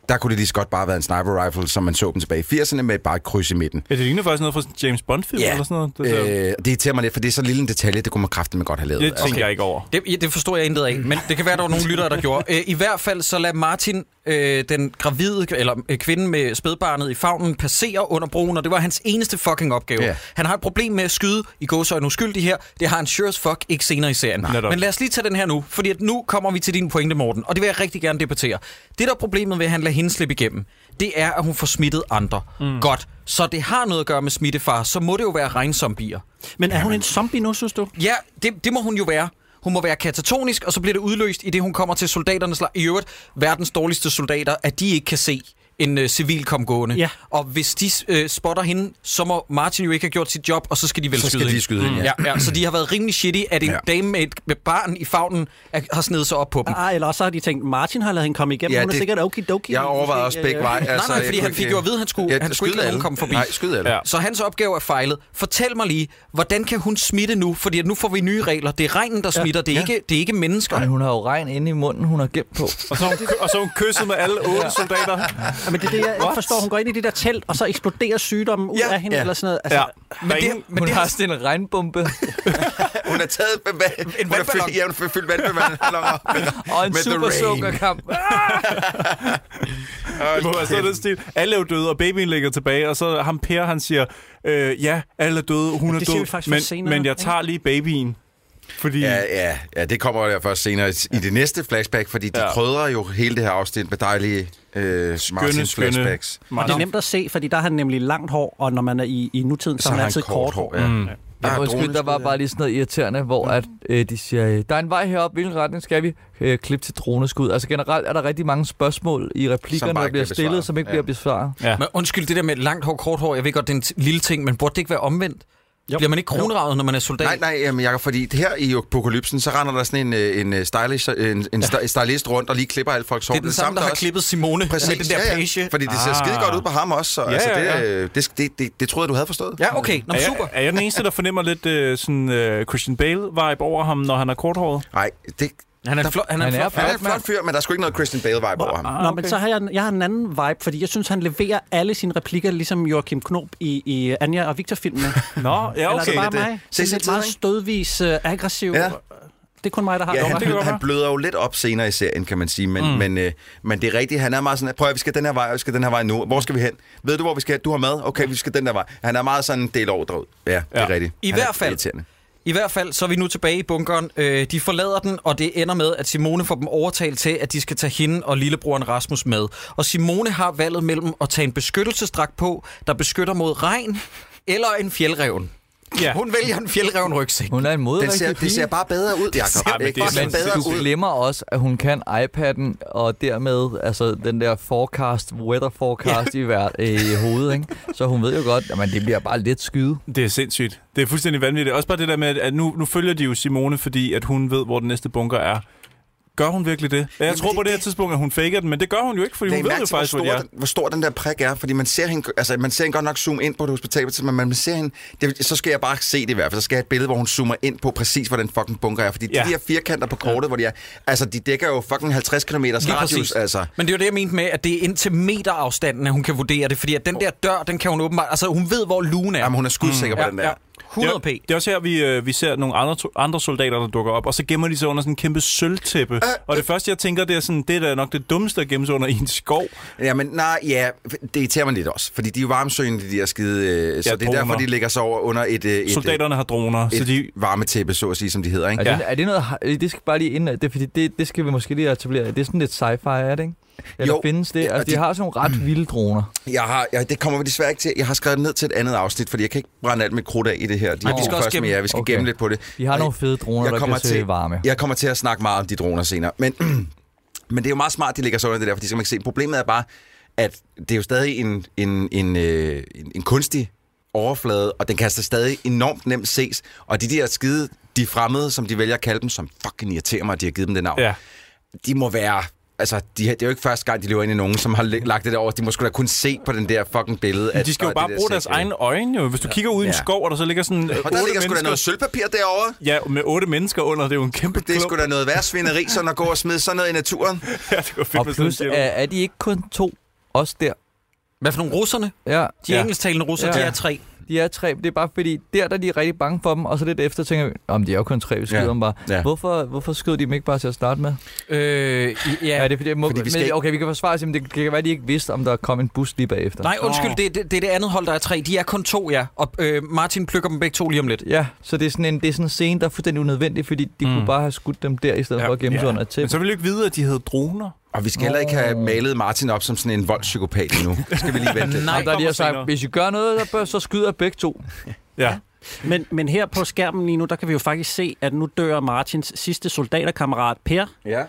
S5: der kunne det lige så godt bare have været en sniper rifle, som man så dem tilbage i 80'erne, med bare et kryds i midten.
S2: Ja, det ligner faktisk noget fra sådan en James Bond-film eller sådan noget. Det, der.
S5: øh, det irriterer mig lidt, for det er så lille en detalje, det kunne man kraftigt godt have lavet.
S2: det tænker jeg ikke over.
S1: Det, ja, det forstår jeg intet af, men det kan være, der var nogle lyttere, der gjorde. Æ, I hvert fald så lader Martin, øh, den gravide, eller øh, kvinden med spædbarnet i favnen, passere under broen, og det var hans eneste fucking opgave.
S5: Ja.
S1: Yeah. Han har et problem med at skyde i gåsøjne uskyldig her. Det har han sure as fuck ikke senere i serien.
S2: Netop.
S1: Men lad os lige tage den her nu, fordi at nu kommer vi til din pointe, Morten, og det vil jeg rigtig gerne debattere. Det, der er problemet ved, at han lader hende slippe igennem, det er, at hun får smittet andre. Mm. Godt. Så det har noget at gøre med smittefar, så må det jo være regnzombier.
S4: Men er hun en zombie nu, synes du?
S1: Ja, det, det må hun jo være. Hun må være katatonisk, og så bliver det udløst, i det hun kommer til soldaternes lejr. I øvrigt, verdens dårligste soldater, at de ikke kan se en øh, civil komme gående.
S4: Ja.
S1: Og hvis de øh, spotter hende, så må Martin jo ikke have gjort sit job, og så skal de vel
S5: Så skal
S1: skyde
S5: de skyde hende,
S1: ja. ja. ja. Så de har været rimelig shitty, at en
S5: Ja.
S1: ja. dame med et med barn i favnen er, har snedet sig op på dem.
S4: Ah, eller også har de tænkt, Martin har ladet hende komme igennem. Ja, hun er det... sikkert okidoki. øh,
S5: Jeg overvejede også begge veje.
S1: Altså, nej, fordi
S5: jeg
S1: han
S5: kunne
S1: fik
S5: ikke-
S1: jo at vide, at han skulle- han skulle
S5: skyd
S1: ikke lade
S5: alle.
S1: nogen komme forbi.
S5: Nej, skyd alle.
S2: Ja.
S1: Så hans opgave er fejlet. Fortæl mig lige, hvordan kan hun smitte nu? Fordi at nu får vi nye regler. Det er regnen, der smitter. Det er, ikke, det er ikke mennesker.
S3: Men hun har jo regn inde i munden, hun har gemt på.
S2: Og så, er hun, og så er hun kysset med alle otte soldater.
S4: Ja, men det er det, jeg ikke forstår. Hun går ind i det der telt, og så eksploderer sygdommen ud
S1: Ja,
S4: af hende,
S5: ja.
S4: eller sådan noget. Altså,
S2: Ja.
S4: ja.
S2: Men det, ingen,
S1: men
S3: hun
S1: det-
S3: har sådan en regnbombe
S5: Hun har taget med vand. En
S1: vandballon.
S5: Ja, hun har fyldt vandballoner.
S3: og en
S5: Med the
S3: super
S5: rain.
S3: sukkerkamp.
S2: det må være sådan en stil. Alle er jo døde, og babyen ligger tilbage, og så ham Per, han siger, øh, ja, alle er døde, hun er
S4: det siger vi faktisk
S2: død, men,
S4: først senere,
S2: men jeg
S4: ikke?
S2: tager lige babyen. Fordi
S5: Ja,
S2: ja,
S5: ja, ja, det kommer der først senere i i det næste flashback, fordi de ja.
S2: Ja.
S5: krydrer jo hele det her afsnit med dejlige øh,
S2: skønne,
S5: Martins
S2: skønne.
S5: flashbacks.
S4: Og det er nemt at se, fordi der har han nemlig langt hår, og når man er i, i nutiden, så,
S5: Så
S4: har
S5: har
S4: man
S5: han
S4: altid
S5: kort hår. Ja. Mm. Der
S3: Ja,
S5: er
S3: undskyld,
S5: drone.
S3: der var bare lige sådan noget irriterende, hvor at, øh, de siger, øh, der er en vej herop, hvilken retning skal vi? Øh, klip til droneskud. Altså generelt er der rigtig mange spørgsmål i replikkerne,
S5: bare
S3: der
S5: ikke
S3: bliver
S5: bliver
S3: stillet,
S5: besvaret.
S3: som ikke
S5: Ja.
S3: bliver besvaret.
S2: Ja.
S1: Men undskyld, det der med langt hår, kort hår, jeg ved godt, det er en t- lille ting, men burde det ikke være omvendt? Jo. Bliver man ikke kronravet, når man er soldat?
S5: Nej, nej, jamen, Jacob, fordi her i apokalypsen, så render der sådan en, øh, en, øh, stylish, øh, en, en sti- stylist rundt og lige klipper alt folks hår.
S1: Det er den samme, der har
S5: også-
S1: klippet Simone
S5: Præcis,
S1: med den der
S5: ja,
S1: page.
S5: ja. Fordi det ser
S2: Ah.
S5: skide godt ud på ham også, så ja, altså, det,
S2: ja, ja.
S5: øh, det, det, det, det troede jeg, du havde forstået.
S1: Ja, okay. Nå,
S2: er,
S1: men
S2: jeg,
S1: super.
S2: er jeg den eneste, der fornemmer lidt øh, sådan, øh, Christian Bale-vibe over ham, når han er korthåret?
S5: Nej, det,
S1: Han er, en flot, han er, en
S3: Han er
S1: flot,
S5: han er
S1: flot,
S5: en flot fyr, men der er sgu ikke noget Christian Bale-vibe over ham.
S4: Ah, Nå, men så har jeg, jeg har en anden vibe, fordi jeg synes, han leverer alle sine replikker, ligesom Joachim Knob i, i Anja og Victor-filmene.
S2: Nå, ja,
S4: Eller er
S2: okay.
S4: det bare
S5: det-
S4: mig?
S5: Se,
S4: Sådan lidt
S5: se
S4: meget
S5: tiden, ikke?
S4: stødvis, øh, aggressiv.
S5: Ja.
S4: Ja. Det er kun mig, der har
S5: Ja,
S4: det.
S5: han,
S2: det kan
S5: han,
S2: godt
S5: han
S2: være.
S5: bløder jo lidt op senere i serien, kan man sige. Men, mm. men, øh, men det er rigtigt, han er meget sådan, prøv at vi skal den her vej, og vi skal den her vej nu. Hvor skal vi hen? Ved du, hvor vi skal hen? Du har mad? Okay, vi skal den der vej. Han er meget sådan del ordre ud. Ja, det er
S2: Ja.
S5: rigtigt.
S1: I
S5: han er
S1: hvert fald.
S5: irriterende.
S1: I hvert fald, så er vi nu tilbage i bunkeren. Øh, de forlader den, og det ender med, at Simone får dem overtalt til, at de skal tage hende og lillebroren Rasmus med. Og Simone har valget mellem at tage en beskyttelsesdragt på, der beskytter mod regn, eller en fjeldreven. Ja.
S2: Ja.
S1: Hun vælger en fjeldreven rygsæk.
S3: Hun er en
S5: Den ser,
S3: modrigtig
S5: det
S3: pige.
S5: ser bare bedre ud, Jacob.
S2: Ej, men
S5: Det
S2: det er
S5: ser
S2: sådan-
S5: bedre
S3: Du
S5: ud.
S3: glemmer også, at hun kan iPad'en, og dermed altså den der forecast, weather forecast ja. i, hver, øh, i hovedet. Ikke? Så hun ved jo godt, at det bliver bare lidt skyde.
S2: Det er sindssygt. Det er fuldstændig vanvittigt. Også bare det der med, at nu, nu følger de jo Simone, fordi at hun ved, hvor den næste bunker er. Gør hun virkelig det? Jeg Jamen tror
S5: det-
S2: på det her tidspunkt, at hun faker den, men det gør hun jo ikke, fordi
S5: Det er
S2: hun ved jo
S5: mærkeligt, altså, hvor
S2: faktisk,
S5: stor,
S2: hvor de er.
S5: den, hvor stor den der prik er, fordi man ser hende, altså, man ser hende godt nok zoome ind på det hospital, men man ser hende, det, så skal jeg bare se det i hvert fald, så skal jeg have et billede, hvor hun zoomer ind på præcis, hvor den fucking bunker er, fordi ja.
S2: Ja.
S5: de der firkanter på kortet, hvor de er, altså de dækker jo fucking 50 km
S1: Lige
S5: radius,
S1: præcis.
S5: altså.
S1: Men det er jo det, jeg mente med, at det er indtil meterafstanden, at hun kan vurdere det. Fordi at den der dør, den kan hun åbenbart... Altså, hun ved, hvor lugen er.
S5: Jamen, hun er skudsikker mm, på
S1: ja,
S5: den der.
S1: ja.
S2: Det
S4: 100p.
S2: er, det er også her, vi, øh, vi ser nogle andre, to- andre soldater, der dukker op, og så gemmer de sig under sådan en kæmpe
S5: Øh,
S2: sølvtæppe. og det første, jeg tænker, det er sådan, det er da nok det dummeste at gemme sig under i en skov.
S5: Ja, men nej, ja, det irriterer mig lidt også, fordi de er jo varmsøgende, de der skide, øh, så
S2: Ja,
S5: det er derfor,
S2: droner.
S5: de ligger sig over under et, øh, et, øh,
S2: Soldaterne har droner,
S5: et
S2: så de...
S5: varmetæppe, så at sige, som de hedder, ikke?
S3: Er, ja. det, er det noget... øh, Det skal bare lige ind... Det, er fordi det, det skal vi måske lige etablere. Det er sådan lidt sci-fi, er det ikke? Eller
S5: Jo.
S3: jo. findes det?
S5: Ja,
S3: Altså, de, de
S5: de-
S3: har sådan nogle ret vilde droner.
S5: Jeg har, jeg, det kommer vi desværre ikke til. Jeg har skrevet det ned til et andet afsnit, fordi jeg kan ikke brænde alt mit krudt af i det her. De
S3: vi
S5: to
S3: skal
S1: også
S5: første med
S1: gemme-
S5: jer. Vi skal
S3: Okay.
S5: gemme lidt på det.
S3: De har
S5: Og
S3: nogle fede droner, der bliver til varme.
S5: Jeg kommer til at snakke meget om de droner senere. Men, men det er jo meget smart, de ligger så under det der, for de skal man ikke se. Problemet er bare, at det er jo stadig en, en, en, øh, en, en kunstig overflade, og den kan altså stadig enormt nemt ses. Og de der skide, de fremmede, som de vælger at kalde dem, som fucking irriterer mig, at de har givet dem det navn
S2: Ja.
S5: de må være... Altså, de, har- det er jo ikke første gang, de løber ind i nogen, som har læ- lagt det der over. De må sgu da kun se på den der fucking billede.
S2: De skal jo
S5: og
S2: bare
S5: det der
S2: bruge deres
S5: sæt, øh.
S2: egne øjne. Jo. Hvis du kigger ud i en
S5: Ja.
S2: skov, og der så ligger sådan øh,
S5: Og
S2: otte
S5: der ligger sgu da noget
S2: mennesker...
S5: sølvpapir derovre.
S2: Ja, med otte mennesker under, det er jo en kæmpe
S5: Det er
S2: klump.
S5: sgu da noget værre svineri, sådan at gå og smide sådan noget i naturen.
S2: Ja, det var fedt,
S3: Og
S2: hvis
S3: plus, er,
S2: sådan, er...
S3: er de ikke kun to? Også der.
S1: Hvad for nogle russerne?
S3: Ja,
S1: De
S2: Ja.
S1: ja. engelsktalende russer, ja.
S3: Ja.
S1: de er tre.
S3: de er tre. Det er bare fordi, der der er de rigtig bange for dem, og så lidt efter tænker vi, om de er jo kun tre, vi skyder
S5: Ja.
S3: ja. dem bare.
S5: Ja.
S3: Ja. Hvorfor, hvorfor skyder de dem ikke bare til at starte med?
S1: Øh, ja.
S3: Ja, er det fordi, må, fordi
S5: Fordi vi
S3: vi
S5: skal
S3: men,
S5: ikke-
S3: okay, vi kan forsvare sig, men det kan være, at de ikke vidste, om der kom en bus lige bagefter.
S1: Nej, undskyld, det, det, det er det andet hold, der er tre. De er kun to, ja. Og øh, Martin plukker dem begge to lige om lidt.
S3: Ja, så det er sådan en, det er sådan en scene, der er fuldstændig unødvendig, fordi de mm. kunne bare have skudt dem der, i stedet
S2: Ja.
S3: ja. for at gemme sig
S2: Ja.
S3: under et
S2: Men
S3: tæppe.
S2: så vil du ikke vide, at de havde droner.
S5: Og vi skal heller ikke have malet Martin op som sådan en voldspsykopat nu. Det skal vi lige vente lidt.
S1: Nej,
S3: der er de
S2: kommer
S3: har sagt,
S2: senere.
S3: hvis I gør noget, der bør, så skyder jeg begge to.
S2: Ja.
S4: Men, men her på skærmen lige nu, der kan vi jo faktisk se, at nu dør Martins sidste soldaterkammerat, Per.
S5: Ja.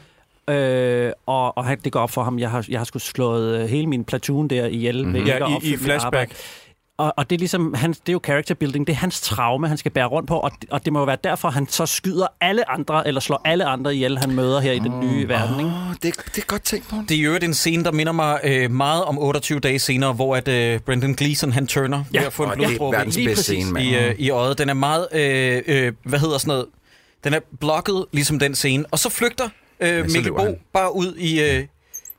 S4: Øh, og, og han, det går op for ham. Jeg har, jeg har sgu slået øh, hele min platoon der ihjel. Mm-hmm.
S2: Ja, i- i flashback.
S4: Og, og det er ligesom, hans, det er jo character building, det er hans traume, han skal bære rundt på, og det, og det må jo være derfor, han så skyder alle andre, eller slår alle andre ihjel, han møder her i den nye verden. Ikke?
S5: Åh, det, det er godt tænkt på.
S1: Det er i øvrigt en scene, der minder mig øh, meget om 28 dage senere, hvor at, øh, Brendan Gleeson han turner ja. ved at få en
S5: og det er
S1: bloddråbe
S5: verdens
S1: lige
S5: bedste
S1: præcis
S5: scene, mand.
S1: i, øh, i øjet. Den er meget, øh, øh, hvad hedder sådan noget, den er blokket, ligesom den scene. Og så flygter øh,
S5: så
S1: Mikkel
S5: løber
S1: Bo
S5: han.
S1: bare ud i, øh,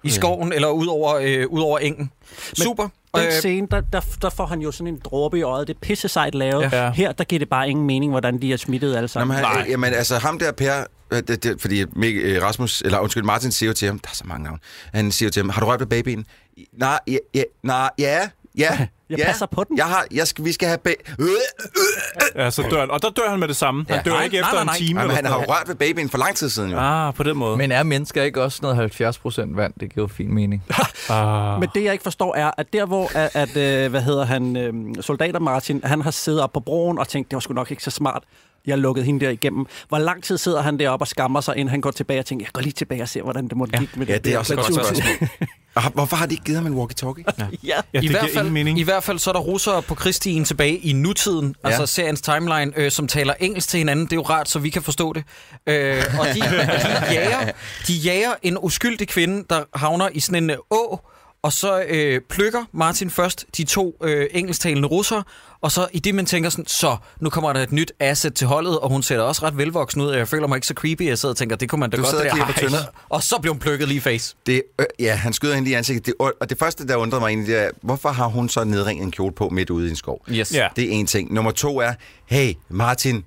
S1: i skoven, eller ud over, øh, ud over engen. Super.
S4: Den
S1: Øh,
S4: øh, scene, der, der, der får han jo sådan en dråbe i øjet. Det er pisse sejt lavet.
S2: Ja.
S4: Ja. Her, der giver det bare ingen mening, hvordan de er smittet alle
S5: Nå,
S4: sammen.
S5: men han, øh, jamen, altså ham der, Per, øh, det, det, fordi Mik, øh, Rasmus, eller undskyld, Martin siger jo til ham, der er så mange navne, han siger jo til ham, har du rørt ved babyen? "I- Nej, ja, ja, nej, ja, ja.
S4: Jeg
S5: ja,
S4: passer på den."
S5: Jeg har, jeg skal, vi skal have... Ba- øh, øh.
S2: ja, så dør han. Og der dør han med det samme. Han
S5: Ja.
S2: dør
S1: Mm-hmm. Nej,
S2: ikke
S1: nej,
S2: efter
S1: nej,
S2: en
S1: nej.
S2: time.
S5: Jamen, han
S2: eller
S5: har jo rørt ved babyen for lang tid siden, jo.
S2: sådan. Ah, på den måde.
S3: Men er mennesker ikke også sådan noget 70 procent vand? Det giver jo fin mening.
S2: Ah.
S4: Men det, jeg ikke forstår, er, at der, hvor at, at, øh, hvad hedder han, øh, soldater Martin, han har siddet op på broen og tænkt, det var sgu nok ikke så smart. Jeg lukkede hende der igennem. Hvor lang tid sidder han deroppe og skammer sig, inden han går tilbage og tænker, jeg går lige tilbage og ser, hvordan det må ja. gik med
S5: Ja, det er
S4: der
S5: også et godt
S4: platoon."
S5: spørgsmål. Og har- Hvorfor har de ikke givet ham en walkie-talkie?
S4: ja.
S5: Ja.
S2: Ja, det
S1: I hvert,
S2: giver ingen
S1: fald,
S2: mening.
S1: I hvert fald så er der russere på Kristien tilbage i nutiden, ja. altså seriens timeline, øh, som taler engelsk til hinanden. Det er jo rart, så vi kan forstå det. Øh, og de, de, jager, de jager en uskyldig kvinde, der havner i sådan en øh, å, og så øh, plukker Martin først de to øh, engelsktalende russere, og så i det, man tænker sådan, så nu kommer der et nyt asset til holdet, og hun ser da også ret velvoksen ud, og jeg føler mig ikke så creepy, jeg sidder og tænker, det kunne man da
S5: Du
S1: godt
S5: sidder
S1: det
S5: og
S1: der.
S5: klipper tønder.
S1: og så blev hun plukket lige i face.
S5: Det, øh, ja, han skyder hende lige i ansigtet. Det, og og det første, der undrede mig egentlig, det er, hvorfor har hun så nedringet en kjole på midt ude i en skov?
S1: Yes.
S2: Ja.
S5: Det er en ting. Nummer to er, hey Martin,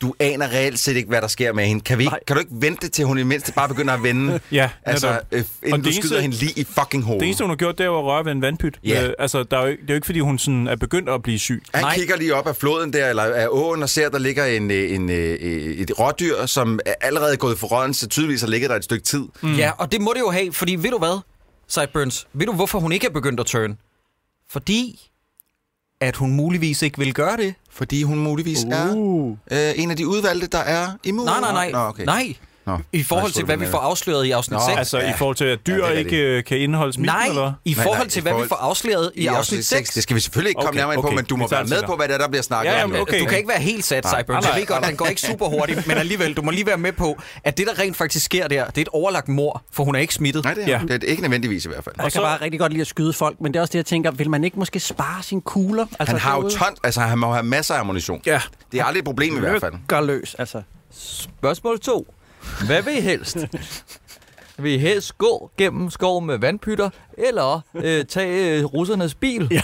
S5: du aner reelt set ikke, hvad der sker med hende. Kan, vi ikke, kan du ikke vente til, hun i det mindste bare begynder at vende?
S2: Ja,
S5: altså,
S2: netop.
S5: øh,
S2: Og
S5: inden
S2: det
S5: du
S2: eneste-
S5: skyder hende lige i fucking hovedet.
S2: Det eneste, hun har gjort, det er jo at røre ved en vandpyt.
S5: Ja.
S2: Øh, altså, der er jo, ikke- det er jo ikke, fordi hun sådan er begyndt at blive syg.
S5: Han
S1: Nej.
S5: kigger lige op af floden der, eller af åen, og ser, at der ligger en, øh, en, øh, et rådyr, som er allerede gået for råden, så tydeligvis har ligget der et stykke tid.
S1: Mm. Ja, og det må det jo have, fordi ved du hvad, Sideburns, ved du hvorfor hun ikke er begyndt at turn? Fordi at hun muligvis ikke vil gøre det.
S5: Fordi hun muligvis uh. er øh, en af de udvalgte, der er immun.
S1: Nej, nej, nej.
S5: Nå, okay.
S1: Nej.
S5: Nå.
S1: I forhold
S5: Jeg så
S1: til, hvad
S5: det,
S1: vi
S5: men-
S1: får afsløret i afsnit
S5: Nå,
S1: 6.
S2: Altså, i
S5: Ja.
S2: forhold til, at dyr
S5: Ja, det er
S2: ikke øh, kan indeholde smitten,
S1: nej,
S2: eller?
S1: i
S5: Nej,
S1: forhold
S5: nej,
S1: til,
S5: i
S1: hvad
S5: forhold-
S1: vi får afsløret i, afsnit 6.
S5: Det skal vi selvfølgelig ikke komme
S2: Okay,
S5: nærmere ind på,
S2: okay.
S5: men du
S2: Vi
S5: må
S2: tager
S5: være
S2: det
S5: med
S2: senere.
S5: på, hvad det er, der bliver snakket
S2: Ja,
S5: om.
S2: jamen,
S5: nu.
S2: okay.
S1: Du kan ikke være helt sat, Sideburns.
S2: nej,
S1: Jeg ved godt, den går ikke super hurtigt, men alligevel, du må lige være med på, at det, der rent faktisk sker der, det er et overlagt mor, for hun er ikke smittet.
S5: Nej, det er,
S2: Ja.
S5: det er ikke nødvendigvis i hvert fald.
S4: Jeg kan bare rigtig godt lide at skyde folk, men det er også det, jeg tænker, vil man ikke måske spare sine kugler? Altså,
S5: Han har jo
S4: derude?
S5: ton, altså han må have masser af ammunition.
S2: Ja.
S5: Det er aldrig et problem i hvert fald.
S4: Gør løs, altså.
S3: Spørgsmål 2. Hvad vil I helst? Vil I helst gå gennem skov med vandpytter, eller øh, tage øh, russernes bil? Ja.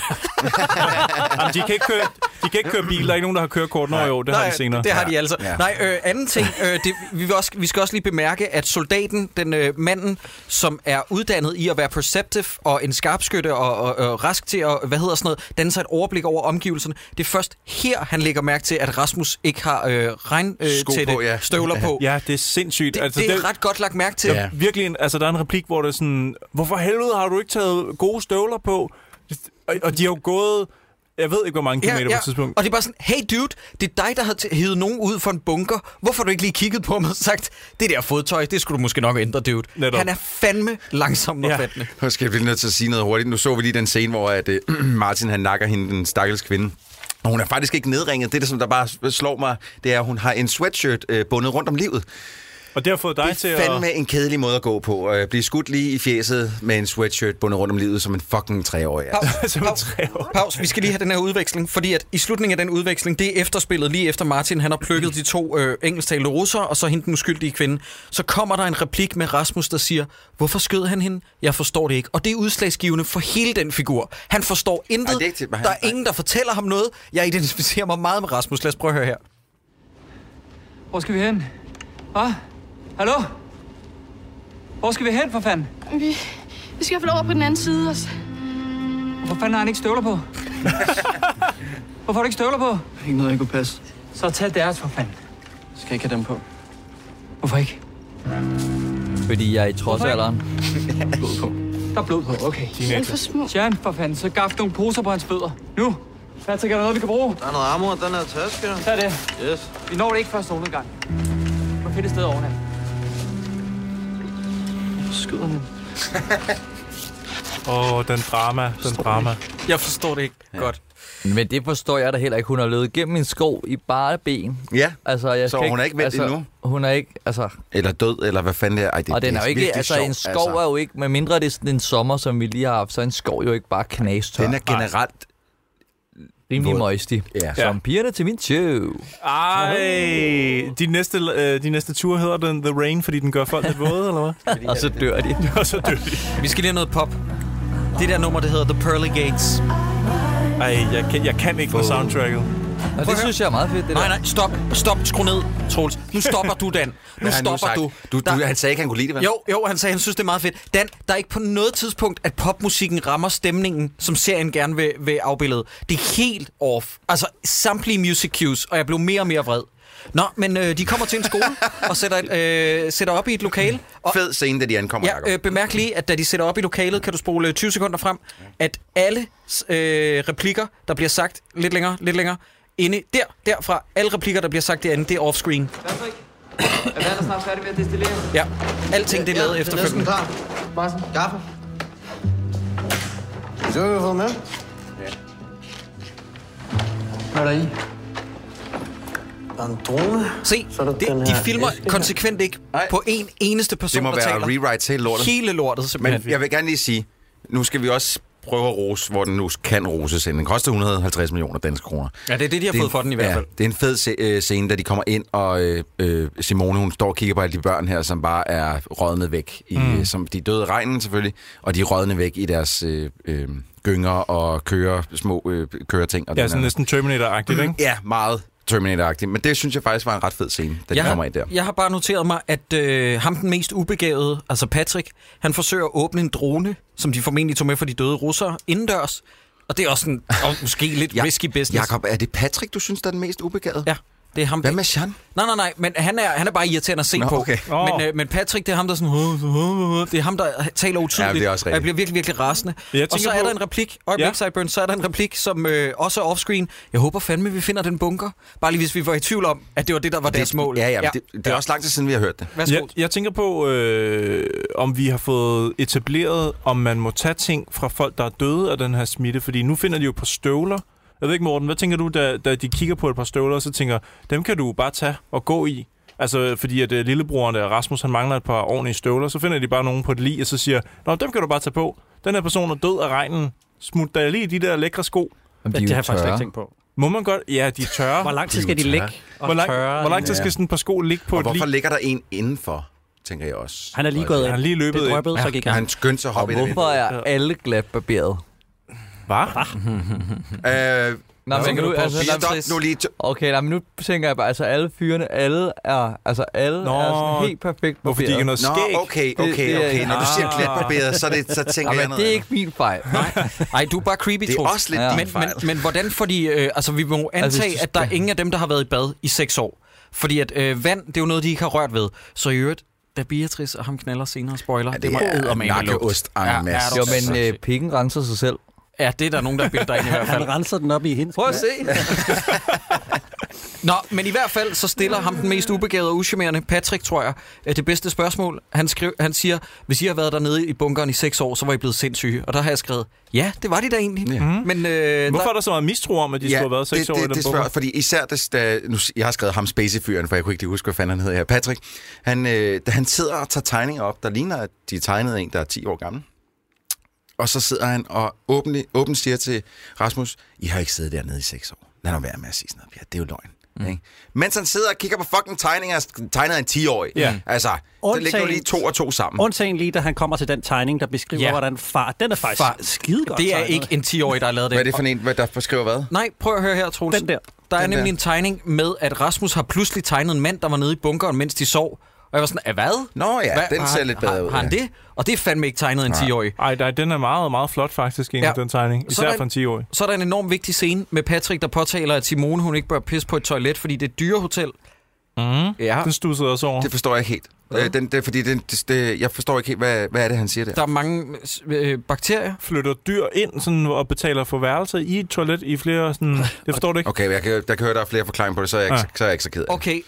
S2: Jamen, de kan ikke køre... De kan ikke køre bil. Der er ikke nogen, der har kørekort. Nå jo, det har
S1: Nej,
S2: de senere.
S1: Det har de altså.
S5: Ja.
S1: Ja. Nej, øh, anden ting. Øh, det, vi, vil også, vi skal også lige bemærke, at soldaten, den øh, manden, som er uddannet i at være perceptive og en skarpskytte og, og, og rask til at, hvad hedder sådan noget, danne sig et overblik over omgivelserne. Det er først her, han lægger mærke til, at Rasmus ikke har øh,
S5: Sko
S1: regntætte
S5: på, ja.
S1: støvler på. Ja.
S2: Ja, det er sindssygt.
S1: Det, altså, det er ret godt lagt mærke til.
S5: Ja.
S1: Ja.
S2: virkelig, en, altså der er en replik, hvor det er sådan, hvorfor helvede har du ikke taget gode støvler på? Og, og de har jo gået, jeg ved ikke, hvor mange kilometer på et tidspunkt.
S1: Og det er bare sådan, hey dude, det er dig, der har t- hivet nogen ud for en bunker. Hvorfor har du ikke lige kigget på mig og sagt, det der fodtøj, det skulle du måske nok ændre, dude.
S2: Netop.
S1: Han er fandme langsom og
S2: Ja.
S1: ja. fattende.
S5: Nu skal jeg blive nødt til at sige noget hurtigt. Nu så vi lige den scene, hvor at, øh, Martin han nakker hende, den stakkels kvinde. Og hun er faktisk ikke nedringet. Det, der, som der bare slår mig, det er, at hun har en sweatshirt øh, bundet rundt om livet.
S2: Og det har fået dig
S5: Det
S2: til
S5: er
S2: at...
S5: fandme en kedelig måde at gå på. Øh, blive skudt lige i fjeset med en sweatshirt bundet rundt om livet som en fucking treårig. Altså.
S1: Pause,
S2: Som en
S1: pause,
S2: treårig.
S1: pause. Vi skal lige have den her udveksling, fordi at i slutningen af den udveksling, det er efterspillet lige efter Martin, han har plukket de to øh, engelsktalende russere, og så hende den uskyldige kvinde. Så kommer der en replik med Rasmus, der siger, hvorfor skød han hende? Jeg forstår det ikke. Og det er udslagsgivende for hele den figur. Han forstår intet.
S5: det er ikke til-
S1: der
S5: han-
S1: er ingen, der fortæller ham noget. Jeg identificerer mig meget med Rasmus. Lad os prøve at høre her.
S11: Hvor skal vi hen? Hvad? Hallo? Hvor skal vi hen, for fanden?
S8: Vi, vi skal i hvert fald over på den anden side også.
S11: Hvor fanden har han ikke støvler på? Hvorfor har du ikke støvler på?
S10: Ikke noget, jeg kunne passe.
S11: Så tag deres, for fanden.
S10: Skal ikke have dem på.
S11: Hvorfor ikke?
S3: Fordi jeg er i trodsalderen.
S11: Der er blod på, okay.
S8: Det er for små.
S11: Jan, for fanden, så gaff nogle poser på hans fødder. Nu. Patrick, er der noget, vi kan bruge?
S10: Der er noget armor, den her taske.
S11: Tag det.
S10: Yes.
S11: Vi når det ikke før solnedgang. Hvor fedt et sted overnat.
S10: Skyder den.
S2: Åh, oh, den drama, den drama.
S1: Jeg forstår det ikke. Ja. Godt.
S3: Men det forstår jeg da heller ikke. Hun har løbet gennem en skov i bare ben.
S5: Ja.
S3: Altså, jeg
S5: Så
S3: skal
S5: hun er ikke vendt
S3: altså,
S5: endnu?
S3: Hun er ikke, altså,
S5: Eller død, eller hvad fanden det er. Ej, det,
S3: og den
S5: det
S3: er jo ikke,
S5: virkelig
S3: altså
S5: sjovt,
S3: en skov altså. er jo ikke, med mindre det er sådan en sommer, som vi lige har haft, så er en skov jo ikke bare knastør.
S5: Den er generelt...
S3: rimelig
S5: våd.
S3: møjstig.
S5: Ja.
S3: Som pigerne til min tjøv.
S2: Ej, de næste, øh, de næste ture hedder den The Rain, fordi den gør folk lidt våde, eller hvad?
S3: Og så dør de.
S2: Og så dør de.
S1: Vi skal lige have noget pop. Det der nummer, der hedder The Pearly Gates.
S2: Ej, jeg kan, jeg kan ikke med soundtracket.
S3: Og det synes jeg er meget fedt, det
S1: Nej,
S3: der.
S1: nej, stop. Stop. Skru ned, Troels. Nu stopper du, Dan. Nu
S5: Hvad har han
S1: stopper
S5: sagt?
S1: du.
S5: Du,
S1: Der-
S5: du. Han sagde ikke, han kunne lide det, vel?
S1: Jo, jo, han sagde, han synes, det er meget fedt. Dan, der er ikke på noget tidspunkt, at popmusikken rammer stemningen, som serien gerne vil, vil afbillede. Det er helt off. Altså, samtlige music cues, og jeg blev mere og mere vred. Nå, men øh, de kommer til en skole og sætter, et, øh, sætter op i et lokale. Og,
S5: Fed scene, Altså, da de ankommer, Jacob.
S1: ja, øh, bemærk lige, at da de sætter op i lokalet, kan du spole 20 sekunder frem, at alle øh, replikker, der bliver sagt lidt længere, lidt længere, inde der, derfra, alle replikker, der bliver sagt derinde, det er offscreen.
S11: Patrick, er vandet snart færdig med at destillere?
S1: Ja, alting det er lavet efterfølgende.
S10: klar. Marsen, gaffe. Så har vi fået med.
S11: Hvad er der i?
S10: Der er en drone.
S1: Se,
S10: er der
S1: det,
S10: den
S1: de
S10: her
S1: filmer
S10: æske her.
S1: konsekvent ikke
S5: Nej.
S1: på en eneste person,
S5: Det må
S1: der
S5: være
S1: taler.
S5: rewrites hele lortet.
S1: Hele lortet, simpelthen.
S5: Men jeg vil gerne lige sige, nu skal vi også prøve at rose, hvor den nu kan roses ind. Den koster 150 millioner danske kroner.
S1: Ja, det er det, de har
S5: Det er
S1: fået for den i hvert fald.
S5: Ja, det er en fed se- øh, scene, da de kommer ind, og øh, øh, Simone, hun står og kigger på alle de børn her, som bare er rådnet væk. I, mm. som, de er døde i regnen selvfølgelig, og de er rådnet væk i deres øh, øh, gynger og kører, små øh, køreting. Og
S2: Ja,
S5: den
S2: sådan
S5: her.
S2: næsten Terminator-agtigt, ikke?
S5: ja, meget Terminator-agtigt. Men det synes jeg faktisk var en ret fed scene, da de
S1: Jeg
S5: kommer
S1: har,
S5: ind der.
S1: jeg har bare noteret mig, at øh, ham den mest ubegavede, altså Patrick, han forsøger at åbne en drone, som de formentlig tog med for de døde russere, indendørs. Og det er også sådan, og måske lidt
S5: Ja,
S1: risky business.
S5: Jakob, er det Patrick, du synes, der er den mest ubegavede?
S1: Ja, det er ham.
S5: Hvad med Jean?
S1: Nej, nej, nej, men han er, han er bare irriterende at se
S5: Nå,
S1: på.
S5: okay.
S1: Men, øh, men Patrick, det er ham, der sådan... Det er ham, der taler utydeligt.
S5: Ja, det er også rigtigt.
S1: Og jeg bliver virkelig, virkelig rasende.
S2: Men jeg
S1: Og så
S2: tænker
S1: er
S2: på-
S1: der en replik, øjeblik,
S2: Ja.
S1: ja. Sideburn, så er der en replik, som øh, også er offscreen. Jeg håber fandme, vi finder den bunker. Bare lige hvis vi var i tvivl om, at det var det, der var deres mål.
S5: Ja, ja, ja. Det, det er også lang tid siden, vi har hørt det.
S1: Værsgo.
S2: Jeg, jeg tænker på, øh, om vi har fået etableret, om man må tage ting fra folk, der er døde af den her smitte. Fordi nu finder de jo på støvler. Jeg ved ikke, Morten, hvad tænker du, da, da de kigger på et par støvler, og så tænker, dem kan du bare tage og gå i? Altså, fordi at øh, lillebroren der, Rasmus, han mangler et par ordentlige støvler, så finder de bare nogen på et lig, og så siger, Nå, dem kan du bare tage på. Den her person er død af regnen. Smut dig lige i de der lækre sko.
S3: Jamen, de er
S4: Det
S3: jo
S4: har jeg faktisk
S3: tørre.
S4: ikke tænkt på.
S2: Må man godt? Ja, de er tørre.
S4: Hvor lang tid skal de
S5: tørre.
S4: ligge og
S2: hvor, lang,
S4: tørre?
S2: hvor lang tid
S5: Ja.
S2: skal sådan et par sko ligge på
S5: Og
S2: et lig?
S5: hvorfor ligger der en indenfor, tænker jeg også.
S4: Han er lige gået
S2: Han
S4: ind.
S2: har lige løbet
S4: Det
S2: ind.
S4: drøbbede, så gik
S5: Ja,
S4: han.
S5: han skyndte sig at
S3: Og
S5: hoppe ind.
S3: hvorfor er alle glat barberet?
S2: Hvad?
S5: Øh,
S3: Nej, men nu, altså,
S5: Stop
S3: nej, men så-
S5: nu lige to-
S3: Okay, nej, men nu tænker jeg bare, altså alle fyrene, alle er, altså alle Nå,
S5: Nå,
S3: er sådan helt perfekt
S5: hvorfor de ikke har noget Nå, skæg? okay, okay, okay. Når du siger klatbarberet, så er det- så tænker jeg
S3: men
S5: noget
S3: det er
S5: andet.
S3: ikke min fejl.
S1: Nej, nej du er bare creepy,
S5: Det er
S1: Troels.
S5: også lidt din
S1: men,
S5: fejl.
S1: Men, men hvordan får de... Øh, altså, vi må jo
S5: Altså,
S1: antage,
S5: hvis du
S1: at der er ingen af dem, der har været i bad i seks år. Fordi at øh, vand, det er jo noget, de ikke har rørt ved. Så i øvrigt, da Beatrice og ham knaller senere, spoiler, ja, det, det
S5: er
S1: er eddermame
S5: nakkeost, Arne Madsen.
S3: Jo, men øh, pikken renser sig selv.
S1: Ja, det er der nogen, der bilder ind i hvert fald.
S4: Han renser den op i hendes.
S3: Prøv at se.
S1: Nå, men i hvert fald så stiller ham den mest ubegavede og uschammerende, Patrick, tror jeg, øh, det bedste spørgsmål. Han, skrev, han siger, hvis I har været dernede i bunkeren i seks år, så var I blevet sindssyge. Og der har jeg skrevet, ja, det var de da egentlig. Ja. Men, øh,
S2: Hvorfor er der så meget mistro om, at de skulle have været seks
S5: det,
S2: år i
S5: det,
S2: den
S5: det
S2: bunker?
S5: spørger, fordi især det, da, nu, s- jeg har skrevet ham Spacey-fyren, for jeg kunne ikke lige huske, hvad fanden han hedder her. Patrick, han, øh, da han sidder og tager tegninger op, der ligner, at de tegnede en, der er 10 år gammel. Og så sidder han og åbent, åbent siger til Rasmus, I har ikke siddet dernede i 6 år. Lad nu være med at sige sådan noget, Pia. Det er jo løgn. Mm. Ikke? Mens han sidder og kigger på fucking tegninger, sk- tegnet af en 10-årig.
S4: Ja.
S5: Altså, der ligger jo
S4: Undtagen-
S5: lige to og to
S1: Mm.
S5: sammen.
S4: Undtagen lige, da han kommer til den tegning, der beskriver,
S5: Ja.
S4: ja. hvordan far... Den er faktisk far. skide godt
S1: Det er
S4: tegnet.
S1: ikke en 10-årig, der har lavet det.
S5: Hvad er det for en, hvad der beskriver hvad?
S1: Nej, prøv at høre her, Troels.
S4: Den der.
S1: Der er
S5: Den
S1: nemlig
S5: der.
S1: en tegning med, at Rasmus har pludselig tegnet en mand, der var nede i bunkeren, mens de sov. Og jeg var sådan, "Ah, hvad?
S5: Nå ja,
S1: hvad?
S5: den
S1: Har
S5: ser
S1: han-
S5: lidt bedre
S1: har,
S5: ud,
S1: Har han
S5: ja.
S1: det? Og det er fandme ikke tegnet af en 10-årig.
S2: Ej, nej, den er meget, meget flot faktisk, egentlig,
S1: Ja.
S2: ja. den tegning.
S1: Så er
S2: Især
S1: der
S2: for en 10-årig.
S1: Så er der en enormt vigtig scene med Patrick, der påtaler, at Simone hun ikke bør pisse på et toilet, fordi det er et dyrehotel.
S2: Mm.
S1: Ja.
S2: Den stussede også over.
S5: Det forstår jeg ikke helt. Øh, den, det, er fordi den, det, det, jeg forstår ikke helt, hvad, hvad er det, han siger der?
S1: Der er mange øh, bakterier.
S2: Flytter dyr ind sådan, og betaler for værelser i et toilet i flere... Sådan, det forstår du ikke?
S5: Okay, jeg kan, jeg kan høre, der er flere forklaringer på det, så er jeg, ikke, så er jeg ikke så ked af det.
S1: Okay,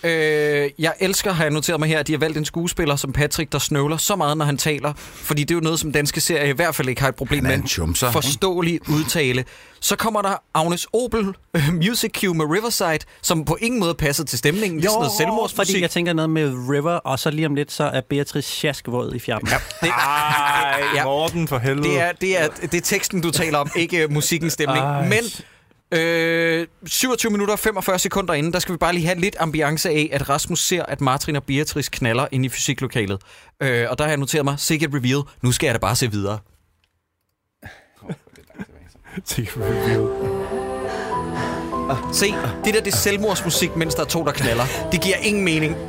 S1: øh, jeg elsker, har jeg noteret mig her, at de har valgt en skuespiller som Patrick, der snøvler så meget, når han taler. Fordi det er jo noget, som danske serier i hvert fald ikke har et problem
S5: Han er
S1: med.
S5: en chumser, ikke?
S1: Forståelig udtale. Så kommer der Agnes Opel, øh, music cue med Riverside, som på ingen måde passer til stemningen. Det er sådan noget selvmordsmusik.
S4: Fordi jeg tænker noget med River, og så lige om lidt, så er Beatrice sjaskvåd i fjermen. Ja.
S1: Det,
S2: Ej,
S5: Ah.
S1: Ja.
S2: Morten for helvede.
S1: Det er, det er, det er teksten, du taler om, ikke øh, musikkens stemning.
S2: Ej.
S1: Men øh, 27 minutter og 45 sekunder inden, der skal vi bare lige have lidt ambiance af, at Rasmus ser, at Martin og Beatrice knaller ind i fysiklokalet. Øh, og der har jeg noteret mig, sikkert reveal, nu skal jeg da bare se videre. Se, det der det er selvmordsmusik, mens der er to, der knaller. Det giver ingen mening.
S4: Men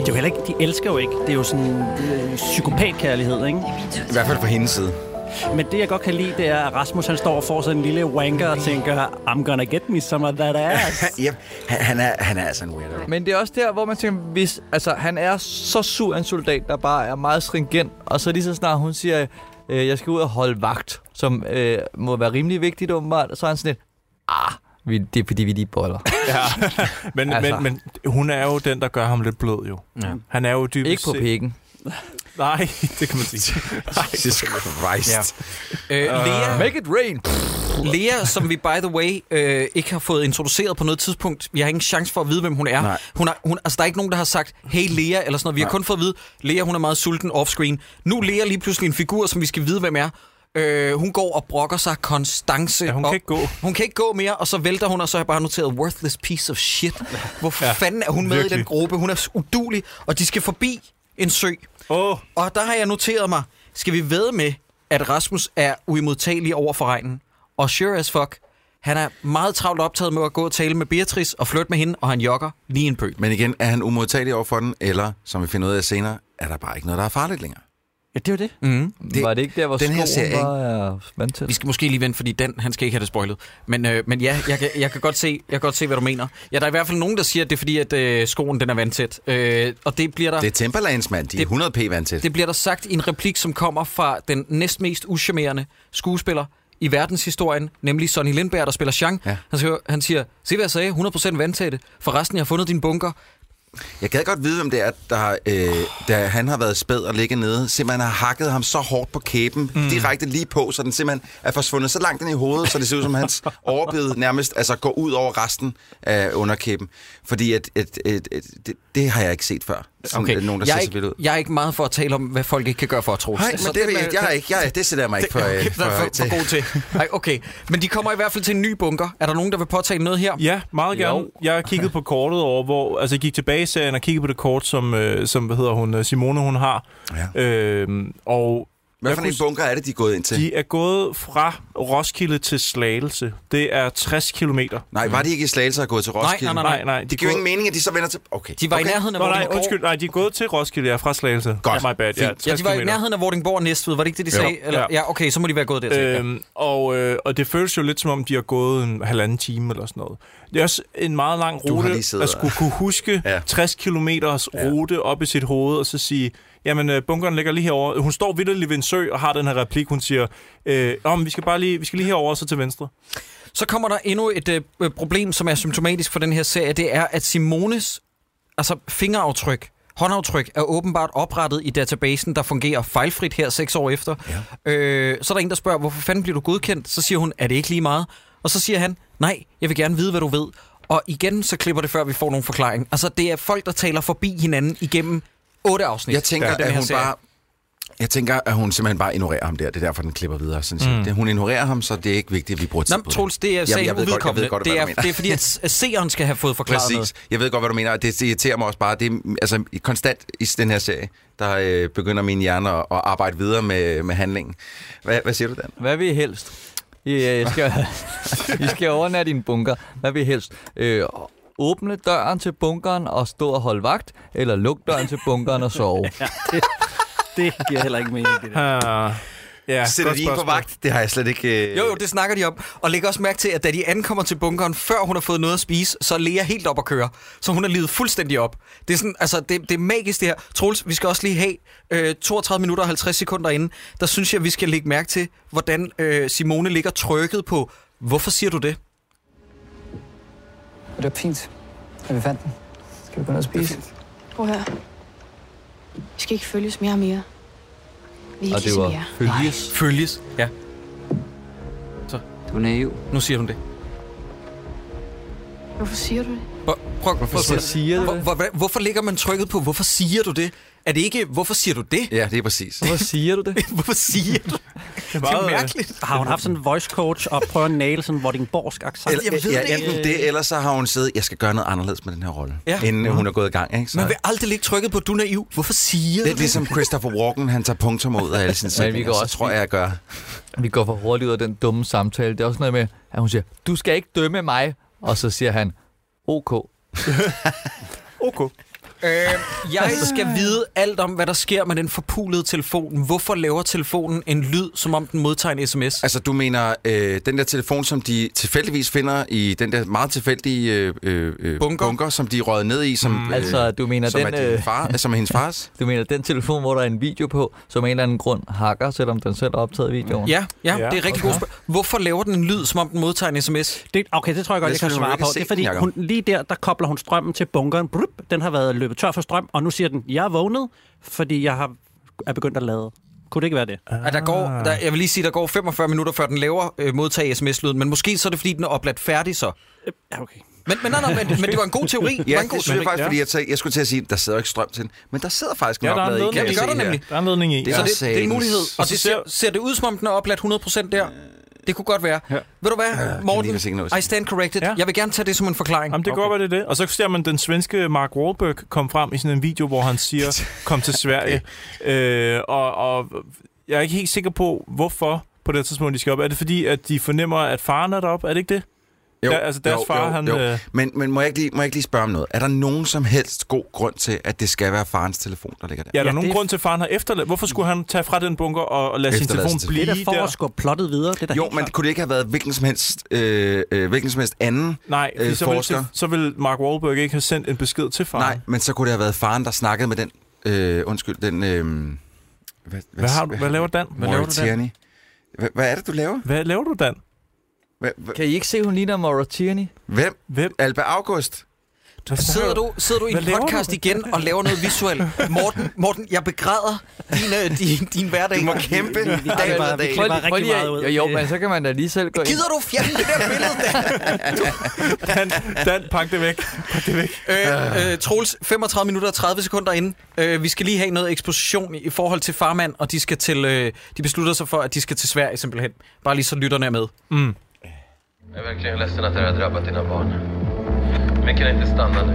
S4: det er jo heller ikke, de elsker jo ikke. Det er jo sådan øh, psykopatkærlighed, ikke?
S5: I hvert fald fra hendes side.
S4: Men det, jeg godt kan lide, det er, at Rasmus han står og får sådan en lille wanker og tænker, I'm gonna get me some of that ass.
S5: Ja, han, han, er, han er altså en weirdo.
S3: Men det er også der, hvor man tænker, hvis, altså, han er så sur en soldat, der bare er meget stringent, og så lige så snart hun siger, øh, jeg skal ud og holde vagt, som øh, må være rimelig vigtigt åbenbart, så er han sådan lidt, ah, vi, det er fordi, vi lige boller.
S2: Men,
S3: Altså.
S2: altså. men, men hun er jo den, der gør ham lidt blød, jo. Ja. Han er jo dybest
S3: Ikke på
S2: set-
S3: pikken.
S2: Nej, det kan man sige.
S5: Jesus Christ.
S1: Øh,
S2: Ah.
S1: Lea,
S3: Make it rain!
S1: Lea, som vi by the way øh, ikke har fået introduceret på noget tidspunkt. Jeg har ingen chance for at vide, hvem hun er.
S5: Nej.
S1: Hun har, hun, altså, der er ikke nogen, der har sagt, hey Lea, eller sådan noget. Vi har kun fået at vide, Lea hun er meget sulten offscreen. Nu er Lea lige pludselig en figur, som vi skal vide, hvem er. Øh, hun går og brokker sig konstance.
S2: Ja, hun
S1: og,
S2: kan ikke gå.
S1: Hun kan ikke gå mere, og så vælter hun, og så har jeg bare noteret, worthless piece of shit. Hvor ja, fanden er hun med i den
S2: virkelig.
S1: gruppe? Hun er udulig, og de skal forbi en sø.
S2: Åh, oh,
S1: Og der har jeg noteret mig, skal vi ved med, at Rasmus er uimodtagelig over for regnen. Og sure as fuck, han er meget travlt optaget med at gå og tale med Beatrice og flytte med hende, og han jogger lige en pøl.
S5: Men igen, er han umodtagelig over for den, eller, som vi finder ud af senere, er der bare ikke noget, der er farligt længere?
S4: ja, det er jo det.
S1: Mm.
S5: Det-
S3: Det, var det ikke der, hvor
S5: den her
S3: skoen øh,
S5: serie,
S3: bare er vandtæt?
S1: Vi skal måske lige vente, fordi den, han skal ikke have det spoilet. Men, øh, men ja, jeg kan, jeg, kan godt se, jeg kan godt se, hvad du mener. Ja, der er i hvert fald nogen, der siger, at det er fordi, at øh, skoen den er vandtæt. Øh, og det bliver der...
S5: Det er Timberlands, mand. De er 100 p vant til.
S1: Det bliver der sagt i en replik, som kommer fra den næstmest uschammerende skuespiller i verdenshistorien, nemlig Sonny Lindberg, der spiller Jean. Ja.
S5: Ja.
S1: Han, siger, han siger, se hvad jeg sagde, 100% vandtætte. Forresten, jeg har fundet din bunker.
S5: Jeg gad godt vide, hvem det er, der, har, øh, der han har været spæd og ligge nede, simpelthen har hakket ham så hårdt på kæben, mm. direkte lige på, så den simpelthen er forsvundet så langt ind i hovedet, så det ser ud som hans overbid nærmest altså, går ud over resten af underkæben. Fordi at, at, at, at, det, det, har jeg ikke set før. Sådan, okay. nogen, der ser
S1: jeg, er
S5: så vildt
S1: ikke,
S5: ud.
S1: jeg er ikke meget for at tale om, hvad folk ikke kan gøre for at tro. øh,
S5: Nej, men det, ved jeg, jeg er ikke. Jeg, er- det sætter jeg mig ikke for, øh,
S1: Det
S5: for,
S1: er for,
S5: til.
S1: for god til. Ej, okay. Men de kommer i hvert fald til en ny bunker. Er der nogen, der vil påtale noget her?
S2: ja, meget
S1: Jo.
S2: gerne. Jeg har kigget på kortet over, hvor... Altså, jeg gik tilbage i serien og kiggede på det kort, som, øh, som hvad hedder hun, øh, Simone, hun har.
S5: Ja.
S2: Øhm, og
S5: Hvad for en bunker er det, de er gået ind til?
S2: De er gået fra Roskilde til Slagelse. Det er 60 kilometer.
S5: Nej, var de ikke i Slagelse og gået til Roskilde?
S2: Nej, nej, nej. nej,
S5: Det giver jo ingen mening, at de så vender til... Okay.
S1: De var i
S5: okay.
S1: nærheden af
S2: Nå, nej,
S1: Vordingborg.
S2: undskyld, nej, de er gået til Roskilde, jeg er fra Slagelse.
S5: Godt.
S2: My bad, ja,
S5: Fint.
S2: 60
S1: Ja, de var i
S2: kilometer.
S1: nærheden af Vordingborg og Næstved. Var det ikke det, de sagde?
S2: Ja.
S1: Eller, ja, okay, så må de være gået dertil. Øh,
S2: Øhm, og, øh, og det føles jo lidt som om, de har gået en halvanden time eller sådan noget. Det er også en meget lang
S5: Du har
S2: rute
S5: lige siddet
S2: at skulle kunne huske
S5: Ja.
S2: ja. 60 km rute op i sit hoved, og så sige, jamen øh, bunkeren ligger lige herovre. Hun står vidderligt ved en sø og har den her replik, hun siger, øh, om vi skal bare lige, vi skal lige herover så til venstre.
S1: Så kommer der endnu et øh, problem, som er symptomatisk for den her serie. Det er, at Simones altså fingeraftryk, håndaftryk, er åbenbart oprettet i databasen, der fungerer fejlfrit her seks år efter. Ja. Øh, så er der en, der spørger, hvorfor fanden bliver du godkendt? Så siger hun, er det ikke lige meget? Og så siger han, nej, jeg vil gerne vide, hvad du ved. Og igen, så klipper det, før vi får nogen forklaring. Altså, det er folk, der taler forbi hinanden igennem otte afsnit.
S5: Jeg tænker,
S1: af den
S5: at
S1: her
S5: hun
S1: serie.
S5: bare... Jeg tænker, at hun simpelthen bare ignorerer ham der. Det er derfor, den klipper videre. Sådan mm. det, hun ignorerer ham, så det er ikke vigtigt, at vi bruger tid
S1: Nå, men,
S5: på det.
S1: Troels, det er
S5: Jamen,
S1: sagen
S5: jeg ved godt- jeg ved
S1: uvedkommende.
S5: godt, hvad
S1: det,
S5: du
S1: er,
S5: mener.
S1: det er fordi, at s- at seeren skal have fået forklaret noget.
S5: Præcis. Jeg ved godt, hvad du mener. og Det irriterer mig også bare. Det er mm, altså, konstant i den her serie, der øh, begynder min hjerne at, at arbejde videre med, med handlingen. Hvad, hvad siger du, Dan?
S3: Hvad vil I helst? I, øh, skal, I skal overnatte i en bunker. Hvad vil I helst? Øh, åbne døren til bunkeren og stå og holde vagt, eller luk døren til bunkeren og sove.
S4: Det giver heller ikke mening, det der.
S2: Uh, ja,
S5: Sætter
S2: godt
S5: de ikke på
S2: spørgsmål.
S5: vagt? Det har jeg slet ikke... Øh...
S1: Jo, jo, det snakker de om. Og læg også mærke til, at da de ankommer til bunkeren, før hun har fået noget at spise, så er Lea helt op at køre. Så hun er livet fuldstændig op. Det er, sådan, altså, det, det er magisk, det her. Troels, vi skal også lige have øh, 32 minutter og 50 sekunder inden. Der synes jeg, vi skal lægge mærke til, hvordan øh, Simone ligger trykket på. Hvorfor siger du det?
S12: Og det var fint, at vi fandt den. Skal vi gå ned og spise?
S8: Prøv at høre. Vi skal ikke følges mere og mere. Vi er ikke
S3: Og det
S8: ligesom
S3: var
S8: jer.
S3: følges.
S1: Følges. Ja,
S12: Du er naiv.
S1: nu siger hun det.
S8: Hvorfor siger du det?
S1: Prøv, prøv, hvorfor,
S3: siger- siger du
S1: hvor,
S3: det?
S1: hvor, hvor, hvorfor ligger man trykket på? Hvorfor siger du det? Er det ikke, hvorfor siger du det?
S5: Ja, det er præcis.
S3: Hvorfor siger du det?
S1: Hvorfor siger du det? Det er
S2: meget, øh,
S1: mærkeligt.
S4: Har hun haft sådan en voice coach og prøver at næle sådan en vordingborgsk accent?
S1: jeg ved
S5: ja,
S1: det
S5: enten
S1: ikke.
S5: det, eller så har hun siddet, jeg skal gøre noget anderledes med den her rolle,
S1: Ja.
S5: ja. inden mm. hun er gået i gang. Ikke? Så,
S1: Man vil aldrig lægge trykket på, du er naiv. Hvorfor siger
S5: det
S1: du
S5: er ligesom Christopher Walken, han tager punktum ud af alle
S3: Men
S5: sine
S3: vi
S5: sætninger,
S3: går
S5: så
S3: også-
S5: tror jeg, jeg gør.
S3: Vi går for hurtigt ud af den dumme samtale. Det er også noget med, at hun siger, du skal ikke dømme mig. Og så siger han, ok.
S2: Okay.
S1: Øh, jeg skal vide alt om, hvad der sker med den forpulede telefon. Hvorfor laver telefonen en lyd, som om den modtager en sms?
S5: Altså, du mener, øh, den der telefon, som de tilfældigvis finder i den der meget tilfældige øh, øh, øh,
S1: Bunker.
S5: bunker. bunker, som de er røget ned i, som, mm. øh,
S3: Altså, du mener
S5: som,
S3: den,
S5: er din
S3: øh,
S5: far, som er hendes fars?
S3: Du mener den telefon, hvor der er en video på, som af en eller anden grund hakker, selvom den selv har optaget videoen?
S1: Ja,
S2: Ja,
S1: ja, det er rigtig
S2: okay.
S1: godt spørgsmål. Hvorfor laver den en lyd, som om den modtager en sms?
S4: Det, okay, det tror jeg godt,
S5: Hvis
S4: jeg kan
S5: du
S4: svare
S5: ikke
S4: på.
S5: har
S4: Det er
S5: set
S4: fordi,
S5: den, Jacob.
S4: hun, lige der, der kobler hun strømmen til bunkeren. Brup, den har været løbet tør for strøm, og nu siger den, jeg er vågnet, fordi jeg har, er begyndt at lade. Kunne det ikke være det?
S1: Ah. At der går, der, jeg vil lige sige, der går 45 minutter, før den laver øh, modtage sms-lyden, men måske så er det, fordi den er opladt færdig så.
S4: Ja, okay.
S1: Men, men, nej, nej, men, men det var en god teori. Det
S5: Ja,
S1: var
S5: det
S1: en god
S5: synes jeg
S1: teori.
S5: faktisk,
S2: Ja.
S5: fordi jeg, tæ- jeg skulle til at sige, der sidder jo ikke strøm til den, men der sidder faktisk en
S2: Ja, der er en
S5: oplader i.
S2: ledning.
S5: kan jeg
S1: Ja, det gør
S5: se her.
S1: der nemlig.
S2: Der er en ledning i.
S5: Det
S1: Så
S5: er
S1: det, det er en
S5: satans.
S1: mulighed.
S5: Og
S1: Og det ser, ser det ud, som om den er opladt 100% der? Det kunne godt være. Ja. Ved du hvad, Morten?
S5: ligner sig ikke noget.
S1: I stand corrected. Ja.
S2: Ja.
S1: Jeg vil gerne tage det som en forklaring.
S2: Jamen, det okay. går være, det er det. Og så ser man den svenske Mark Wahlberg komme frem i sådan en video, hvor han siger, kom til Sverige. øh, og, og jeg er ikke helt sikker på, hvorfor på det her tidspunkt, de skal op. Er det fordi, at de fornemmer, at faren er deroppe? Er det ikke det?
S5: Jo,
S2: Der- altså, deres far, han, øh,
S5: Men, men må, jeg ikke lige, må jeg ikke lige spørge om noget? Er der nogen som helst god grund til, at det skal være farens telefon, der ligger der?
S2: Ja, er der
S4: Ja,
S2: nogen
S4: det-
S2: grund til, at faren har efterladt? Hvorfor skulle han tage fra den bunker og, og lade sin
S5: Efterlade
S2: telefon
S5: sin
S2: blive
S4: Det er da for
S2: der?
S4: at skubbe plottet videre. Det er da
S5: Jo,
S4: helt
S5: men
S4: klart.
S5: det kunne det ikke have været hvilken som helst, øh, øh, hvilken som helst anden
S2: Nej,
S5: øh,
S2: øh, så,
S5: forsker?
S2: vil, så vil Mark Wahlberg ikke have sendt en besked til faren.
S5: Nej, men så kunne det have været faren, der snakkede med den... Øh, undskyld, den... Øh, hvad,
S2: Hvad, har du, hvad laver Dan? Hvad laver du, Dan?
S5: Tierney. Hvad, hvad er det, du laver?
S2: Hvad laver du, Dan?
S5: Hva, hva,
S3: Kan I ikke se, hun ligner Maura Tierney?
S5: hvem?
S2: Hvem?
S5: Alba August?
S2: Hvad
S1: Sidder du, sidder du i
S2: Hvad
S1: en
S2: laver
S1: podcast
S2: du?
S1: igen og laver noget visuelt? Morten, Morten jeg begræder din, øh, din, din hverdag.
S5: Du må kæmpe dag for
S4: vi
S5: dag.
S4: klipper
S3: Prøv
S4: rigtig
S3: lige at-
S4: meget ud.
S3: Jo, jo, men så kan man da lige selv gå ind.
S1: Gider du fjerne det der billede der?
S2: Dan, Dan, pak det væk. Pak det væk.
S1: Øh, øh, Troels, 35 minutter og 30 sekunder inden. Øh, vi skal lige have noget eksposition i, i forhold til farmand, og de, skal til, øh, de beslutter sig for, at de skal til Sverige simpelthen. Bare lige så lytterne er med.
S13: Jag är verkligen ledsen att det här har drabbat dina barn. Men vi kan inte stanna nu.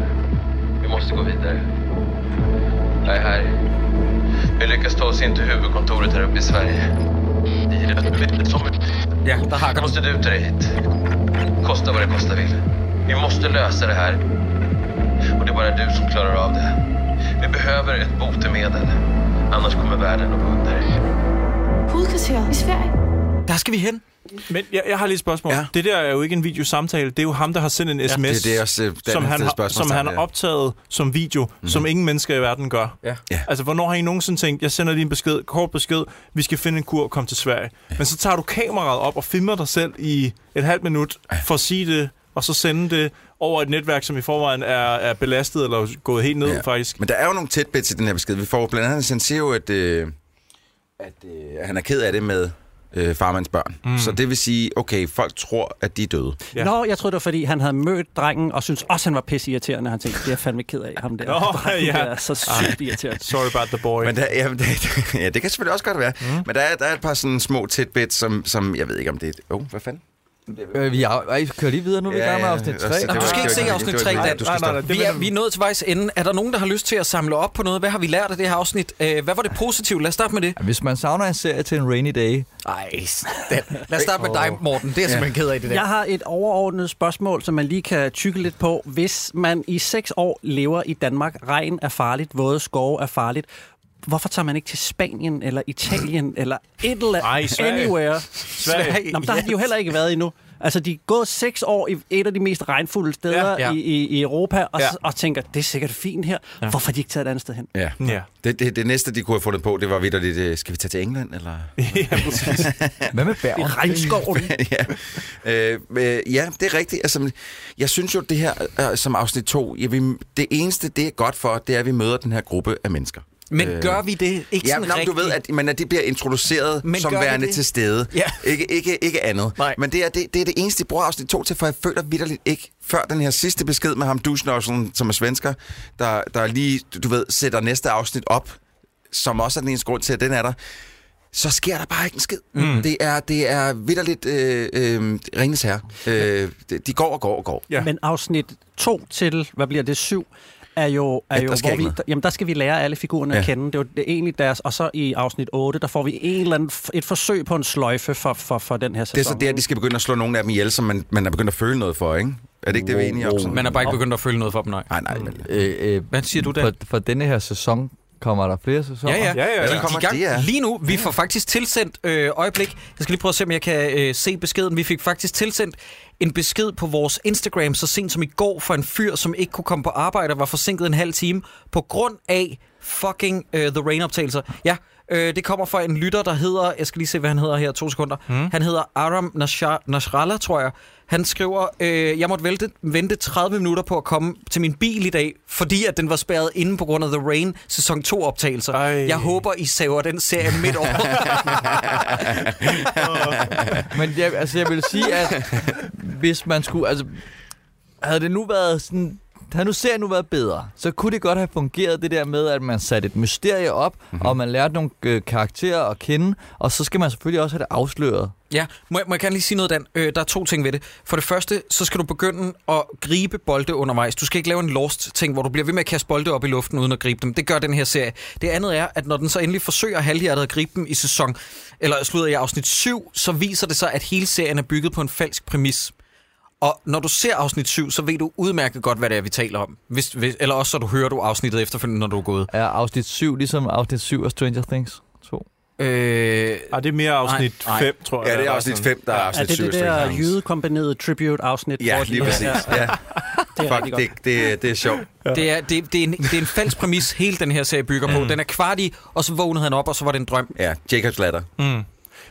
S13: Vi måste gå vidare. Jag är här Vi lyckas ta oss in till huvudkontoret här uppe i Sverige. Ja, där hackar Måste du ta dig hit. Kosta vad det kosta vill. Vi måste lösa det här. Och det är bara du som klarar av det. Vi behöver ett botemedel. Annars kommer världen att gå under.
S8: Hovedkvarteret i Sverige.
S2: Der skal vi hen. Men jeg, jeg har lige et spørgsmål. Ja. Det der er jo ikke en videosamtale. Det er jo ham, der har sendt en
S5: Ja,
S2: sms,
S5: det- det er også, øh, den
S2: som,
S5: er
S2: han,
S5: et
S2: har,
S5: spørgsmål,
S2: som han
S5: ja.
S2: har optaget som video, mm. som ingen mennesker i verden gør.
S5: Ja. Ja.
S2: Altså, hvornår har I nogensinde tænkt, jeg sender lige en besked, kort besked, vi skal finde en kur, kom til Sverige. Ja. Men så tager du kameraet op og filmer dig selv i et halvt minut for at sige det, og så sende det over et netværk, som i forvejen er, er belastet eller gået helt ned, ja. faktisk.
S5: Men der er jo nogle tætbits i den her besked. Vi får blandt andet, han siger jo, at, øh, at øh, han er ked af det med øh, farmands børn. Mm. Så det vil sige, okay, folk tror, at de er døde.
S4: Ja. Nå, jeg troede, det var, fordi han havde mødt drengen, og synes også, han var pisseirriterende. Han tænkte, det er jeg fandme ked af ham der. Drengen der er så sygt irriterende.
S2: Sorry about the boy.
S5: Men der, ja, men det, ja, det kan selvfølgelig også godt være. Mm. Men der er, der er et par sådan små tidbits, som, som jeg ved ikke, om det er... Oh, hvad fanden?
S3: Øh, vi er, øh, kører lige videre nu, er vi er i gang med afsnit 3.
S1: Nå, du skal ikke se afsnit 3, Dan.
S5: Du skal stoppe.
S1: vi, er, vi er nået til vejs ende. Er der nogen, der har lyst til at samle op på noget? Hvad har vi lært af det her afsnit? Øh, Hvad var det positivt? Lad os starte med det.
S3: Hvis man savner en serie til en rainy day...
S1: Ej, Lad os starte med dig, Morten. Det er jeg simpelthen ked af, det der.
S4: Jeg har et overordnet spørgsmål, som man lige kan tykke lidt på. Hvis man i seks år lever i Danmark, regn er farligt, våde skove er farligt, hvorfor tager man ikke til Spanien eller Italien eller et eller
S2: Ej,
S4: andet
S2: Sverige.
S4: anywhere?
S2: Sverige.
S4: Nå, men der har de jo heller ikke været endnu. Altså, de er gået seks år i et af de mest regnfulde steder
S5: Ja.
S4: ja,
S5: Ja.
S4: ja. I, i, i Europa, og,
S5: Ja.
S4: ja. og tænker, det er sikkert fint her. Ja. Hvorfor har de ikke taget et andet sted hen?
S5: Ja.
S2: ja.
S5: Det, det, det næste, de kunne have fundet på, det var vitterligt, øh, skal vi tage til England, eller?
S3: Hvad med
S5: Bergen?
S4: I regnskoven.
S5: ja. Øh, øh, ja, det er rigtigt. Altså, jeg synes jo, det her øh, som afsnit 2, ja, vi, det eneste, det er godt for, det er, at vi møder den her gruppe af mennesker.
S1: Men gør vi det? Ikke
S5: Øh. ja,
S1: sådan
S5: nå, men du ved,
S1: rigtigt.
S5: at, men at de bliver introduceret
S1: Men
S5: men som
S1: gør vi
S5: værende
S1: det?
S5: til stede.
S1: Ja.
S5: Ikke, ikke, ikke andet. Nej. Men det er det, det er det eneste, de bruger afsnit 2 til, for jeg føler vidderligt ikke, før den her sidste besked med ham, Dusnosselen, som er svensker, der, der lige, du ved, sætter næste afsnit op, som også er den eneste grund til, at den er der, så sker der bare ikke en skid. Mm. Det er, det er vidderligt øh, øh, ringes her. Øh, de- de går og går og går.
S4: Ja. Men afsnit 2 til, hvad bliver det, 7, er jo, er
S5: Ja,
S4: jo
S5: der sker
S4: hvor
S5: ikke
S4: vi,
S5: noget.
S4: der, jamen der skal vi lære alle figurerne ja.
S5: Ja.
S4: at kende. Det er jo det er egentlig deres, og så i afsnit 8, der får vi en eller anden, f- et forsøg på en sløjfe for, for, for den her
S5: Det er
S4: sæson.
S5: så der, de skal begynde at slå nogle af dem ihjel, som man, man er begyndt at føle noget for, ikke? Er det ikke det, vi er enige om? sådan?
S1: Man er bare ikke begyndt at føle noget for dem, nej.
S5: Nej, nej. Men...
S3: Øh, øh,
S1: Hvad siger du der?
S3: For, for denne her sæson kommer der flere sæsoner.
S1: Ja, ja. Altså,
S5: ja.
S1: De,
S5: Der
S1: de
S5: kommer
S1: er i
S5: det, ja.
S1: gang, lige nu, vi får faktisk tilsendt øh, øjeblik. Jeg skal lige prøve at se, om jeg kan øh, se beskeden. Vi fik faktisk tilsendt en besked på vores Instagram så sent som i går fra en fyr, som ikke kunne komme på arbejde og var forsinket en halv time på grund af fucking øh, The Rain-optagelser. Ja, øh, det kommer fra en lytter, der hedder... Jeg skal lige se, hvad han hedder her. To sekunder. Mm. Han hedder Aram Nasha- Nasrallah, tror jeg. Han skriver, øh, jeg måtte vente, vente 30 minutter på at komme til min bil i dag, fordi at den var spærret inde på grund af The Rain sæson 2 optagelser. Ej. Jeg håber, I saver den serie midt over.
S3: Men jeg, altså, jeg vil sige, at hvis man skulle... Altså, havde det nu været sådan... Havde nu serien nu været bedre, så kunne det godt have fungeret det der med, at man satte et mysterie op,
S1: Mhm.
S3: mm-hmm. og man lærte nogle øh, karakterer at kende, og så skal man selvfølgelig også have det afsløret.
S1: ja, må jeg, må jeg gerne lige sige noget, Dan? Øh, der er to ting ved det. For det første, så skal du begynde at gribe bolde undervejs. Du skal ikke lave en lost-ting, hvor du bliver ved med at kaste bolde op i luften uden at gribe dem. Det gør den her serie. Det andet er, at når den så endelig forsøger halvhjertet at gribe dem i sæson, eller slutter i afsnit 7, så viser det sig, at hele serien er bygget på en falsk præmis. Og når du ser afsnit 7, så ved du udmærket godt, hvad det er, vi taler om. Hvis, hvis, eller også så du hører du afsnittet efterfølgende, når du er gået.
S3: Er afsnit 7 ligesom afsnit 7 af Stranger Things 2?
S1: Øh,
S2: Ej, det er mere afsnit
S3: nej.
S2: fem, tror jeg.
S5: Ja, det
S2: der
S5: er afsnit
S2: sådan.
S5: 5, der er
S2: Ja.
S4: er
S5: afsnit
S4: det
S5: 7.
S4: det der jydekombinerede tribute-afsnit?
S5: Ja,
S4: hvor de-
S5: lige præcis. Ja.
S4: Det er rigtig
S1: Mm.
S5: Fuck,
S4: godt.
S5: det, det, det er sjovt.
S1: Det er, det, det, er en, det er en falsk præmis, hele den her serie bygger på. Den er kvart i, og så vågnede han op, og så var det en drøm.
S5: Mm. Ja, Jacobs ladder.
S2: Mm.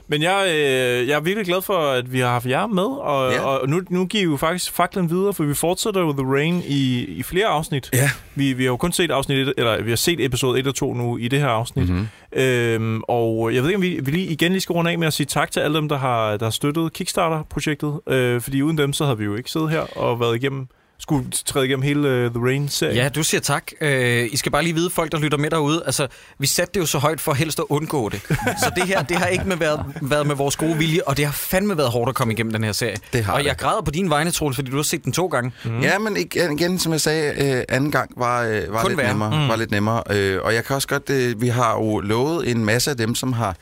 S2: Men jeg, øh, jeg er virkelig glad for, at vi har haft jer med, og,
S5: Ja.
S2: ja. og nu, nu giver I jo faktisk faklen videre, for vi fortsætter jo The Rain i, i flere afsnit.
S5: Ja.
S2: Vi, vi har jo kun set afsnit et, eller vi har set episode 1 og 2 nu i det her afsnit.
S5: Mhm.
S2: Mm-hmm. Øhm, og jeg ved ikke, om vi, vi lige, igen lige skal runde af med at sige tak til alle dem, der har, der har støttet Kickstarter-projektet, øh, fordi uden dem, så havde vi jo ikke siddet her og været igennem øh,
S11: skulle træde igennem hele uh, The Rain-serien.
S1: Ja, du siger tak. Øh, I skal bare lige vide, folk der lytter med derude, altså, vi satte det jo så højt for helst at undgå det. Så det her, det har ikke med været, været med vores gode vilje, og det har fandme været hårdt at komme igennem den her serie.
S5: Det har
S1: og
S5: det.
S1: jeg græder på din vegne, Troels, fordi du har set den to gange.
S5: Mm. Ja, men igen, igen, som jeg sagde, øh, anden gang var, øh, var,
S1: Kun
S5: lidt
S1: værre.
S5: nemmere,
S1: Mm.
S5: mm. var lidt nemmere. Øh, og jeg kan også godt, øh, vi har jo lovet en masse af dem, som har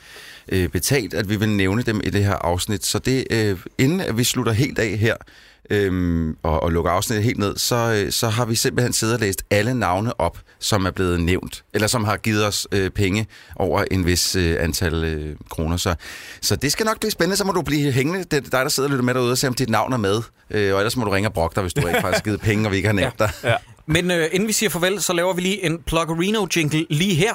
S5: øh, betalt, at vi vil nævne dem i det her afsnit. Så det, øh, inden at vi slutter helt af her, Øhm, og, og lukker afsnittet helt ned, så, øh, så har vi simpelthen siddet og læst alle navne op, som er blevet nævnt, eller som har givet os øh, penge over en vis øh, antal øh, kroner. Så, så det skal nok blive spændende, så må du blive hængende. Det er dig, der sidder og lytter med derude og ser, om dit navn er med. Øh, og ellers må du ringe og brokke dig, hvis du rent faktisk har givet penge, og vi ikke har nævnt dig.
S11: Ja.
S1: Men øh, inden vi siger farvel, så laver vi lige en Pluggerino-jingle lige her.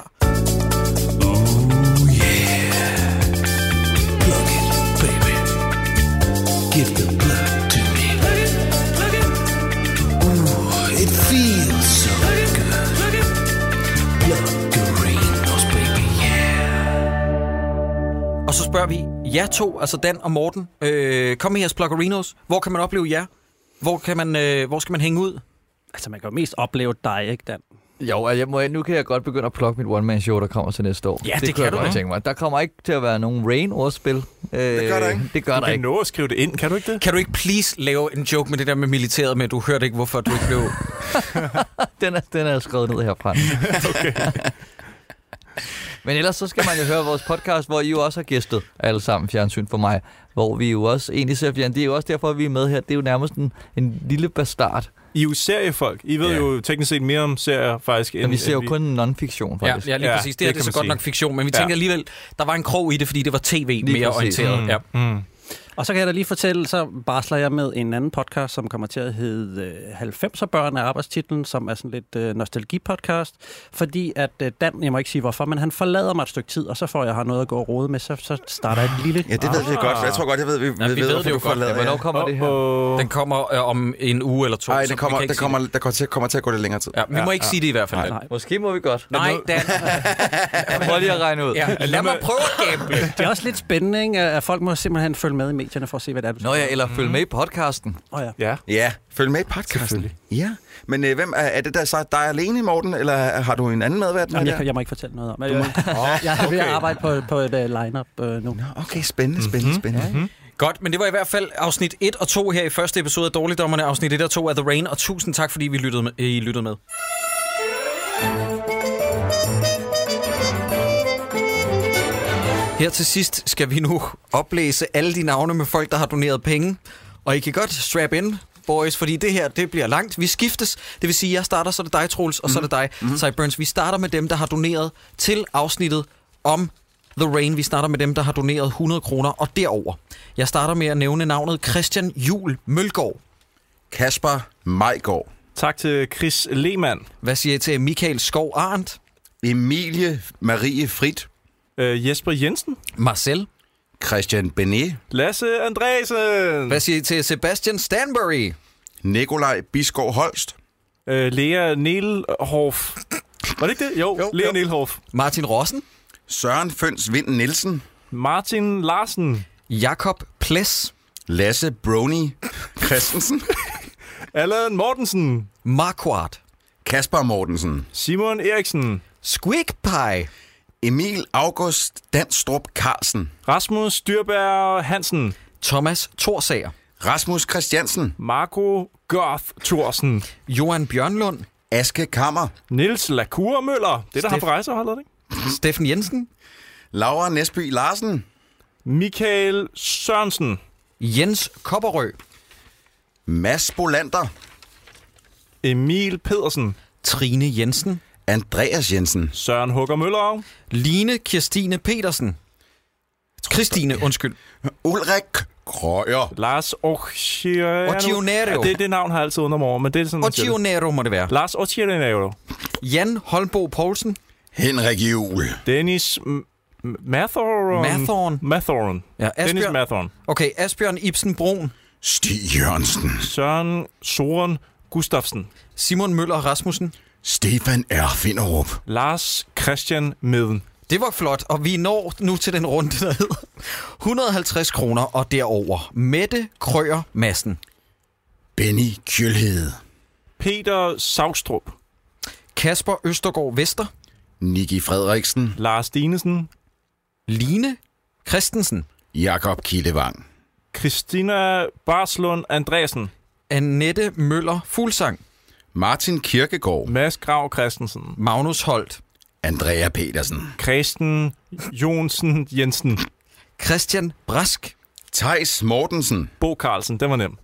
S9: Give the blood to me. Ooh, it feels so good. Plugarinos, baby, yeah.
S1: Og så spørger vi jer to, altså Dan og Morten, øh, kom med jeres Pluggerinos. Hvor kan man opleve jer? Hvor, kan man, øh, hvor skal man hænge ud?
S4: Altså, man kan jo mest opleve dig, ikke Dan?
S3: Jo, altså, jeg må, nu kan jeg godt begynde at plukke mit one-man-show, der kommer til næste år.
S4: Ja, det
S3: kunne
S4: kan
S3: jeg
S4: du
S3: godt
S4: da.
S3: tænke mig. Der kommer ikke til at være nogen Rain-ordspil. Øh, det
S5: gør der ikke.
S3: Det gør
S11: Du
S3: der
S11: kan
S3: ikke.
S11: nå at skrive det ind, kan du ikke det?
S1: Kan du ikke please lave en joke med det der med militæret med, at du hørte ikke, hvorfor du ikke blev...
S3: Den er, den er skrevet ned herfra. Men ellers så skal man jo høre vores podcast, hvor I jo også har gæstet alle sammen fjernsyn for mig. Hvor vi jo også egentlig ser fjern. Det er jo også derfor, vi er med her. Det er jo nærmest en, en lille bastard.
S11: I er jo seriefolk. I ved
S3: Ja.
S11: ja. jo teknisk set mere om serier, faktisk.
S3: Men vi ser jo kun non-fiktion,
S1: Ja,
S3: faktisk.
S1: ja, lige
S11: Ja,
S1: præcis. Det,
S11: det
S1: her,
S11: kan
S1: det er så
S11: man
S1: godt
S11: sige.
S1: nok fiktion, men vi tænker
S11: Ja.
S1: alligevel, der var en krog i det, fordi det var tv mere
S4: præcis.
S1: orienteret.
S4: Mm.
S1: Ja.
S11: Mm.
S4: Og så kan jeg da lige fortælle, så barsler jeg med en anden podcast, som kommer til at hedde øh, 90'er børn af arbejdstitlen, som er sådan lidt øh, nostalgi-podcast, fordi at øh, Dan, jeg må ikke sige hvorfor, men han forlader mig et stykke tid, og så får jeg har noget at gå og rode med, så, så starter et lille...
S5: Ja, det ved vi godt, for jeg tror godt, jeg ved, vi, ja, vi,
S1: vi ved
S5: hvorfor
S1: det jo
S5: du
S1: godt.
S5: forlader
S1: Ja, hvornår
S5: jer.
S1: kommer det her?
S11: Åh.
S1: Den kommer øh, om en uge eller to.
S5: Nej,
S1: så
S5: det
S1: vi
S5: kommer,
S1: kan ikke
S5: det
S1: sige
S5: kommer, der går til, kommer til at gå lidt længere tid.
S1: Ja, vi må ikke sige det i hvert fald.
S5: Nej.
S1: Dan.
S3: Måske må vi godt.
S1: Nej, Dan.
S3: Prøv lige at regne ud.
S1: Ja, lad mig prøve at gamble.
S4: Det er også lidt spændende, ikke? at folk må simpelthen følge med i medierne for at se, hvad det er, du Mm.
S3: Nå ja, eller følg med i podcasten.
S4: Åh ja.
S11: Ja.
S5: Ja, følg med i podcasten. Ja, men øh, hvem er, er det der så dig alene, Morten, eller har du en anden medvært? med
S4: Jamen,
S5: der?
S4: jeg, jeg må ikke fortælle noget om. Jeg, jeg, jeg er ved at
S5: okay.
S4: arbejde på, på et uh, line-up uh, nu.
S5: Okay, spændende, spændende,
S1: Mhm.
S5: spændende. Mm-hmm.
S1: Godt, men det var i hvert fald afsnit 1 og 2 her i første episode af Dårligdommerne, afsnit 1 og 2 af The Rain, og tusind tak, fordi vi lyttede med, I lyttede med. Her til sidst skal vi nu oplæse alle de navne med folk, der har doneret penge. Og I kan godt strap in, boys, fordi det her, det bliver langt. Vi skiftes, det vil sige, jeg starter, så er det dig, Troels, og så er det dig, mm Burns. Vi starter med dem, der har doneret til afsnittet om The Rain. Vi starter med dem, der har doneret 100 kroner og derover. Jeg starter med at nævne navnet Christian Jul Mølgaard.
S5: Kasper Majgaard.
S11: Tak til Chris Lehmann.
S1: Hvad siger I til Michael Skov Arndt?
S5: Emilie Marie Frit.
S11: Øh, Jesper Jensen.
S1: Marcel.
S5: Christian Benet.
S11: Lasse Andresen.
S1: Hvad siger I til Sebastian Stanbury?
S5: Nikolaj Biskov Holst.
S11: Øh, Lea Nielhoff. Var det ikke det? Jo, jo Lea jo. Nielhoff.
S1: Martin Rossen.
S5: Søren Føns Vind Nielsen.
S11: Martin Larsen.
S1: Jakob Ples.
S5: Lasse Brony Christensen.
S11: Allan Mortensen.
S1: Marquardt.
S5: Kasper Mortensen.
S11: Simon Eriksen.
S1: Squigpie.
S5: Emil August Danstrup Carlsen.
S11: Rasmus Dyrberg Hansen.
S1: Thomas Torsager.
S5: Rasmus Christiansen.
S11: Marco Goth Thorsen.
S1: Johan Bjørnlund.
S5: Aske Kammer.
S11: Nils Lacour Møller. Det er der har for rejseholdet, ikke?
S1: Steffen Jensen.
S5: Laura Nesby Larsen.
S11: Michael Sørensen.
S1: Jens Kopperø.
S5: Mads Bolander.
S11: Emil Pedersen.
S1: Trine Jensen.
S5: Andreas Jensen.
S11: Søren Hugger Møller.
S1: Line Kirstine Petersen. Christine, undskyld.
S5: Ulrik Krøyer.
S11: Lars Occhiano.
S1: Occhionero.
S11: Ja, det, det navn har jeg altid under mig over, men det er sådan, man siger det.
S1: Occhionero må det være.
S11: Lars Occhianero.
S1: Jan Holmbo Poulsen.
S5: Henrik Juhl.
S11: Dennis M- M- Mathorn.
S1: Mathorn.
S11: Mathorn.
S1: Ja,
S11: Dennis
S1: Asbjørn-
S11: Mathorn.
S1: Okay, Asbjørn Ibsen Brun.
S5: Stig Jørgensen.
S11: Søren Soren Gustafsen.
S1: Simon Møller Rasmussen.
S5: Stefan R. Finderup.
S11: Lars Christian Meden.
S1: Det var flot, og vi når nu til den runde, der hedder 150 kroner og derover. Mette Krøyer Madsen.
S5: Benny Kjølhede.
S11: Peter Savstrup.
S1: Kasper Østergaard Vester.
S5: Niki Frederiksen.
S11: Lars Dinesen.
S1: Line Christensen.
S5: Jakob Kildevang.
S11: Christina Barslund Andresen.
S1: Annette Møller Fuglsang.
S5: Martin Kirkegaard.
S11: Mads Grav Christensen.
S1: Magnus Holt.
S5: Andrea Petersen.
S11: Kristen Jonsen Jensen.
S1: Christian Brask.
S5: Tejs Mortensen.
S11: Bo Carlsen, den var nem.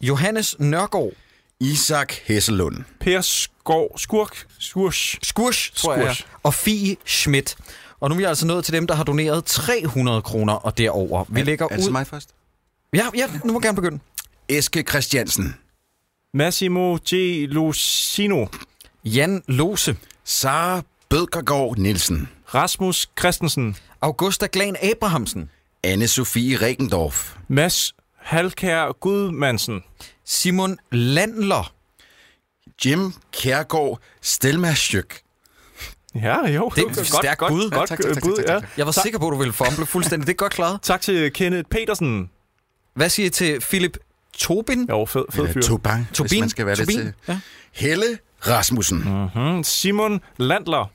S1: Johannes Nørgaard.
S5: Isak Hesselund.
S11: Per Skov Skurk. Skursch.
S1: Skursch, tror jeg. det er. Og Fie Schmidt. Og nu er vi altså nået til dem, der har doneret 300 kroner og derover. Vi lægger
S5: Er
S1: ud...
S5: det til mig først?
S1: Ja, ja, nu må jeg gerne begynde.
S5: Eske Christiansen.
S11: Massimo G. Lucino.
S1: Jan Lose.
S5: Sara Bødkergaard Nielsen.
S11: Rasmus Christensen.
S1: Augusta Glan Abrahamsen.
S5: anne Sofie Regendorf.
S11: Mads Halkær Gudmansen.
S1: Simon Landler.
S5: Jim Kjærgaard Stelmaschøk.
S11: Ja, jo.
S1: Det er et stærkt bud.
S11: Godt,
S5: tak,
S11: tak,
S5: tak, tak,
S11: bud,
S5: tak, tak,
S11: ja.
S5: tak.
S1: Jeg var sikker på, at du ville fumble fuldstændig. Det er godt klaret.
S11: Tak til Kenneth Petersen.
S1: Hvad siger I til Philip Tobin?
S11: Jo, fed, fed
S5: Eller
S11: fyr.
S5: Tobang, hvis
S1: Tobin?
S5: man skal være lidt
S1: Tobin?
S5: til.
S1: Ja.
S5: Helle Rasmussen. Mm.
S11: Mm, Simon Landler.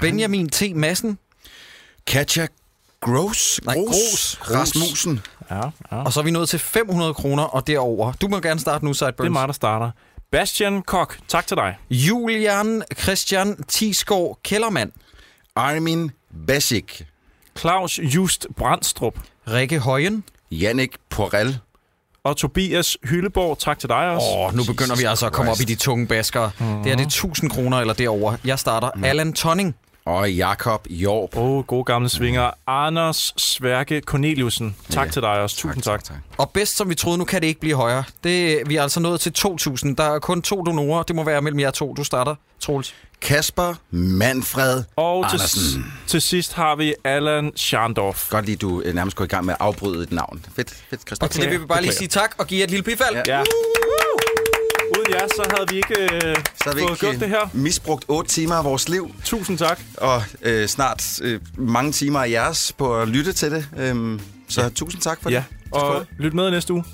S1: Benjamin T. Madsen.
S5: Katja Gross.
S1: Nej, Gros.
S5: Rasmussen.
S11: Ja, ja.
S1: Og så er vi nået til 500 kroner og derover. Du må gerne starte nu, Sideburns.
S11: Det er mig, der starter. Bastian Kok, tak til dig.
S1: Julian Christian Tisgaard Kellermann.
S5: Armin Basik.
S11: Claus Just Brandstrup.
S1: Rikke Højen.
S5: Jannik Porel.
S11: Og Tobias Hylleborg, tak til dig også. Mhm.
S1: Åh, oh, nu begynder vi altså at komme op i de tunge baskere. Mm-hmm. Det her det er 1000 kroner eller derover. Jeg starter Allan Tonning.
S5: Mhm. Og Jakob Jorp.
S11: Åh, oh, gode gamle svinger. Anders Sværke Corneliusen, tak til dig også. Tusind tak.
S1: Og bedst som vi troede, nu kan det ikke blive højere. Det, vi er altså nået til 2000. Der er kun to donorer. Det må være mellem jer to. Du starter, Troels.
S5: Kasper Manfred
S11: Og til,
S5: Andersen.
S11: til sidst har vi Allan Schandorf.
S5: Godt lige, du øh, nærmest går i gang med at afbryde et navn. Fedt, fedt, Christoffer.
S1: Og til det vil vi bare lige sige tak og give jer et lille bifald.
S5: Ja.
S11: Ja. Uden jer, så havde vi ikke
S5: Så
S11: øh,
S5: har vi
S11: fået
S5: ikke
S11: gjort det her.
S5: øh, misbrugt otte timer af vores liv,
S11: Tusind tak.
S5: og øh, snart øh, mange timer af jeres på at lytte til det. Øhm, så ja. tusind tak for
S11: Ja,
S5: det.
S11: og lyt med næste uge.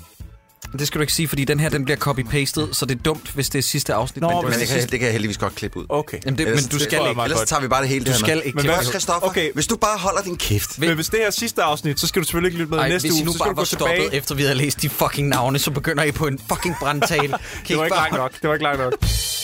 S1: Det skal du ikke sige, fordi den her den bliver copy-pastet, så det er dumt, hvis det er altså sidste afsnit.
S11: Nå,
S1: men det,
S5: Men
S11: hvis
S5: det
S1: men,
S5: kan, det kan jeg heldigvis godt klippe ud.
S11: Okay.
S1: Jamen det,
S5: Ellers-
S1: men du
S5: det
S1: skal
S11: tror jeg
S1: ikke.
S11: meget
S5: Ellers
S11: godt.
S5: tager vi bare det hele
S1: Du
S5: det her
S1: skal
S5: med.
S1: ikke
S11: Men
S1: klippe
S11: hvad-
S5: Hvad,
S1: det ud.
S5: Christoffer?
S11: Okay.
S5: Okay. Hvis du bare holder din kæft.
S11: Men hvis det her er sidste afsnit, så skal du selvfølgelig ikke lytte med
S1: Ej,
S11: næste
S1: hvis I
S11: uge.
S1: nu
S11: så skal
S1: bare
S11: du gå
S1: var stoppet,
S11: tilbage.
S1: efter vi havde læst de fucking navne, så begynder I på en fucking brandtale. Kan I
S11: Det var ikke
S1: bare-
S11: langt nok. Det var ikke langt nok.